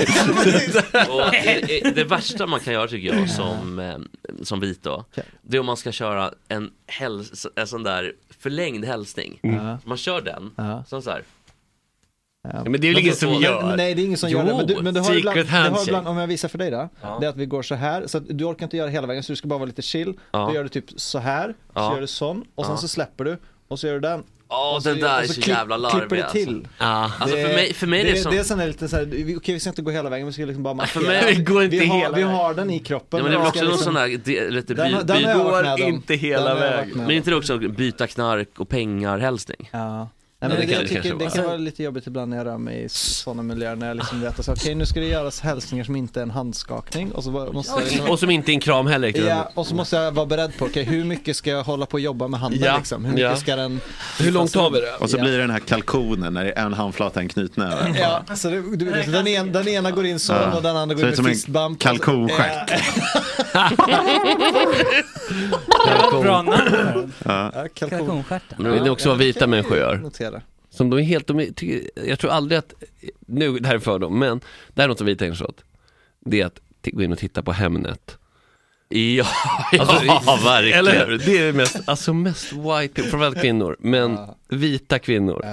Och det, det värsta man kan göra tycker jag som, eh, som vit då, det är om man ska köra en, häls, en sån där förlängd hälsning. Mm. Man kör den, Ja. sen så här. Ja. men det är väl ingen som Men- gör. Nej det är ingen som gör Jo, det. Men du, men du har secret ibland, du har handshake. ibland, om jag visar för dig då. Ja. Det är att vi går så här. Så att du orkar inte göra hela vägen så du ska bara vara lite chill. Ja. Då gör du typ så här. Ja. Så gör du sån. Och sen Ja. så släpper du. Och så gör du den. Ja, Och så- den där och är så så klipp- jävla larvig klipper det till. alltså. alltså för mig, för mig är det, som... Det är sån här lite såhär, vi- okej vi ska inte gå hela vägen, vi ska liksom bara markera. för mig- Vi går inte vi har, hela Vi vägen. har den i kroppen. Ja, men det är väl Vi också ska någon liksom- sån där, det, lite Den- by, den har by, jag varit med om. Den har jag varit med vägen. Men inte det också byta knark och pengar hälsning? Ja. Nej, men det, jag tycker det kan vara lite jobbigt ibland när jag rör mig i sådana miljöer när jag liksom vet att så, okej nu ska det göras hälsningar som inte är en handskakning och så var- måste jag liksom, Och som inte är en kram heller. kan jag- Ja, och så måste jag vara beredd på, okej hur mycket ska jag hålla på och jobba med handen Ja. liksom? Hur mycket Ja. ska den... Och så Ja. blir det den här kalkonen när det är en handflata, en knytnäve. Ja, alltså det, du, vet, den, en, den ena går in så Ja. och den andra går Så in det är som med en fistbump. kalkonstjärt. Bra namn. Ja, kalkon. Men det är också vad vita människor gör. Notera. Som de är helt, de är, tycker, jag tror aldrig att, nu, det här är en fördom, men det här är något som vita ägnar sig åt. Det är att t- gå in och titta på Hemnet. Ja, Alltså, ja verkligen. Eller hur? Det är mest, alltså mest white, framförallt kvinnor, men vita kvinnor.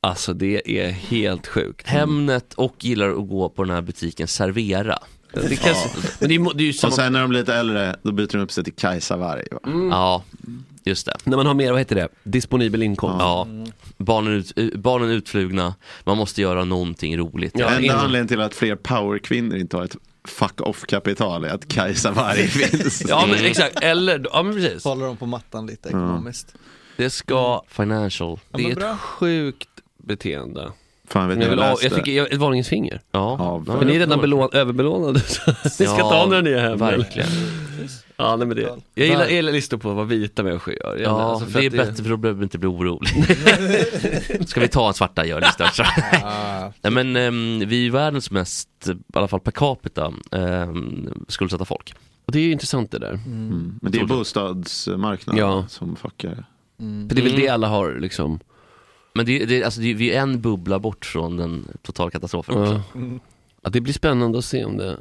Alltså det är helt sjukt. Hemnet och gillar att gå på den här butiken Servera. Det kan, men det är, det är ju samma... Och sen när de blir lite äldre, då byter de upp sig till Kajsa Warg. va? Mm. Ja, just det. När man har mer, vad heter det, disponibel inkomst. Ja, barnen, ut, eh, barnen utflugna, man måste göra någonting roligt. Enda innan- anledningen till att fler powerkvinnor inte har ett fuck off-kapital är att Kajsa Warg finns. Ja men exakt, eller, ja men precis. Håller dem på mattan lite Mm. ekonomiskt. Det ska, Mm. Financial. det men är ett bra. sjukt beteende. Fan, vet Men jag, ni vad vill jag ha, läste? jag tycker, jag, ett varningens finger. Ja, För ni är redan belån, överbelånade. så ni ska Ja, inte ha några nya hem. verkligen. Ja, nej, men det. Jag gillar, jag gillar listor på vad vita människor gör. Jag Ja, menar, alltså, för det är att bättre för då behöver vi inte bli orolig. Ska vi ta en svarta gör det också? Nej men ehm, vi är världens mest, i alla fall per capita, um, skuldsatta folk. Och det är ju intressant det där. Mm. Men det är bostadsmarknaden Ja. som fuckar. För det är väl Mm. det alla har liksom. Men det, det, alltså, det, vi är en bubbla bort från den totala katastrofen också. Ja, det blir spännande att se om det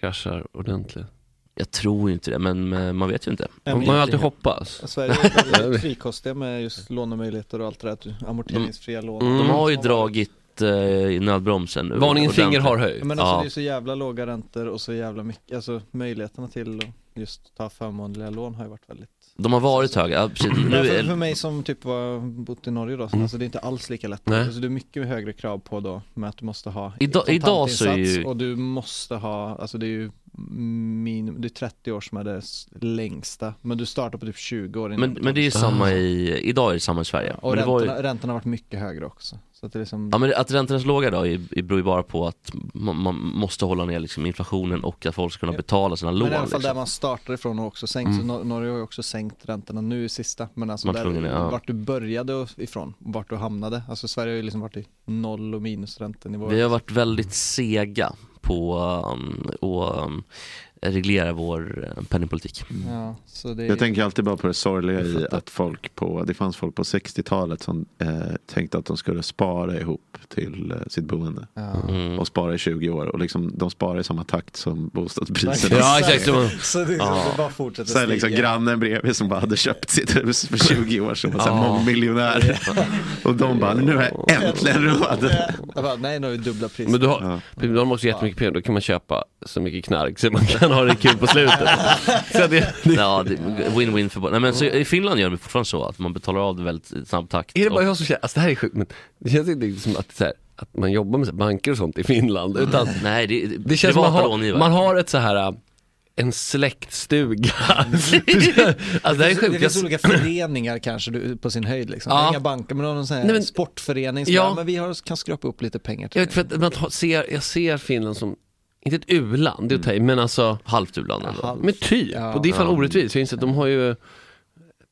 kraschar ordentligt. Jag tror ju inte det, men eh, man vet ju inte. Man har ju alltid hoppats. Sverige är väldigt frikostiga med just lånemöjligheter och allt det där, amorteringsfria lån. Mm. Mm. De har ju dragit eh, i nödbromsen. nu Varningens ordentligt. finger har höjt. Men alltså ja. det är så jävla låga räntor och så jävla mycket, alltså möjligheterna till att just ta förmånliga lån har ju varit väldigt De har varit höga, ja, precis. Mm. Nu Nej, Mm. för, för är, Mm. mig som typ var bott i Norge då, så, alltså det är inte alls lika lätt. Nej. Alltså det är mycket högre krav på då med att du måste ha Idag- idag så är ju- kontantinsats och du måste ha, alltså det är ju minimum, det är 30 år som är det s- längsta, men du startar på typ 20 år innan men, du men det är ju betalar. samma i, idag är det samma i Sverige. Och men det var ju, räntorna, räntorna har varit mycket högre också. Så att det är liksom, ja, men att räntorna är så låga idag är- är- beror ju bara på att man, man måste hålla ner liksom inflationen och att folk ska kunna betala sina men lån. i alla fall liksom. där man startar ifrån har också sänkt, Mm. så Nor- Norge har ju också sänkt räntorna nu i sista, men alltså Man där, tvungen är, ja. vart du började och- ifrån, vart du hamnade. Alltså Sverige har ju liksom varit i noll och minusräntenivåer. Vi har varit väldigt sega på um, att um, reglera vår eh, penningpolitik. Ja, så det är... Jag tänker alltid bara på det sorgliga i att folk på, det fanns folk på 60-talet som eh, tänkte att de skulle spara ihop till eh, sitt boende. Mm. Och spara i 20 år och liksom, de sparar i samma takt som bostadspriserna. Ja, exakt. Så- Så det, Ja. det bara fortsätter Sen liksom grannen bredvid som bara hade köpt sitt hus för 20 år sedan, var så här Ja. mångmiljonär. Och de bara, nu har jag äntligen råd. Jag bara, nej, nu har vi dubbla priser. Men du har, de har också jättemycket pengar, då kan man köpa så mycket knark så man kan ha det kul på slutet. Så det, Ja, det- win-win för båda. Nej, men så I Finland gör de fortfarande så att man betalar av det väldigt snabb takt. är det bara Och- jag som känner, alltså det här är sjukt, men det känns inte riktigt som att, så här, att man jobbar med så här, banker och sånt i Finland, utan Mm. Nej, det, det känns som man privata har, långivare. man har ett så här äh, en släktstuga. alltså det här är det sjukt. finns Jag- olika föreningar kanske du, på sin höjd liksom. Det Ja. är inga banker men någon sån här Nej, men- sportförening som Ja. bara, men vi har, kan skrapa upp lite pengar till Jag, vet, för att man har- ser, jag ser Finland som, inte ett u-land, det är att ta i, men alltså, Mm. Halvt u-land ändå. halv. men typ. Ja. och det är fan Ja. orättvist, jag inser att de har ju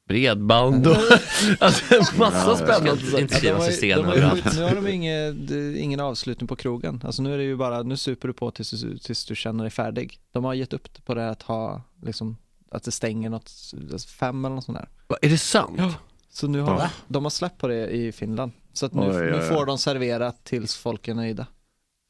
bredband och alltså, en massa spännande Ska saker. inte skriva ju- system de har ju överallt. skit- nu har de inge, det- ingen avslutning på krogen. Alltså nu är det ju bara, nu super du på tills, du- tills du känner dig färdig. De har gett upp på det här att ha, liksom, att det stänger något, alltså fem eller något sånt där. Va, Är det sant? Så nu har Va? de har släppt på det i Finland. Så att nu, Oj, oj, oj. nu får de servera tills folk är nöjda.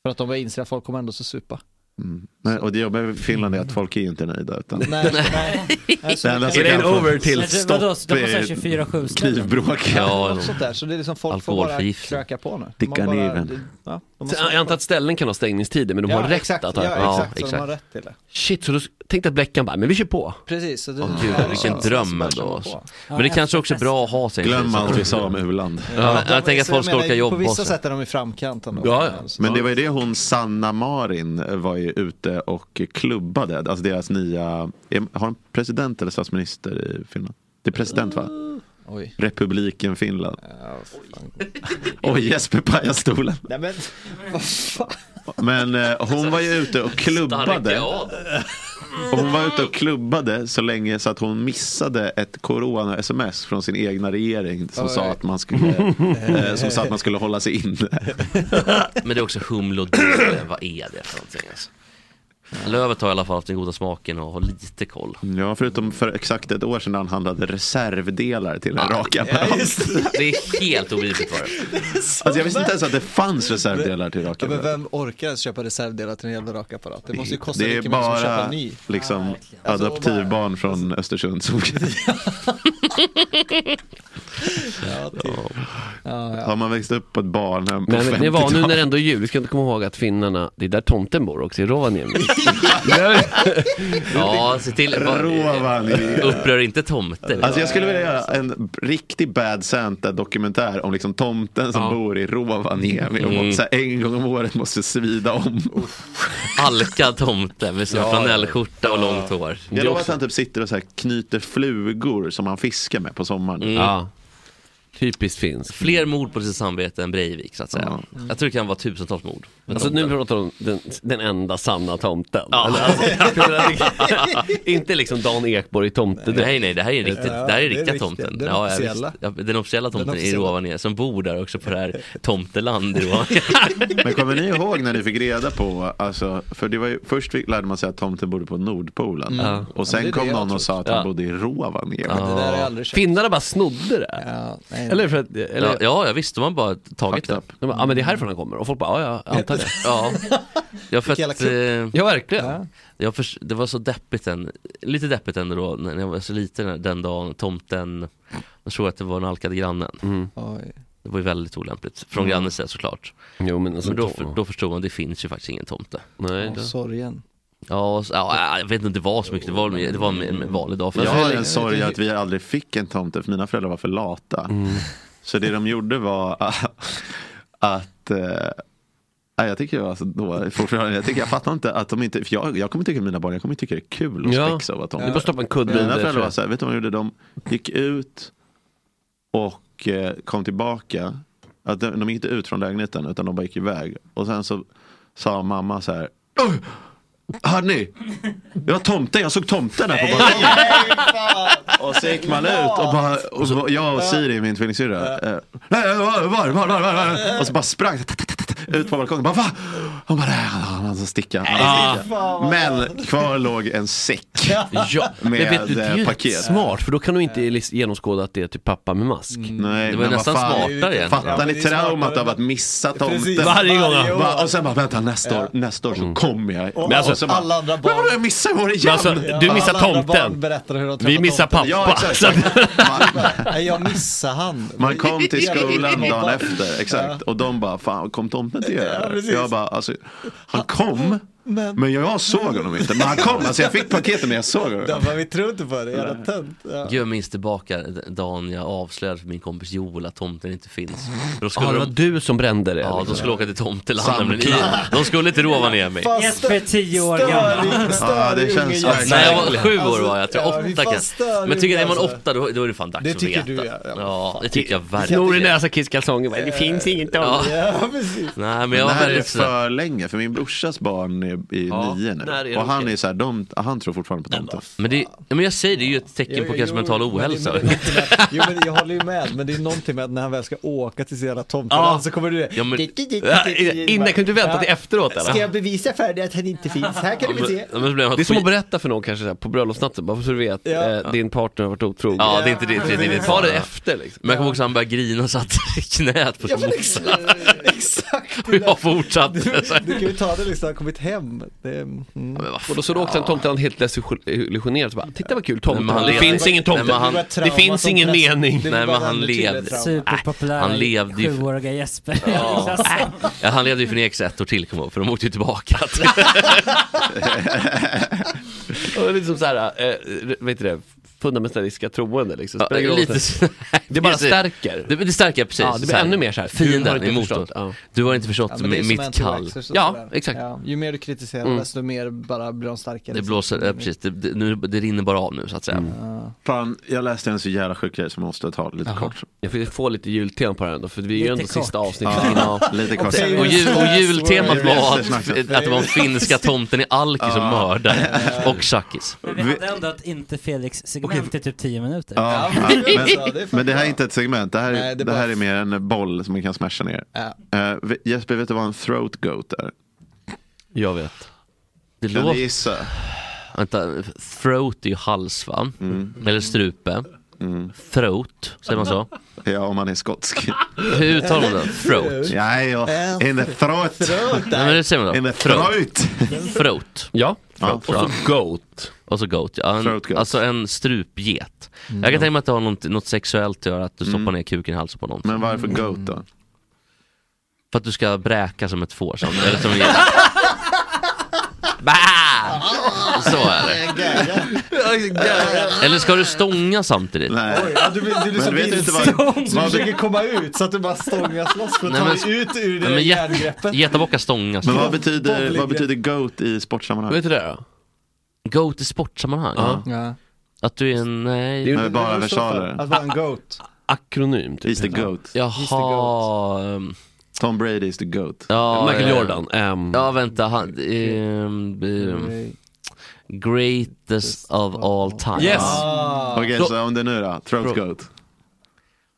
För att de inser att folk kommer ändå så supa. Mm. Nej, och det jobbiga med Finland är att folk är ju inte nöjda. Utan... Nej, nej. Det enda som kan få stopp är Knivbråk. Ja, något sånt där. Så det är liksom folk får bara Alkoholförgiftning. kröka på nu. Sticka Man bara- kniven. Ja, de Så, jag antar att ställen kan ha stängningstider men de Ja, har rätt exakt. att Ja, ha exakt. Så de har rätt till det. Shit, så du tänkte att Bläckan bara, men vi kör på. Precis, så det- Åh, gud, Ja, vilken precis. dröm Bara ändå. köra alltså. på. Men det Ja, kanske också är bra att ha sig. Glöm allt vi sa om u-land. Ja, jag tänker att Så jag folk ska menar, orka På jobba. vissa också. sätt är de i Alltså, framkant ändå. Men det var ju det hon, Sanna Marin, var ju ute och klubbade. Alltså deras nya, är- har de president eller statsminister i Finland? Det är president va? Mm. Oj. Republiken Finland. Oj, Jesper pajade stolen. Nej men, vad fan. Men eh, hon var ju ute och klubbade. Och hon var ute och klubbade så länge så att hon missade ett corona-sms från sin egna regering som Oj. sa att man skulle, eh, som sa att man skulle hålla sig inne. Men det är också humle och dåre, vad är det för någonting alltså? Lövet har i alla fall haft den goda smaken och har lite koll. Ja, förutom för exakt ett år sedan han handlade reservdelar till en Ja, rakapparat. just det. det är helt obegripligt vad det är. Alltså jag visste inte ens att det fanns reservdelar till Ja, men rakapparat. vem orkar ens köpa reservdelar till en jävla rakapparat? Det måste ju kosta Det är lika mycket som att köpa bara en ny. Alltså, liksom adoptivbarn från Östersund som Har man växt upp på ett barnhem på Men, men det var nu 50-talet? när det ändå är jul, vi ska inte komma ihåg att finnarna, det är där tomten bor också, i Rovaniemi. Ja, se till. Rovaniemi. Upprör inte tomten. Alltså jag skulle vilja göra en riktig Bad Santa-dokumentär om liksom tomten som bor i Rovaniemi och Mm. så här en gång om året måste svida om. Alkad tomte med sina Ja, ja. flanellskjorta och långt hår. Jag lovar att han typ sitter och så här knyter flugor som han fiskar med på sommaren. Mm. Ja. Typiskt finsk. Fler mord på sitt samvete än Breivik så att säga. Ja. Jag tror det kan vara tusentals mord. Alltså nu pratar du om den, den enda sanna tomten. Ja. Eller, alltså, inte liksom Dan Ekborg i tomtedräkt. Nej nej, det här är riktigt, Ja, det här är det är riktiga riktigt. tomten. Den ja, ja, officiella. visst. ja, den officiella tomten Den i officiella. Rovaniemi som bor där också på det här tomteland i Rovaniemi. Men kommer ni ihåg när ni fick reda på, alltså, för det var ju, först fick, lärde man sig att tomten bodde på Nordpolen. Mm. Ja. Och Ja, sen men det är kom det jag någon och sa att Ja. han bodde i Rovaniemi. Finnarna bara snodde det. Eller för att, eller, Ja, ja, ja visst, de har bara tagit det. De bara, ja men det är härifrån han kommer och folk bara, ja jag antar det. Ja. Ja, för jävla att, kupp. eh, Ja, verkligen. Jag förs- det var så deppigt en, lite deppigt ändå då, när jag var så liten den dagen tomten, jag tror att det var den alkade grannen. Det var ju väldigt olämpligt, från Mm. grannens sida såklart. Jo, men alltså, då, tom- för, då förstod man, det finns ju faktiskt ingen tomte. Nej, Åh, det- sorgen. Ja, så, ja, jag vet inte, det var så mycket, det var, det var en, en vanlig dag för Jag mig. har en sorg att vi aldrig fick en tomte för mina föräldrar var för lata. Mm. Så det de gjorde var att eh, nej, jag tycker det var så dåligt. fortfarande. Jag, tycker, jag fattar inte att de inte, för jag, jag kommer tycka mina barn, jag kommer tycka det är kul att Ja. spexa och vara Det är bara att stoppa en kudde Mina under, föräldrar tror var jag. så här, vet du vad de gjorde? De gick ut och eh, kom tillbaka. Att de, de gick inte ut från lägenheten utan de bara gick iväg. Och sen så sa mamma så här, "Oj, hörde ni? Det var tomten, jag såg tomten där på balkongen. Och så gick man ut och bara, och så, jag och Siri, min tvillingsyrra, eh, "Nej, var, var, var, var, var?" och så bara sprang tat, tat, tat, tat, ut på balkongen. Bara, Va? Hon bara, "Nej, han han- han som sticka. han Nej, sticka." Men kvar låg en säck. Ja, men Med, vet du, det är eh, ju paket. paket. smart för då kan du inte lis- genomskåda att det är typ pappa med mask. Nej, men vad fan, Fattar ni traumat av att missa tomten? Varje gång. han- Va- Och sen bara, vänta nästa år, nästa år så kommer jag. Men alltså, och sen bara, alla andra barn. Men vadå jag missar i år igen? Mm. Men alltså, du missar Alla andra barn tomten. berättar hur de Vi träffar missar tomten. pappa. Så att- Alltså, Nej, jag missar han. Man kom till Det är jävla skolan dagen underbart. efter, exakt. Och de bara, fan kom tomten till Ja, er? precis. jag bara, alltså, han kom, men jag såg honom inte. Men han kom, alltså jag fick paketet men jag såg honom Ja, men vi tror inte på det, jävla tönt. Ja. Gud jag minns tillbaka dagen jag avslöjade för min kompis Joel att tomten inte finns. Då Ja, det var du som brände det. Ja, de liksom. skulle åka till Tomteland. Samklang. nämligen. I- De skulle till Rovaniemi. Jesper 10 år störig- gammal. Ja, det känns verkligen. Nej, jag var sju år Alltså, var jag, jag tror ja, jag. vi Åtta fan kanske. störig, Men tycker jag är man alltså. åtta då, då är det fan dags Det att tycker veta. du, ja. Ja, ja, det tycker jag Snor i verkligen. näsa, kisskalsonger, bara, det finns inget Ja. tomte. Nej, men Men jag det var här är väldigt sådär. för länge, för min brorsas barn är i Ja, nio när är det nu. Och han okej? är så här, de, han tror fortfarande på tomten. Men, det, ja, men jag säger det är ju ett Jo, tecken på jo, kanske jo, mental men det- ohälsa. men det är någonting med- Jo men jag håller ju med, men det är någonting med att när han väl ska åka till sin jävla tomteland Ja. så kommer du Ja, men- Innan, kan du vänta till efteråt, eller? Ska jag bevisa för dig att han inte finns? Här kan du väl se. det är som att berätta för någon kanske så här, på bröllopsnatten, bara för att du vet, eh, din partner har varit otrogen. Ja, det är inte det. det, är inte det. Ta det efter liksom. Men jag kommer också att han började grina och satte knät på sin morsa. Exakt. exakt. Och jag fortsatte. Du, du kan ju ta det liksom, har kommit hem. Det, mm. ja, men Och då så då åkte en tomteland helt desillusionerad och bara, titta vad kul tomte, Nej, men han det levde. finns ingen tomte, Nej, men han- det, Det var finns trauma ingen som pressade- mening. Det var Nej, men han ännu tydligare levde. trauma. Superpopulär han levde ju- sjuåriga Jesper alltså, Ja. i klassen. Ja, han levde ju förnekelse ett år till kommer jag ihåg, för de åkte ju tillbaka. Och det är liksom såhär, eh, vet du det, fundamentalistiska troende liksom. Ja, Spelar ingen roll lite för- så- det bara precis. stärker. Det, det stärker, precis. Ja, det blir Så här, ännu mer såhär, du har Fienden inte är motorn. förstått, ja. Du har inte förstått Ja, men det är mi- som mitt kall. anti-vaxxers och Ja, sådär. exakt. Ja, ju mer du kritiserar Mm. desto mer bara blir de starkare. liksom. Det blåser, ja, precis. Det, det, nu, det rinner bara av nu så att säga. Mm. Fan, jag läste en så jävla sjuk grej som jag måste ta lite kort. Jag fick få lite jultema på det här ändå, för vi är ju Lite ändå kort. sista avsnittet Ja, innan. lite kort. Och, jul, och jultemat var att, att det var den finska tomten i Alki som Ja. mördade. Och Shakis. Men vi hade ändå ett inte Felix-segment i typ 10 minuter. Ja, men, men det här är inte ett segment, det här, Nej, det det är bara- här är mer en boll som man kan smasha ner. Eh, vi- Jesper, vet du vad en throat goat är? Jag vet. Det Kan låter... du gissa? Vänta, throat är ju hals va? Mm. Eller strupe. Throat, säger man så? Ja, om man är skotsk. Hur uttalar man den? Throat? Ja, ja. In the throat. Nej, men det säger man då. In the throat. Throat. Ja. Throat. Och Ja. så goat. Och så goat, ja. En, Throat goat. Alltså en strupget. Mm. Jag kan tänka mig att det har något, något sexuellt att göra, att du Mm. stoppar ner kuken i halsen på någon. Men varför goat då? Mm. För att du ska bräka som ett får, som, eller som en get. Bah! Så är det. Eller ska du stånga samtidigt? Nej. Oj, ja, du, blir- du blir så vilsen, så du försöker komma ut så att du bara stångas loss för att Nej, ta men- dig ut ur det Nej, men get- järngreppet. Getabockar stångas. Men vad betyder, vad betyder goat i sportsammanhang? Vet du det då? Goat i sportsammanhang? Ja. Att du är en, nej. Det är ju- Nej, bara versaler. Att vara en goat. Akronym typ. He's the goat. Jaha. ehm, Tom Brady is the goat. Ja, Michael eh, Jordan, ehm. ja, vänta. Han, ehm, ehm, greatest of all time. Yes. Ah. Okej, så om det nu då? Throat goat.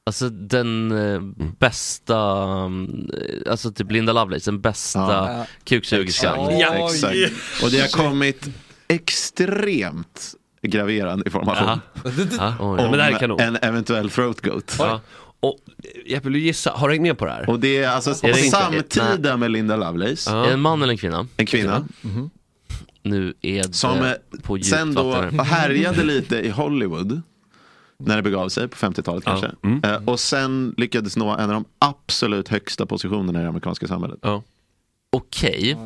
Alltså den eh, bästa, um, eh, alltså typ Linda Lovelace, den bästa Ja. kuksugerskan. Exakt. Och det har kommit extremt graverande information. Ja, oj. Om Ja, men det här är kanon. en eventuell throat goat. Ja. Och Jeppe, vill du gissa, har du hängt med på det här? Och det är alltså Är det inte- samtida med Linda Lovelace. Är det en man eller en kvinna? En kvinna. Nu är det Som eh, på djupt sen då vatten. härjade lite i Hollywood. När det begav sig på 50-talet kanske. Mm. Eh, Och sen lyckades nå en av de absolut högsta positionerna i det amerikanska samhället. Okej,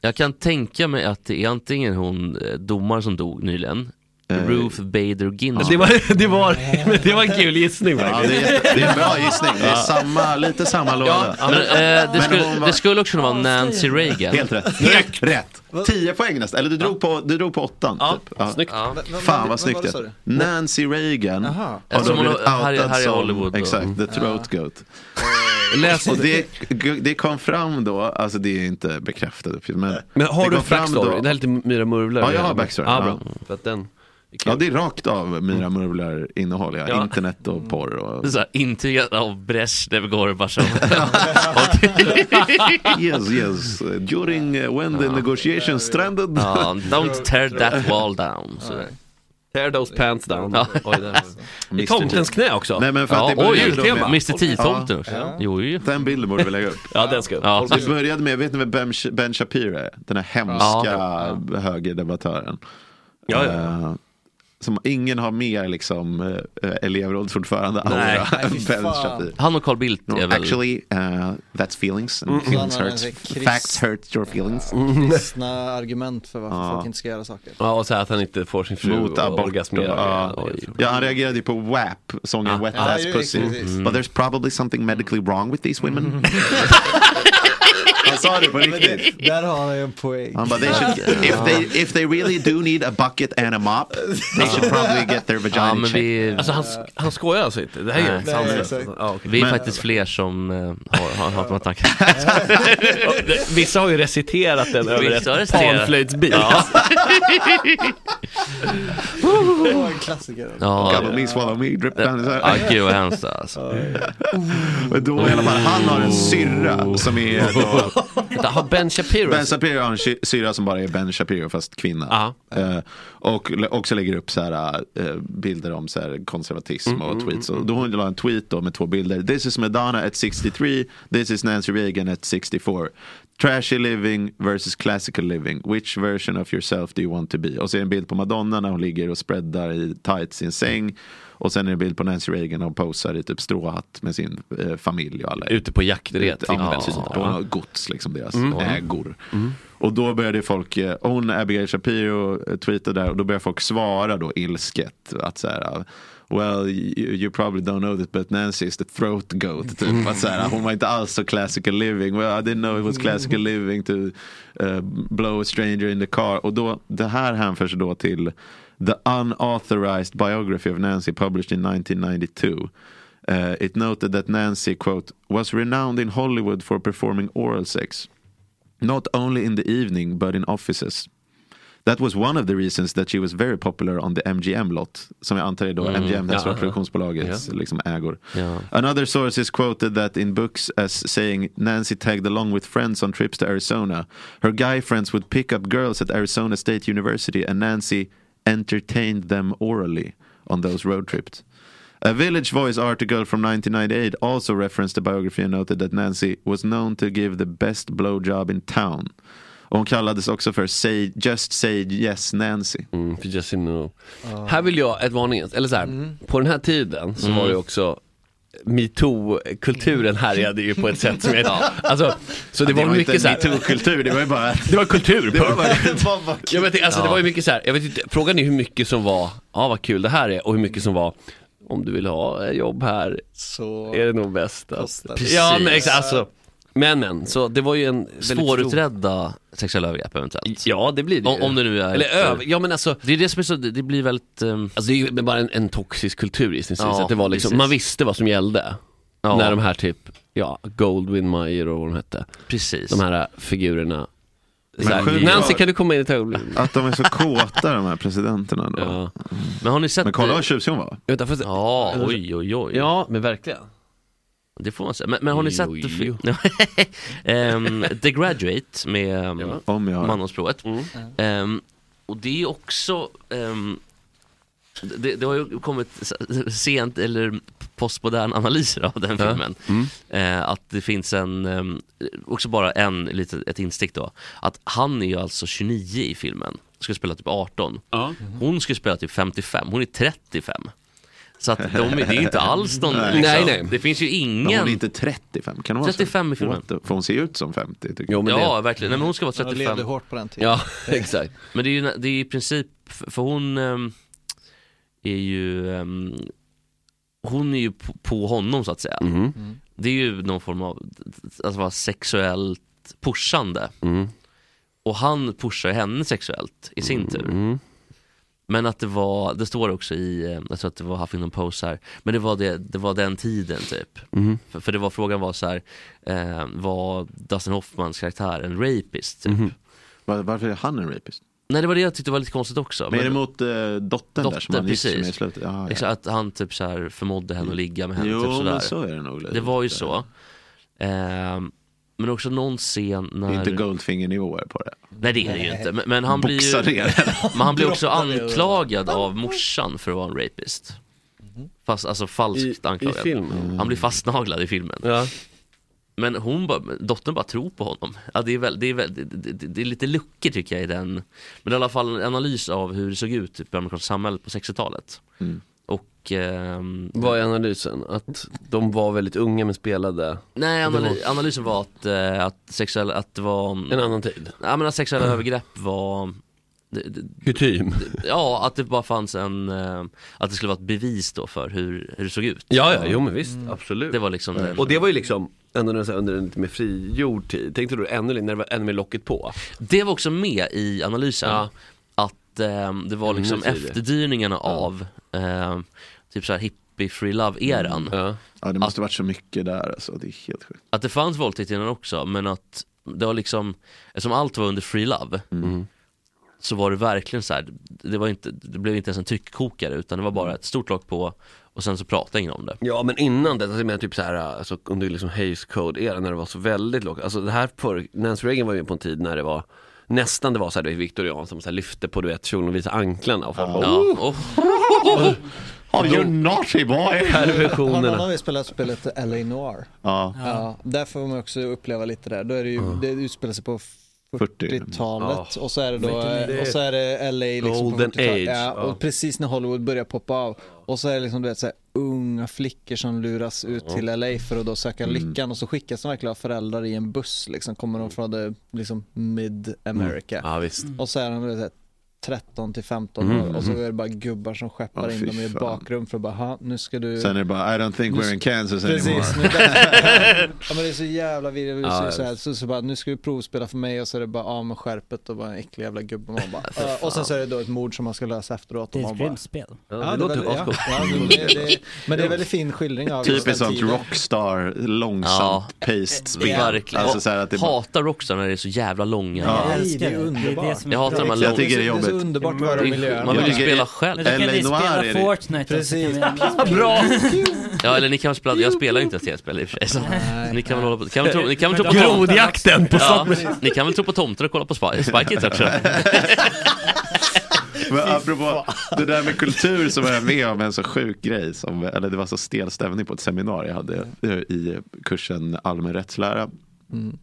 jag kan tänka mig att det är antingen hon eh, domare som dog nyligen, Ruth Bader Ginsburg. Det var, det var, men det var en kul gissning Ja, det, är, jätte- det är en bra gissning. Det är samma, lite samma låda. Men, eh, det, skulle, hon var- det skulle också kunna vara Nancy Reagan. Helt rätt. Helt rätt. 10 poäng nästan. Eller du drog på, du drog på åttan. typ. ja. Snyggt. Ja. Fan vad snyggt det, det sa är. Nancy Reagan Aha. har Som då hon blivit har- här i- outad här i som Hollywood då. exakt, the throat goat. Och det, det kom fram då, alltså det är inte bekräftad uppgift men, Men har det du kom en backstory? Det här är lite Myra Murvlar Ja, jag har backstory, Ja, ja. bra. För att den Ja det är rakt av Mira Murvlar innehåll ja. Ja. internet och porr och Så här, intygat av Brezjnev Gorbatjov. Yes yes, during uh, when the negotiations stranded Ja, don't tear that wall down. Så. Tear those pants down. Ja. Oj, där. I tomtens knä också. Nej men för att Ja, det började oj, då tema. med- Mr. T-tomten också. Jo, jo. Den bilden borde vi lägga upp Ja, den ska upp. Ja. Så det började med, vet ni vem Ben, ben Shapiro är? Den här hemska högerdebattören. Ja, ja. Eh, som ingen har mer liksom eh, elevrådsordförande Nej. aura än Ben Shapiro. Han och Carl Bildt No, är väl... Actually, uh, that's feelings. And feelings Så Mm. han har hurts. en krist- Facts hurt your feelings. Mm. Kristna argument för varför folk inte ska göra saker. Ja, och så här att han inte får sin fru Mot att abort. orgasmera. Ja. Oj. Ah. Ja, han reagerade ju på WAP, sången Wet Ja, Ass ju, Pussy. precis. Mm. But there's probably something medically wrong with these women. han sa det på riktigt. Där har han ju en poäng. Um, but they should, if they if they really do need a bucket and a mop, they should probably get their Ja, vagina men checked. vi, Alltså han, sk- han skojar alltså inte? Det här är Nej. ju sanslöst. exakt. Ja, okej. vi är Men- faktiskt fler som eh, har, har, har haft attacker. Och det- Vissa har ju reciterat den över Vissa har ett reciterat. panflöjtsbit. Det var en klassiker. Oh, Ja, Gabba ja. me, swallow me, drip down. Så här. Ja, gud vad hemskt alltså. Men då i alla fall, han har en syrra som är... Har Ben Shapiro? Ben Shapiro har en sy- syrra som bara är Ben Shapiro fast kvinna. Eh, och lä- också lägger upp så här, eh, bilder om så här konservatism Mm, och mm, tweets. mm, Och då hon la en tweet då med två bilder. This is Madonna at 63, this is Nancy Reagan at 64. Trashy living versus classical living. Which version of yourself do you want to be? Och så är det en bild på Madonna när hon ligger och spreadar i tights i en säng. Och sen är det en bild på Nancy Reagan när hon posar i typ stråhatt med sin eh, familj och alla. Ute på jaktret, Ute- ja. Ja, precis. Och hon har gods, liksom deras Mm. ägor. Och då började folk, eh, hon Abigail Shapiro eh, tweetade där och då började folk svara då ilsket. Att så här, "Ah, well you, you probably don't know this but Nancy is the throat goat. Typ. Att så här, hon var inte alls så classical living. Well I didn't know it Mm. was classical living to eh, blow a stranger in the car. Och då, det här hänförs då till The unauthorized biography of Nancy published in 1992. Uh, it noted that Nancy, quote, was renowned in Hollywood for performing oral sex, not only in the evening but in offices. That was one of the reasons that she was very popular on the MGM lot, som jag antar är då Mm, MGM, det här ja, stora ja. produktionsbolagets Ja. liksom, ägor. Ja. Another source is quoted that in books as saying Nancy tagged along with friends on trips to Arizona. Her guy friends would pick up girls at Arizona State University and Nancy entertained them orally on those road trips. A Village Voice article from 1998 also referenced the biography and noted that Nancy was known to give the best blowjob in town. Och hon kallades också för say, Just Say Yes Nancy. Mm, för just no. Här vill jag ett varningens, eller så här, på den här tiden så Mm. var det också Metoo-kulturen härjade ju på ett sätt som jag inte, Ja. alltså, så det, Ja, det var var mycket inte så en här metoo-kultur, det var ju bara Det var kultur, Det var bara- punkt. Ja, men det, alltså, det Ja. var ju mycket så här, jag vet inte, frågan är hur mycket som var, ja ah, vad kul det här är, och hur mycket som var om du vill ha eh, jobb här så är det nog bäst att... Precis. Ja men exakt, alltså Men men, så det var ju en väldigt Svårutredda sexuella övergrepp eventuellt. Ja det blir det Om, ju. om det nu är... Eller över, ja men alltså Det är det som är så, det det blir väldigt... ehm, Alltså det är ju bara en, en toxisk kultur gissningsvis, Ja, att det var liksom, precis. man visste vad som gällde Ja. När de här typ, ja, Goldwyn Mayer och vad de hette Precis. De här figurerna Men Så här, sjukt Nancy var- kan du komma in ett ögonblick? Att de är så kåta de här presidenterna då. Men har ni sett... Men kolla vad tjusig hon var. Vänta, fast... Ja, oj oj oj. Ja, men verkligen. Det får man säga. Men, men har ni sett Oj, fi- Ehm, The Graduate med ehm, Om jag har. manhållsprovet. Mm. Ehm, och det är också ehm, det, det har ju kommit s- sent eller postmodern analyser av den Ja. filmen. Eh, att det finns en, ehm, också bara en, lite, ett instick då. Att han är ju alltså 29 i filmen, ska spela typ 18. Hon ska spela typ 55, hon är 35. Så att de, det är ju inte alls någon, Nej. liksom, Nej, nej. det finns ju Men ingen hon är inte 35, kan hon vara så? 35 i filmen. What the- För hon ser ut som 50 tycker jag. ja, verkligen. Nej, men hon ska vara Han 35. levde hårt på den tiden. exakt. Men det är ju det är i princip, för för hon ehm, är ju, ehm, hon är ju på, på honom så att säga. Det är ju någon form av, alltså vara sexuellt pushande. Och han pushar henne sexuellt i sin tur. Men att det var, det står också i, eh, jag tror att det var Huffington Post här, men det var, det, det var den tiden typ. Mhm. För, för det var, frågan var så här, eh, var Dustin Hoffmans karaktär en rapist typ? Var, varför är han en rapist? Nej det var det jag tyckte var lite konstigt också. Men är det mot eh, dottern där som Dotter, han gift sig med i precis. slutet? Ja, ja. Exakt, att han typ så här förmådde henne att ligga med henne. Jo, typ sådär. men så är det nog lite. Det var ju så. Ehm, men också någon scen när... Det är inte Goldfinger-nivåer på det. Nej det är det ju inte. Men, men han Boxar blir ju... ner. Men han blir också Droppar ner. anklagad av morsan för att vara en rapist. Fast alltså falskt anklagad. filmen? Han blir fastnaglad i filmen. Men hon bara, dottern bara tror på honom. Ja, det, är väl, det, är väl, det, det, det är lite luckor tycker jag i den. Men det är i alla fall en analys av hur det såg ut typ, i amerikanska samhället på 60-talet. Mm. Och ehm, Vad är analysen? Att de var väldigt unga men spelade Nej, Det analy- analysen var att, eh, att, sexuella, att det var... En annan tid? Ja men att sexuella övergrepp var... det- det- Kutym? Ja, att det bara fanns en... eh, Att det skulle vara ett bevis då för hur, hur det såg ut. Ja, ja, jo men visst, absolut Det var liksom det. Och det var ju liksom ändå när- så här, under en lite mer frigjord tid, tänkte du ännu längre, när det var ännu mer locket på? Det var också med i analysen. Att eh, det var Mm, liksom det är det. efterdyningarna av eh, typ så här hippie free love-eran. Mm. Ja, det måste varit så mycket där alltså. Det är helt sjukt. Att det fanns Mm. våldtäkt innan också men att det har liksom, eftersom allt var under free love så var det verkligen så här, det, var inte, det blev inte ens en tryckkokare utan det var bara ett stort lock på och sen så pratade ingen om det. Ja men innan det, alltså, jag menar typ så här, alltså, om du liksom Hays code era när det var så väldigt lågt, alltså det här för, Nancy Reagan var ju på en tid när det var Nästan det var så här, du vet, viktorian som så här lyfte på du vet kjolen och visade anklarna och folk bara Ja. oh. Oh, you're naughty boy! Någon annan har ju spelat spelet LA Noir. Ja. Ja, där får man också uppleva lite där. Då är det ju, det utspelar sig på 40-talet Ja. och så är det då, eh, Vilken och så är det LA liksom på Golden 40-talet. age, Ja, och ja. precis när Hollywood börjar poppa av. Och så är det liksom du vet så här, unga flickor som luras ut Ja. till LA för att då söka Mm. lyckan och så skickas de verkligen av föräldrar i en buss liksom. Kommer de från det, liksom mid America. Ja visst Och så är de du vet, så här, 13 till 15 år Mm. och så är det bara gubbar som skeppar Ja, in fy dem i ett fan. bakrum för att bara, "Ha, nu ska du Sen är det bara, I don't think Nu we're ska- in Kansas anymore. Precis, nu, ja, men det är så jävla vidrigt. Ja, Ja, ja, så, här, så, så bara, nu ska du provspela för mig och så är det bara av med skärpet och bara en äcklig jävla gubbe. Man bara, För "Äh", och sen fan. så är det då ett mord som man ska lösa efteråt. Det är och ett man bara- grymt spel. Ja, Ja, det det är låter väldigt- ja. ascoolt. Ja, men det- det- Men det är en väldigt fin skildring av just den Typiskt sånt tiden. rockstar, långsamt paced spel. Verkligen. Alltså så här att det är bara, Hatar Rockstar när det är så jävla långa. Ja. Nej, det är underbart. Jag hatar de här jag tycker det är Det är jobbigt. så underbart Det vad är- de miljön. Man vill ju Jag tycker- spela själv. Men då kan LA vi spela Noir är det- Fortnite och så Precis. kan vi- Bra! Ja eller ni kan väl spela, jag spelar ju inte tv-spel i och för sig så ni kan väl hålla på, kan väl tro, ni kan väl tro på Grodjakten tomtar. på ja, Ni kan väl tro på tomter och kolla på Spy Spy Kids också? men apropå det där med kultur så var jag med om en så sjuk grej. Som, eller det var så stel stämning på ett seminarium jag hade eh, i kursen allmän rättslära.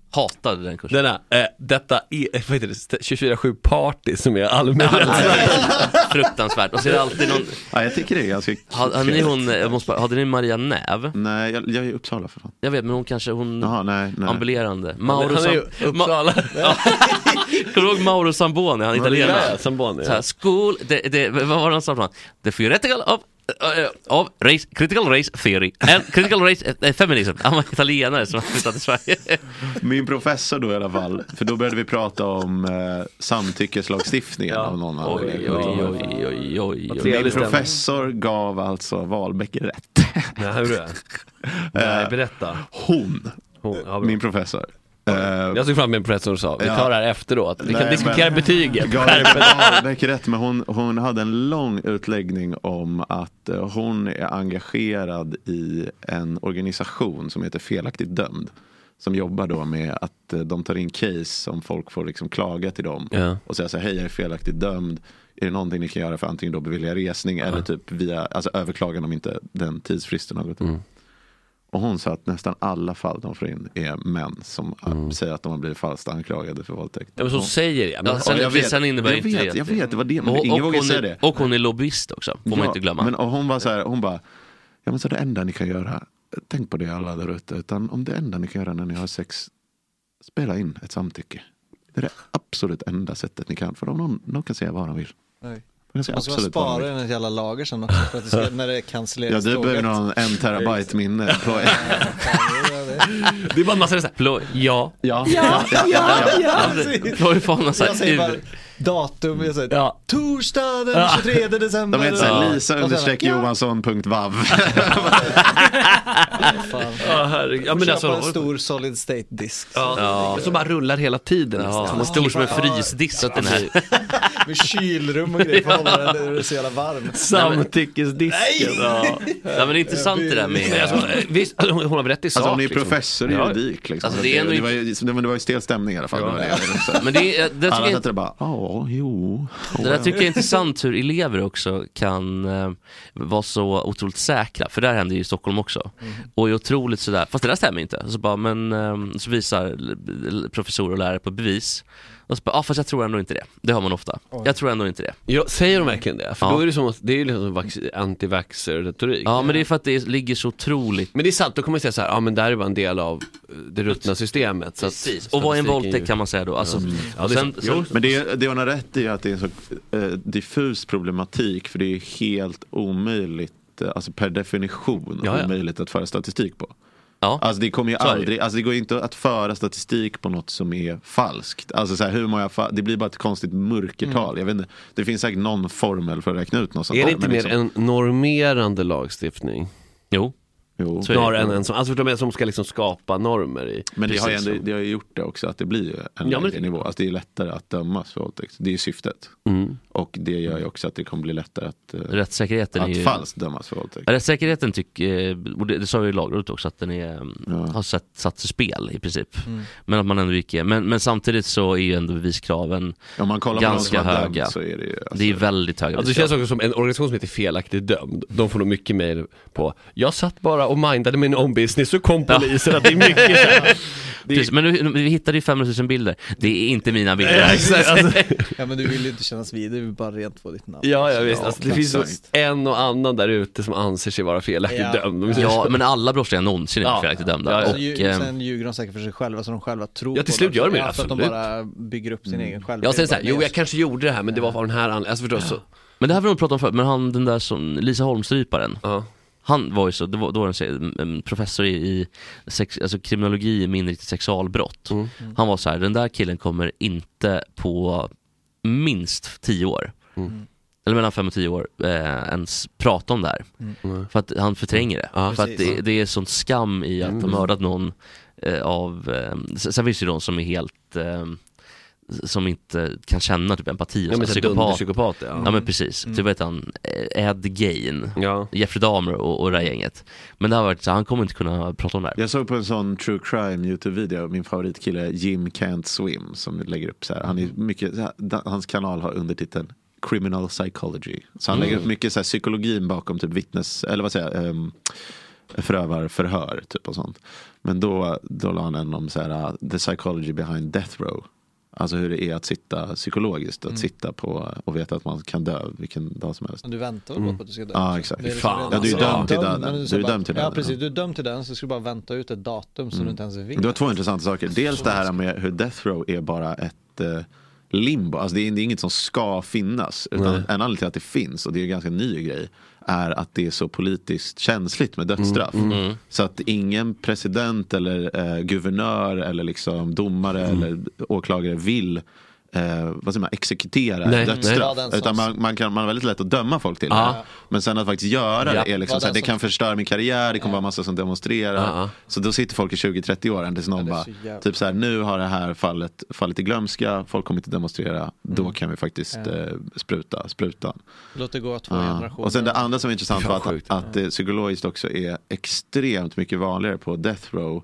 Hatade den kursen. Denna, eh, detta är, vad heter det, 24-7 party som är allmän Fruktansvärt, och så är det alltid någon Ja, jag tycker det är ganska Hade, hade ni hon, jag måste bara, hade ni Maria Näv? Nej, jag, jag är i Uppsala för fan. Jag vet men hon kanske, hon Jaha, nej, nej. ambulerande Han Mauro är Sam... ju Uppsala. Ja. Kommer du ihåg Mauro Zamboni, han Maria italienaren? Zamboni, ja. Så här, School, det, det, vad var det han sa för något? The theoretical of eh, of race, critical race theory and critical race eh, feminism. Han var italienare som hade flyttat till Sverige. Min professor då i alla fall, för då började vi prata om eh, samtyckeslagstiftningen av någon anledning. Oj, oj, oj, oj, oj, oj. Min professor gav alltså Wahlbeck rätt. Eh, Nej, hur är det? Nej, berätta. Hon, min professor. Eh, Jag såg fram emot en professor som sa, vi tar det här efteråt, vi kan Nej, diskutera men- betyget. Gav Skärp er. Wahlbeck rätt, men hon, hon hade en lång utläggning om att eh, hon är engagerad i en organisation som heter Felaktigt dömd. Som jobbar då med att eh, de tar in case som folk får liksom klaga till dem. Ja. Och säga så här, hej jag är felaktigt dömd. Är det någonting ni kan göra för antingen då bevilja resning eller typ via, alltså överklagan om inte den tidsfristen har gått ut. Och hon sa att nästan alla fall de får in är män som eh, säger att de har blivit falskt anklagade för våldtäkt. Ja, men så Och- säger jag. Men Ja, sen, jag vet. sen innebär Jag inte vet, att- jag vet, det var det, men ingen vågar hon säga är, det. Och hon är lobbyist också, får man Ja, inte glömma. Men, och hon var så här, hon bara, ja men så det enda ni kan göra, tänk på det alla där ute, utan om det enda ni kan göra när ni har sex, spela in ett samtycke. Det är det absolut enda sättet ni kan, för om någon, någon kan säga vad de vill. Nej. Man kan säga Och så absolut vad Alltså, sparar de vill. den i ett jävla lager sen också för att det ska, när det Ja, cancelleras du behöver tåget. någon en terabyte minne. På en. Det är bara en massa såhär, plå, ja. Alltså, Ja, Ja, ja, ja, ja, precis. Det var ju fan någon sån Jag här säger bara ur... datum, jag säger ja. torsdag den Ja. 23 december. De heter så Ja. här, Och Lisa sen- understreck Ja. Johansson.vav. Ja, herregud. Ja, men Köpa alltså, en stor solid state disk. Ja. Ja. Som bara rullar hela tiden Ja, nästan. den är stor som en frysdisk den här. Med kylrum och grejer för att hålla den det är så jävla varm. Samtyckesdisken. Ja. Nej men det är intressant det där med... Jag ska- Visst, hon har väl rätt i sak. Alltså hon är ju liksom. professor i Ja. juridik. Liksom. Alltså, Så det är det, ändå det, var ju, det var det var ju stel stämning i alla fall. det var det jag ville säga. Men det, är- det, Alla tycker jag, satt där bara, ja, jo. det där tycker jag är intressant hur elever också kan eh, vara så otroligt säkra, för det här händer ju i Stockholm också. Och är otroligt sådär, fast det där stämmer inte. Så, bara, men, eh, så visar l- l- professorer och lärare på bevis, och så bara, ah, fast jag tror ändå inte det. Det hör man ofta. Jag tror ändå inte det. Ja, säger de verkligen det? För Ja. då är det som att, det är ju liksom vax- antivaxxer-retorik. Ja men det är för att det ligger så otroligt Men det är sant, då kommer man säga så här, ja men det här är bara en del av eh, det ruttna systemet. Så att Precis, och vad är en statistiken våldtäkt kan man säga då? Alltså, Ja, och det är sen, sant. sen, Jo. Men det, det hon har rätt i är att det är en så eh, diffus problematik för det är helt omöjligt, eh, alltså per definition Ja, ja. omöjligt att föra statistik på. ja. Alltså det kommer ju Så är det ju. aldrig, alltså det går ju inte att föra statistik på något som är falskt. Alltså så här, hur många fa- det blir bara ett konstigt mörkertal. Mm. Jag vet inte, det finns säkert någon formel för att räkna ut något sånt. liksom- Är det där, inte men mer liksom- en normerande lagstiftning? jo. Jo. Snarare än en som, alltså förstår du, vad jag menar, som ska liksom skapa normer i. Men det har, ju Precis ändå, som- det har ju gjort det också, att det blir ju en Ja, men- lägre nivå. Alltså det är lättare att dömas för våldtäkt. Det är ju syftet. Mm. Och det gör ju också att det kommer bli lättare att, eh, Rättssäkerheten är att ju- falskt dömas för våldtäkt. Rättssäkerheten tycker, eh, och det, det sa vi i lagrådet också, att den är, Ehm, har satt, satts i spel i princip. Mm. Men att man ändå gick igen. Men, men samtidigt så är ju ändå beviskraven Om man kollar på ganska de som har höga. dömts så är det ju, alltså- är väldigt höga Ja, det känns också som en organisation som heter Felaktigt dömd. De får nog mycket mejl på, jag satt bara och mindade min own business så kom polisen. Att det är mycket så här. Precis, men nu, nu- vi hittade ju 500 000 bilder. Det är inte mina bilder. Ja, exakt. Alltså- Ja men du vill ju inte kännas vid, du vill bara rent få ditt namn. Ja, ja visst. Alltså, det Ja, finns ju exakt. en och annan där ute som anser sig vara felaktigt Ja. dömd. De säger ja, så. men alla brottslingar någonsin är Ja. felaktigt dömda. Ja, alltså, ja. Sen, Och, ju, ehm, sen ljuger de säkert för sig själva så de själva tror Ja, till på slut något. gör de ju ja, det, för att de absolut. bara bygger upp sin Mm. egen självbild. Jag säger såhär, Bara, jo nej, jag kanske gjorde det här men det var av den här anledningen. Alltså förstås så. Men det här har vi nog pratat om förut, men han den där som, Lisa Holmstryparen. Han var ju så, det var, då var han så, en professor i, i sex, alltså kriminologi med inriktning sexualbrott. Mm. Han var så här, den där killen kommer inte på minst 10 år. Mm. Eller mellan 5 och 10 år eh, ens prata om det här. För att han förtränger det. Mm. Ja, för att precis. Mm. det, det är sån skam i att ha mördat någon eh, av, eh, sen sen finns det ju de som är helt eh, som inte kan känna typ empati. Ja, och men så, så här dunderpsykopat, ja. ja men precis, Mm. typ vad heter han, Eh, Ed Gein, ja. Jeffrey Dahmer och, och det här gänget. Men det har varit så här, han kommer inte kunna prata om det här. Jag såg på en sån true crime YouTube-video, min favoritkille Jim Can't Swim som lägger upp så här. Han är mycket, så här, da- hans kanal har undertiteln Criminal Psychology. Så han Mm. lägger upp mycket så här, psykologin bakom typ vittnes, eller vad säger jag, um, förövarförhör typ och sånt. Men då, då la han en om så här, uh, the psychology behind death row. Alltså hur det är att sitta psykologiskt, att Mm. sitta på och veta att man kan dö vilken dag som helst. Men du väntar Mm. väl bara på att du ska dö? Ja exakt. Det är liksom redan- ja, du är alltså, dömd till men döden. ska Du är bara- dömd till döden. Mm. Ja precis, du är dömd till döden så ska du bara vänta ut ett datum som du inte ens vet. Det var två intressanta saker. Dels det här med hur death row är bara ett eh, limbo. Alltså det, är, det är inget som ska finnas. Utan Nej. en anledning till att det finns, och det är en ganska ny grej, är att det är så politiskt känsligt med dödsstraff. Mm, mm. Så att ingen president eller eh, guvernör eller liksom domare Mm. eller åklagare vill Eh, vad säger man, exekutera Nej, nej. dödsstraff. Vad den som- Utan man, man, kan, man har väldigt lätt att döma folk till Ja. det. Men sen att faktiskt göra Ja. det är liksom Vad så här, den det som- kan förstöra min karriär, det kommer vara massa som demonstrerar. Så då sitter folk i 20-30 åren tills någon det är bara, så jävla- typ så här, nu har det här fallet fallit i glömska, folk kommer inte demonstrera, då Mm. kan vi faktiskt Ja. eh, spruta sprutan. Låt det gå två Ja. generationer. Och sen det andra som är intressant Ja, var att, att det psykologiskt också är extremt mycket vanligare på death row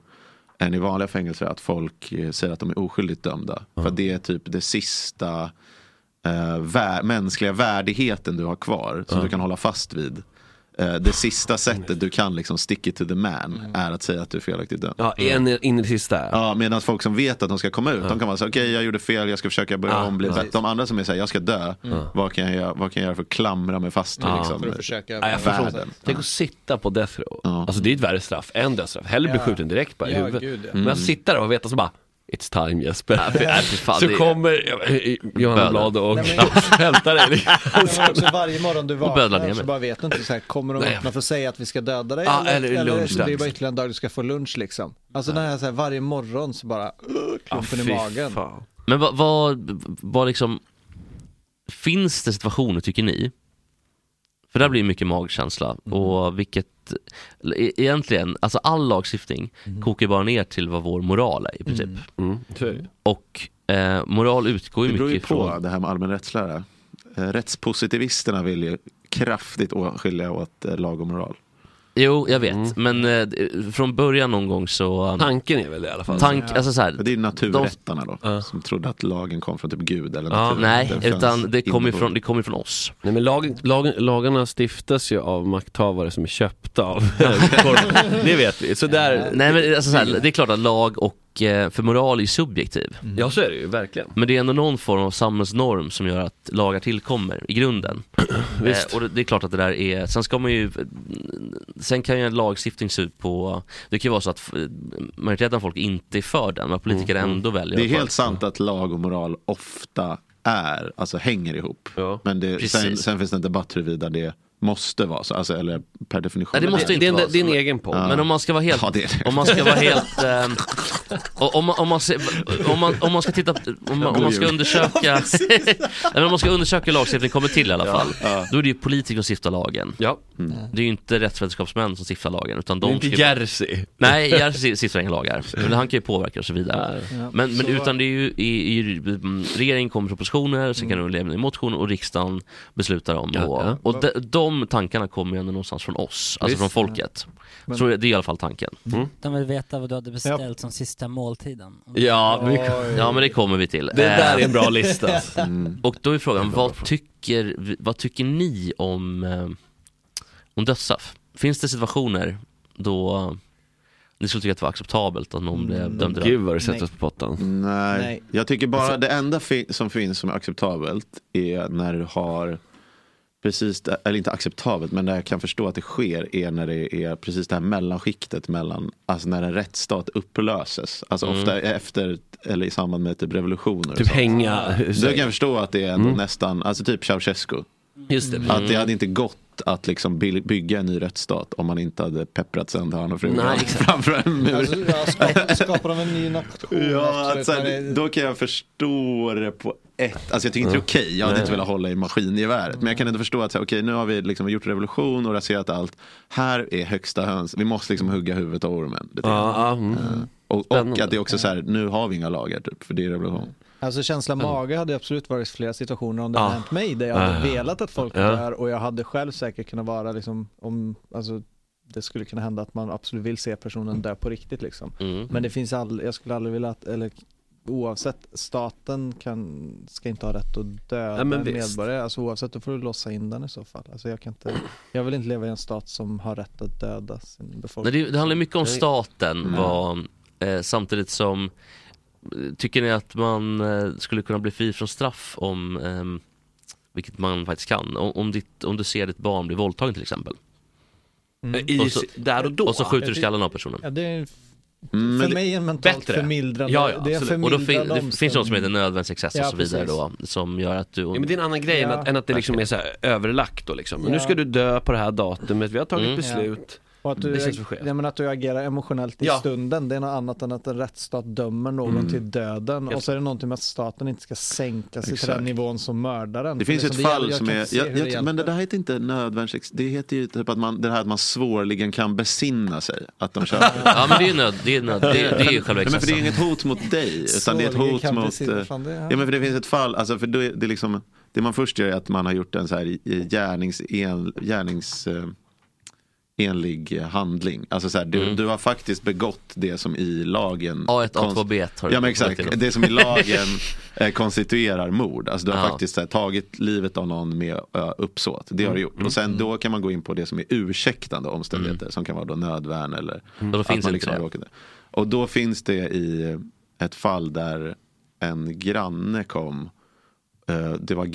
än i vanliga fängelser att folk eh, säger att de är oskyldigt dömda. För att det är typ det sista eh, vä- mänskliga värdigheten du har kvar som Ja. du kan hålla fast vid. Eh, det Mm. sista sättet du kan liksom stick it to the man är att säga att du är felaktigt dömd. Ja, en in i det sista. Ja, medan folk som vet att de ska komma ut, de kan vara så okej jag gjorde fel, jag ska försöka börja Ja, om. Bli ja. bättre. De andra som är såhär, jag ska dö, Mm. vad, kan jag, göra- vad kan jag göra för att klamra mig fast vid Ja. liksom, ja, jag förstår. världen? Tänk att sitta på death row. Alltså det är ett värre straff än dödsstraff. Hellre bli Ja. skjuten direkt bara i Ja, huvudet. gud, ja. Men att Mm. sitta där och veta så bara It's time Jesper. Ja, för- ja, för fan, så det är- kommer eh, Johanna Böder. Blad och Nej, men- hämtar dig. liksom. Men också varje morgon du Och bödlar vaknar ner så mig. bara vet du inte, så här, kommer de Nej, jag öppna för att säga att vi ska döda dig? Ja, eller lunch, Det är lunch. bara ytterligare en dag du ska få lunch liksom. Alltså den här, så här varje morgon så bara, "Ugh", klumpen i fy magen. fan. Men vad, vad, vad liksom, finns det situationer tycker ni? För där blir det mycket magkänsla och vilket, eller e- egentligen, alltså all lagstiftning kokar ju bara ner till vad vår moral är i princip. Mm. Och eh, moral utgår ju Det beror ju mycket på ifrån... det här med allmän rättslära. Eh, Rättspositivisterna vill ju kraftigt å- skilja åt eh, lag och moral. Jo, jag vet, men eh, d- från början någon gång så... Mm. Tanken är väl det i alla fall. Tank, Ja. alltså så här, Men det är ju naturrättarna då, som trodde att lagen kom från typ Gud eller Ja, naturen. nej, Den utan fanns det kommer inne på- från, det kommer från oss. Nej, men lag, lag, lagarna stiftas ju av makthavare som är köpta av Det vet vi. Så där... Nej men alltså, så här, det är klart att lag och, eh, för moral är ju subjektiv. Mm. Ja så är det ju, verkligen. Men det är ändå någon form av samhällsnorm som gör att lagar tillkommer i grunden. Visst. Eh, och det- det är klart att det där är, sen ska man ju, sen kan ju en lagstiftning se ut på, det kan ju vara så att f- majoriteten av folk inte är för den, men politiker ändå väljer Mm, Det är att vara- helt sant att lag och moral ofta är, alltså hänger ihop. Men det, sen, Precis. sen finns det en debatt huruvida det måste vara så, alltså, eller per definition. Nej, det, måste, det, är en, det är en egen podd, men om man ska vara helt... Ja, det är det. Om man ska vara helt... ehm, och om, man- om, man, ser- om, man, om man ska titta... Om man, om man ska God jul. undersöka... Nej, men om man ska undersöka hur lagstiftningen kommer till i alla fall, då är det ju politiker som stiftar lagen. Ja. Det är ju inte rättsvetenskapsmän som stiftar lagen, utan Det är de... inte skriver- Jerzy. Nej, Jerzy stiftar inga lagar. Men han kan ju påverka och så vidare. Ja. Men, men Så- utan det är ju... I, i, mm, regeringen kommer med propositioner, sen kan de lämna in motion och riksdagen beslutar om. och Mm. ja. och de, de tankarna kommer ju ändå någonstans från oss, alltså Visst. från folket. Men- Så det är i alla fall tanken. De vill veta vad du hade beställt som sista måltiden. Ja, Oj. ja, men det kommer vi till. Det där Eh, är en bra lista. Mm. Och då är frågan, vad tycker, vi- vad tycker ni om, eh, om dödsstraff? Finns det situationer då ni skulle tycka att det var acceptabelt att någon blev Mm. dömd till Gud, döden? vad du sätter oss på pottan. Nej. Nej. jag tycker bara Alltså- det enda fi- som finns som är acceptabelt är när du har precis, det- eller inte acceptabelt, men där jag kan förstå att det sker är när det är precis det här mellanskiktet mellan, alltså när en rättsstat upplöses, alltså Mm. ofta efter eller i samband med typ revolutioner. och Typ sånt. hänga Då Hussein. kan jag förstå att det är ändå Mm. nästan, alltså typ Ceausescu. Just det. Att det hade inte gått att liksom by- bygga en ny rättsstat om man inte hade pepprat sönder han och frugan Nej, exakt. framför en mur. Alltså, ja, skapar, skapar de en ny nation? Ja, absolut, alltså, men det- då kan jag förstå det på ett... Alltså jag tycker inte det är okej. Jag hade Nej. inte velat hålla i maskingeväret. Men jag kan ändå förstå att så här, okej, nu har vi liksom gjort revolution och raserat allt. Här är högsta höns. Vi måste liksom hugga huvudet av ormen. lite grann. Ja, mm. Eh, Och, och att det är också så här, nu har vi inga lagar typ, för det är revolution. Alltså känsla mage hade absolut varit flera situationer om det hade Ja. hänt mig där jag hade Ja. velat att folk Ja. dör och jag hade själv säkert kunnat vara liksom om, alltså det skulle kunna hända att man absolut vill se personen dö på riktigt liksom. Mm. Men det finns aldrig, jag skulle aldrig vilja att, eller oavsett, staten kan, ska inte ha rätt att döda Ja, men en visst. medborgare. Alltså oavsett, då får du låsa in den i så fall. Alltså jag kan inte, jag vill inte leva i en stat som har rätt att döda sin Nej, befolkning. det, det handlar mycket om staten, Mm. vad, eh, samtidigt som, eh, tycker ni att man eh, skulle kunna bli fri från straff om, ehm, vilket man faktiskt kan, om, om, ditt, om du ser ditt barn bli våldtagen till exempel? Mm. Eh, I- där och då? Och så skjuter du Jag ty- skallen av personen. Ja, det är Mm, för men det- mig en mentalt bättre. förmildrande. Ja, ja, det är en absolut. och då förmildrande fin, det finns något som heter omständighet. nödvändighetsexcess Ja, och så vidare då, som gör att du... Ja, men det är en annan grej än, att, än att det liksom är så här överlagt då liksom. Men Nu Ja. ska du dö på det här datumet, vi har tagit Mm. beslut. Och att du, Det känns för skevt. nej, men att du agerar emotionellt i Ja. stunden, det är något annat än att en rättsstat dömer någon Mm. till döden. Helt- Och så är det någonting med att staten inte ska sänka sig till Exakt. den nivån som mördaren. Det finns ju För ett liksom, det fall gäller- som kan inte är, se hur jag, det jag, hjälper. men det där heter inte nödvändigt, det heter ju typ att man, det här att man svårligen kan besinna sig. Att de kör. Ja, men det är ju nöd- det är nöd- det är- det är ju Nej, själva men för det är excessen. inget hot mot dig, utan det är ett Svårligen hot kan mot, besinna, eh, fan, det är- ja men för det finns ett fall, alltså för det, det är liksom, det man först gör är att man har gjort en så här eh, gärnings, en, gärnings eh, enlig eh, handling. Alltså så här, du, Mm. du har faktiskt begått det som i lagen A1, konst- A2, B1 har du Ja men begått exakt, det. det som i lagen eh, konstituerar mord. Alltså du har Ja. faktiskt så här, tagit livet av någon med ö, uppsåt. Det har du Mm. gjort. Och sen då kan man gå in på det som är ursäktande omständigheter som kan vara då nödvärn eller Mm. Och då finns att man inte liksom det. har råkat- Och då finns det i ett fall där en granne kom eh, det var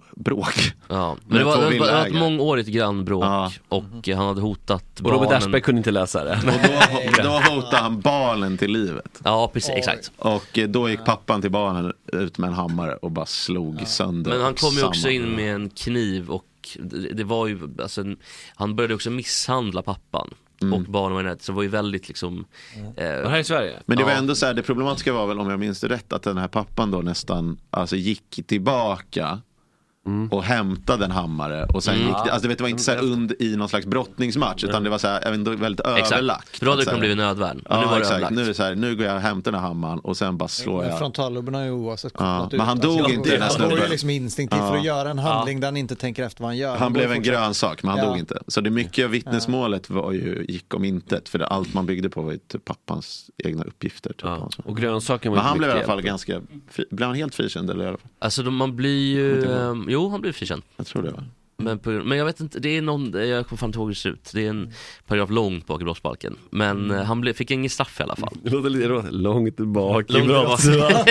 grannbråk. Ja, men Med det var, två det var, det var ett villaägare. mångårigt grannbråk och eh, han hade hotat Och Robert Aschberg kunde inte läsa det. Och då, då hotade han barnen till livet. Ja, precis, exakt. Och eh, då gick pappan till barnen ut med en hammare och bara slog sönder. Men han kom ju också samman. in med en kniv och det det var ju, alltså, en- han började också misshandla pappan. Mm. Och barnen var i närheten, så det var ju väldigt liksom... Eh, här i Sverige? Men det var ändå så här, det problematiska var väl om jag minns det rätt att den här pappan då nästan alltså, gick tillbaka och hämtade en hammare och sen Mm. gick det, alltså, du vet, det var inte så här und i någon slags brottningsmatch utan det var så här, jag vet inte, väldigt Exakt. överlagt. För då hade det Att så här- kunnat blivit nödvärn. Men Ja, nu var det exakt. överlagt. Nu är det så här, nu går jag och hämtar den här hammaren och sen bara slår Men jag. frontalloberna är ju oavsett Ja, kopplat men han ut. Alltså, dog han- inte, den här Han går ju snubben. liksom instinktivt för Ja. att göra en handling där han inte tänker efter vad han gör. Han blev går en fortfarande- grönsak men han Ja. dog inte. Så det mycket av vittnesmålet var ju, gick om intet. För det, allt man byggde på var ju typ pappans egna uppgifter. Typ. Och grönsaken var Men inte han blev i alla mycket fall hjälp. ganska, fri, blev han helt frikänd eller? i alla fall? Alltså de- man blir ju, ehm, jo han blir frikänd. Jag tror det va? Men, på, men jag vet inte, det är någon, jag kommer fan inte ihåg hur det ser ut. Det är en paragraf långt bak i brottsbalken. Men Mm. eh, han blev, fick inget straff i alla fall. Det låter lite rått. Långt bak i Långt bak. brottsbalken.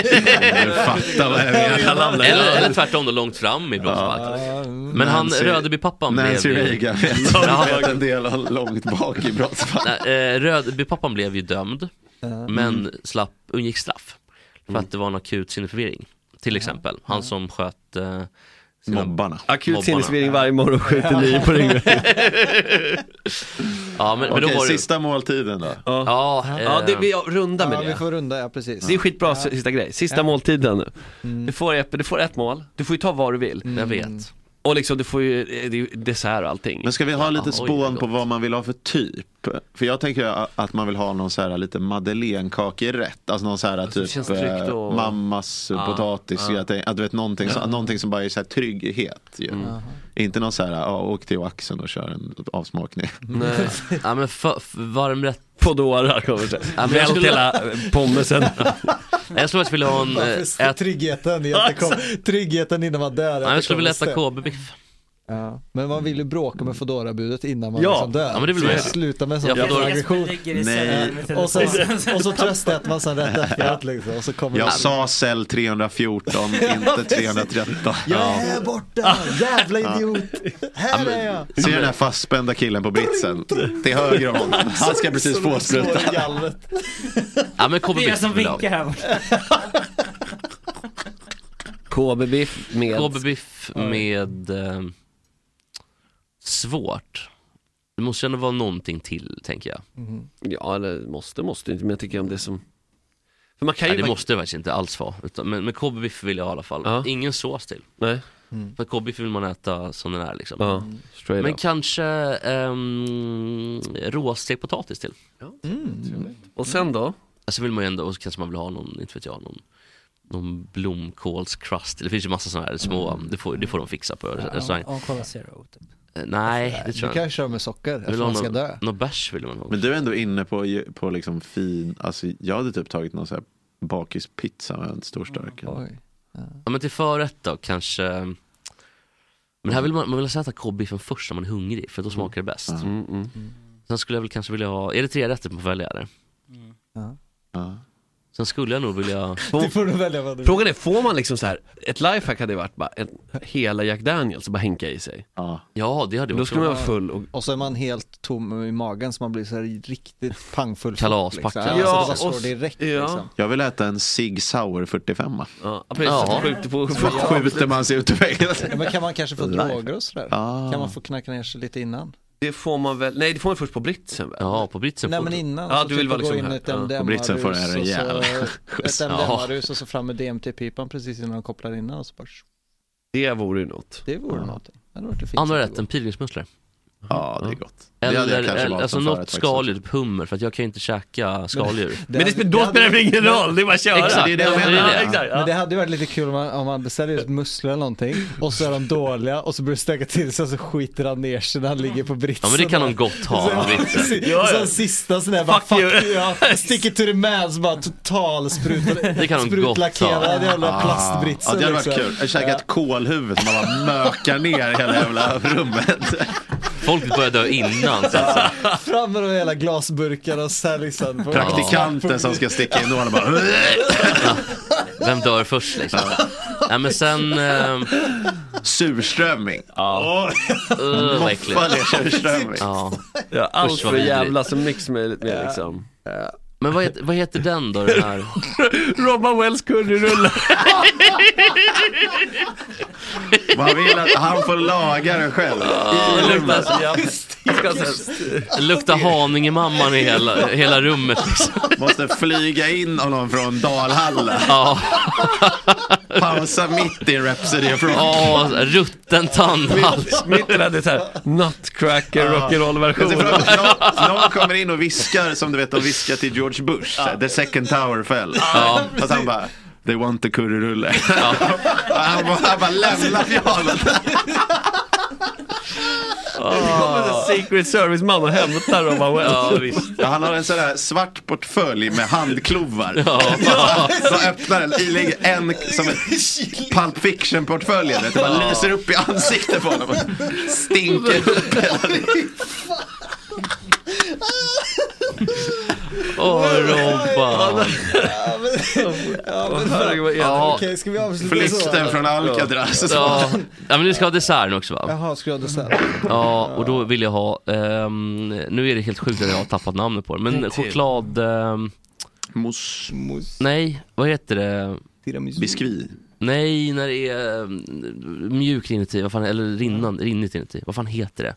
Du fattar vad jag menar. Eller, eller tvärtom då, långt fram i brottsbalken. Men han, Nancy- Rödeby-pappan blev Nancy ju- Reagan Ja, vet, han- vet en del av långt bak i brottsfall. Nej, eh, Rödbypappan blev ju dömd, Ja. Mm. men slapp, undgick Mm. straff. För att det var en akut sinnesförvirring. Till exempel, han som sköt eh, Mobbarna. Akut sinnesförvirring varje morgon och skjuter nio på ringen. Ja, men, men då Okej, var det... sista måltiden då. Ja, eh, Ja, det, vi runda med Ja, det. vi får runda, ja precis. Det är skitbra sista grej, sista Ja. Mm. måltiden nu. Du, får, Jeppe, du får ett mål, du får ju ta vad du vill. Jag vet. Och liksom du får ju eh, det är ju dessert och allting. Men ska vi ha lite oj, spån på vad man vill ha för typ? För jag tänker ju att man vill ha någon så här lite madeleinekakerätt. Alltså någon så här känns typ tryggt eh, och- mammas Ah, potatis. ah. Jag tänker, att du vet någonting, som, någonting som bara är så här trygghet. Ju. Mm. Inte någon så här, ja, åk till Oaxen och kör en avsmakning. Mm. Nej. eh, ja men för, för varmrätt Foodora kommer det ja, men jag Vält skulle- hela eh, pommesen. Jag skulle faktiskt vilja ha en, eh, Varför Tryggheten, det är att det kom- tryggheten innan man dör. Nej, jag skulle vilja att det äta kommer stämma. KB-biff. Ja. Men man vill ju bråka med Foodora-budet innan man Ja. liksom dör. Ja, men det vill man ju. Så Sluta med Ja, sån Foodora- aggression. Lägger i sängen med Och så, telefonen. och så tröstar man sig rätt efteråt liksom. Och så kommer Jag Mm. det- sa cell 314, inte 313. Jag är här borta, jävla idiot. Här är jag. Ser du den här fastspända killen på britsen? Till höger om honom. Han ska precis få sprutan. Ja men Det är jag KB-biff som vill jag ha. vinkar här borta. KB-biff med... KB-biff med eh, svårt. Det måste ändå vara någonting till tänker jag. Ja eller måste, måste inte, men jag tycker om det som... För man kan ju... Nej, det man- måste det faktiskt inte alls vara. Utan, men men KB-biff vill jag ha i alla fall. Ja. Ingen sås till. Nej. För KB-biff vill man äta som den är liksom. Ja, straight Men up. kanske um, råstekt potatis till. Mm. Och sen då? Alltså vill man ju ändå, och så kanske man vill ha någon, inte vet jag, någon, någon blomkålscrust. Det finns ju massa sådana här små, Mm. det, får, det får de fixa på restaurang. Och kolla Zero. Eh, Nej, det Du tror kan jag ju inte. köra med socker Vill eftersom ha man ska dö. någon, någon bärs vill man ha. Men du är ändå inne på, ju- på liksom fin, alltså jag hade typ tagit någon så här bakispizza med en stor stark. Ja men till förrätt då kanske Ehm, Men här vill man, man vill alltså äta kobbiffen först när man är hungrig för då smakar det bäst Mm, Mm. Sen skulle jag väl kanske vilja ha, är det tre rätter man får välja eller? Ja. Sen skulle jag nog vilja Det får du välja vad du vill. Frågan är, får man liksom så här, ett lifehack hade ju varit bara en, hela Jack Daniels och bara hänka i sig. Ja. Ja det hade Då skulle man vara varit- full och Och så är man helt tom i magen så man blir så här riktigt pangfull. Kalaspackad. Liksom. Ja, Ja, alltså, det bara och- slår direkt ja. liksom. Jag vill äta en Sig Sauer 45. Ja, precis. Ja. Skjuter på... Alltså, Skjuter man sig ut i väggen. Ja, men kan man kanske få Life. droger och sådär? Ah. Kan man få knacka ner sig lite innan? Det får man väl, nej det får man först på britsen väl? Ja på britsen Nej får men du- innan. Ja, så du vill typ vara gå liksom in här. i Ja. ett Och MDMA-rus britsen får en och rejäl så- ett skjuts. MDMA-rus och så fram med DMT-pipan precis innan de kopplar innan och så bara, Det vore ju något. det vore någonting. Det hade varit det fint. Andra rätten, pilgrimsmusslor Ja, det är gott. Det hade jag Eller, kanske eller valt alltså som något förrätt faktiskt. skaldjur, typ hummer för att jag kan ju inte käka skaldjur Men det, då spelar det ingen roll, det är bara att köra. Exakt, det är det jag Ja, menar. ja, exakt, Men ja. det hade ju varit lite kul om man, om man beställer just musslor eller någonting och så är de dåliga och så börjar det stöka till sig och så skiter han ner sig när han ligger på britsen. Ja men det kan de gott ha, Sen, britsen sen, sen sista sån där bara Fuck fuck you. you, ja, stick it to the man så bara total Det kan de gott ha. alltså. sprutlackerad jävla Ah. Ja, plastbritsen liksom. det hade varit kul. Jag käkade ett kålhuvud som man bara mökar ner hela jävla rummet. Folk börjar dö innan så att säga. Fram med de hela glasburkarna och sen liksom på- Praktikanten som ska sticka in nålen bara. Vem dör först liksom? Nej men sen, eh, Surströmming. uh, vad äckligt Moffa ner surströmming. Ja. Ja, allt Usch, vad för vidrigt. jävla så mycket med, med liksom. Men vad heter, vad heter den då den här? Robban Wells curryrullar. Man vill att han får laga den själv. I rummet. Lukta Haninge-mamman i hela, hela rummet liksom. Måste flyga in honom från Dalhalla. Ja, Pausa mitt i Rhapsody of Rock. oh, rutten tandhals. Mitten hade såhär nutcracker Jag ser rock'n'roll-version. fram emot att Alltså, någon, någon kommer in och viskar som du vet, de viskar till George Bush. så här, The second tower fell. Ja. Fast han bara, they want the curryrulle. han, bara, han bara lämnar pianot. Det kommer en secret service-man och hämtar Robban Wells. Ja, visst. Ja, Han har en sån där svart portfölj med handklovar. Ja. Så öppnar den, i ligger en som en Pulp Fiction-portföljen. Det bara lyser upp i ansiktet på honom. och Stinker upp hela Åh, Robban. Okej, Ja, ska vi avsluta så? flykten från Alcatraz. ja. ja, men vi ska ha desserten också va? Jaha, ska jag dessert? Ja, och då vill jag ha, ehm, nu är det helt sjukt att jag har tappat namnet på det, men choklad, ehm, Mos, nej, vad heter det? biskvi. Nej, när det är eh, mjukt inuti, vad fan, eller rinnan, rinnigt inuti. Vad fan heter det?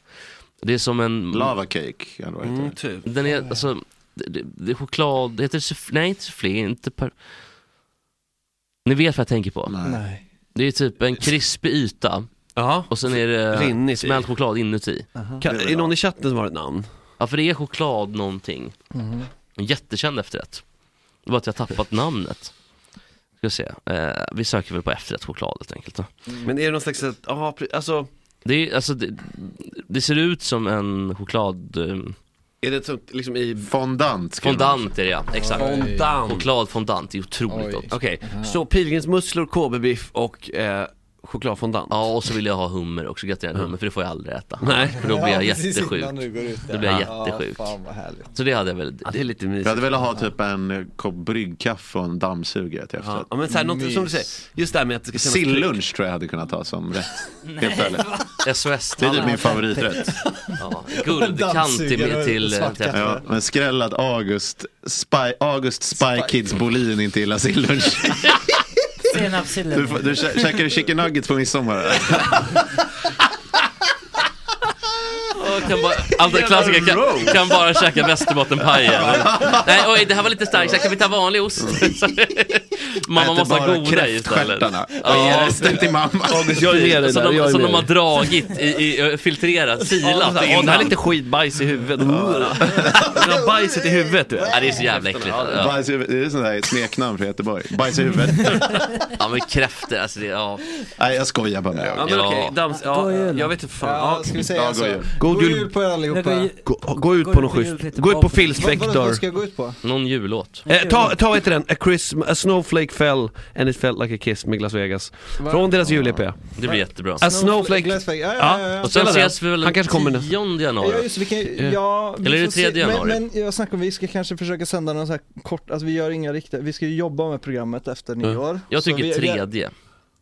Det är som en... Lava cake, eller vad heter mm, typ. Den är, alltså, det, det, det är choklad, det heter soufflé, nej inte soufflé, inte per... Ni vet vad jag tänker på? Nej. Det är typ en krispig yta, och sen är det Rinnigt i. smält choklad inuti. Kan, är det någon i chatten som har ett namn? Ja, för det är choklad någonting. En jättekänd efterrätt. Det var att jag tappat namnet. Ska vi se, eh, vi söker väl på efterrätt choklad helt enkelt. Då. Men är det någon slags, att- ja, pre- alltså Det, är, alltså, det, det ser ut som en choklad... ehm, är det som, liksom i... Fondant. Fondant är det ja, exakt. Oj. Fondant. Choklad fondant, det är otroligt gott. Okej, så pilgrimsmusslor, KB-biff och eh, chokladfondant? Ja, och så vill jag ha hummer också, gratinerad hummer, för det får jag aldrig äta. Nej. För då blir jag Ja, precis, jättesjuk. innan du går ut där. Då blir jag Ja, jättesjuk. fan, vad härligt. Så det hade jag väl, det är lite mysigt. Jag hade velat ha typ en eh, kopp bryggkaffe och en dammsugare till efterrätt. Ja, men så här, något, som du säger, just det här med att det ska kännas Sillunch tror jag hade kunnat ta som rätt. Helt ärligt. SOS. Det är typ min favoriträtt. Ja, guldkant till, till, till Ja, men skrällad August, Spy, August Spy, Kids Bolin inte gillar sillunch. Senapssillen. Du, får- du kä- käkar chicken nuggets på midsommar. Och kan bara, allt det klassiker kan, kan bara käka västerbottenpajen. Nej oj, det här var lite starkt, så kan vi ta vanlig ost? mamma Äter måste ha bara goda i istället. kräftstjärtarna. Och ger resten till mamma. August, jag ger dig som där, jag de, är som med de har dig. dragit, i, i, filtrerat, silat Åh, innan. det här är lite skitbajs i huvudet. Den har bajset i huvudet du Ja det är så jävla äckligt. Ja, Bajs i huvudet, det är sånt där smeknamn för Göteborg. Bajs i huvudet. ja men kräftor alltså det, ja. Nej, jag skojar bara nu. Ja men okej, dams, ja, jag vet inte fan. Ja, ska vi säga Ja, så? god jul. God jul på er allihopa. Gå- Gå, gå ut på något schysst, gå ut på Phil Vad, vad, vad ska Spector. jag gå ut på? Någon jullåt. Eh, ta, ta vad heter den? A, Christmas, a Snowflake Fell and it felt like a kiss med Las Vegas. Från deras jul-EP. Det blir jättebra. A Snowflake... Glass Fake, ja, ja, ja, ja. Ja, Och sen spela den. Eh, ses vi väl Han kanske kommer den nästa. 10 Ja, januari? Eh, just, det, vi kan, ja, vi Eller är det får se. 3 januari? Men, men jag snackar om, vi ska kanske försöka sända någon så här kort, alltså vi gör inga riktiga, vi ska ju jobba med programmet efter nyår. Mm. Jag Så vi, tycker Mm. Vi, tredje.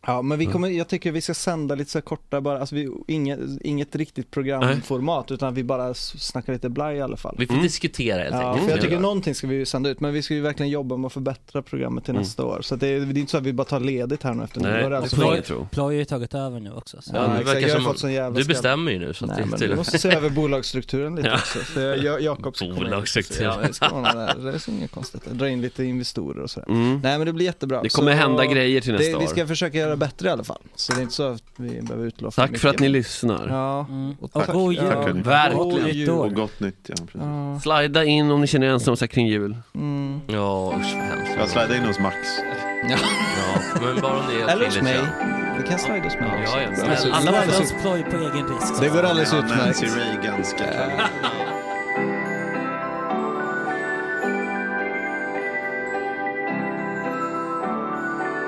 ja, men vi kommer, jag tycker vi ska sända lite så här korta bara, alltså vi, inget, inget riktigt programformat, utan vi bara s- snackar lite blaj i alla fall. Vi får Mm. diskutera helt Ja, enkelt. för jag tycker någonting ska vi ju sända ut, men vi ska ju verkligen jobba med att förbättra programmet till Mm. nästa år. Så att det, är, det är inte så att vi bara tar ledigt här nu efter Nej, nyår. det Alltså, får vi- ingen tro. Ploy har ju tagit över nu också. Så. Ja, det exakt, verkar jag har som- fått sån jävla du skalle. bestämmer ju nu, så att det Nej, är men till- vi måste se över bolagsstrukturen lite Ja. också. Så jag, jag, Jakob ska komma in. Bolagsstruktur. Ja, jag ska ordna det, här. det är så inget konstigt. Dra in lite investorer och sådär. Mm. Nej men det blir jättebra. Det kommer så, hända grejer till nästa det, år. Vi ska försöka göra bättre i alla fall. Så det är inte så att vi behöver utlova Tack mycket. för att ni lyssnar. Ja. Och god jul. Verkligen. Och gott nytt, ja. precis. Slida in om ni känner er ensamma så här kring jul. Mm. Ja, usch vad hemskt. Jag slidade in hos Max. Ja. Ja, men bara om det är Eller hos kvinnligt, mig. ja. Vi kan slida hos mig också. Ja, ja. Alltså, Snälla. det går alldeles Plöjs ploj på egen risk. Det går alldeles Ja, Nancy utmärkt. Reaganska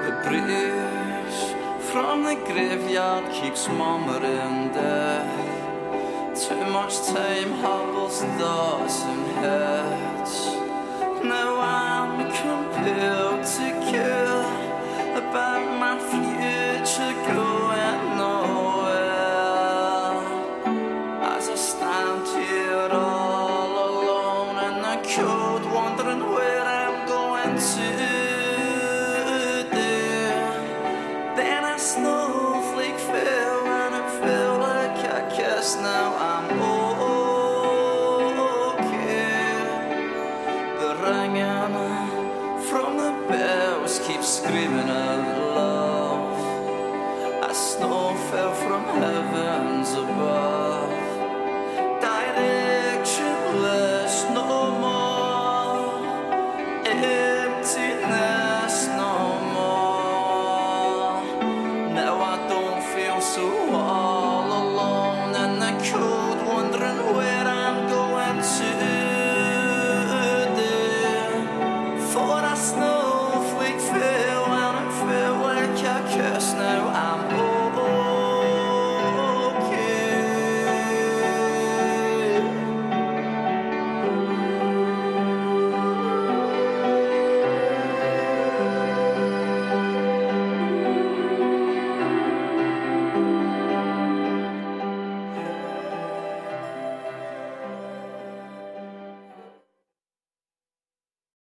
Det brys från en graveyard keeps murmuring there Too much time harbors thoughts and hurts No one compared to care about my future going nowhere As I stand here all alone in the cold Wondering where I'm going to do then a snowflake fell and it felt like a kiss. Now I'm okay. The ringing from the bells keeps screaming out love. A snow fell from heavens above. Directionless no more. Emptiness no more. Now I don't feel so all alone in the cold, wondering where I'm going to.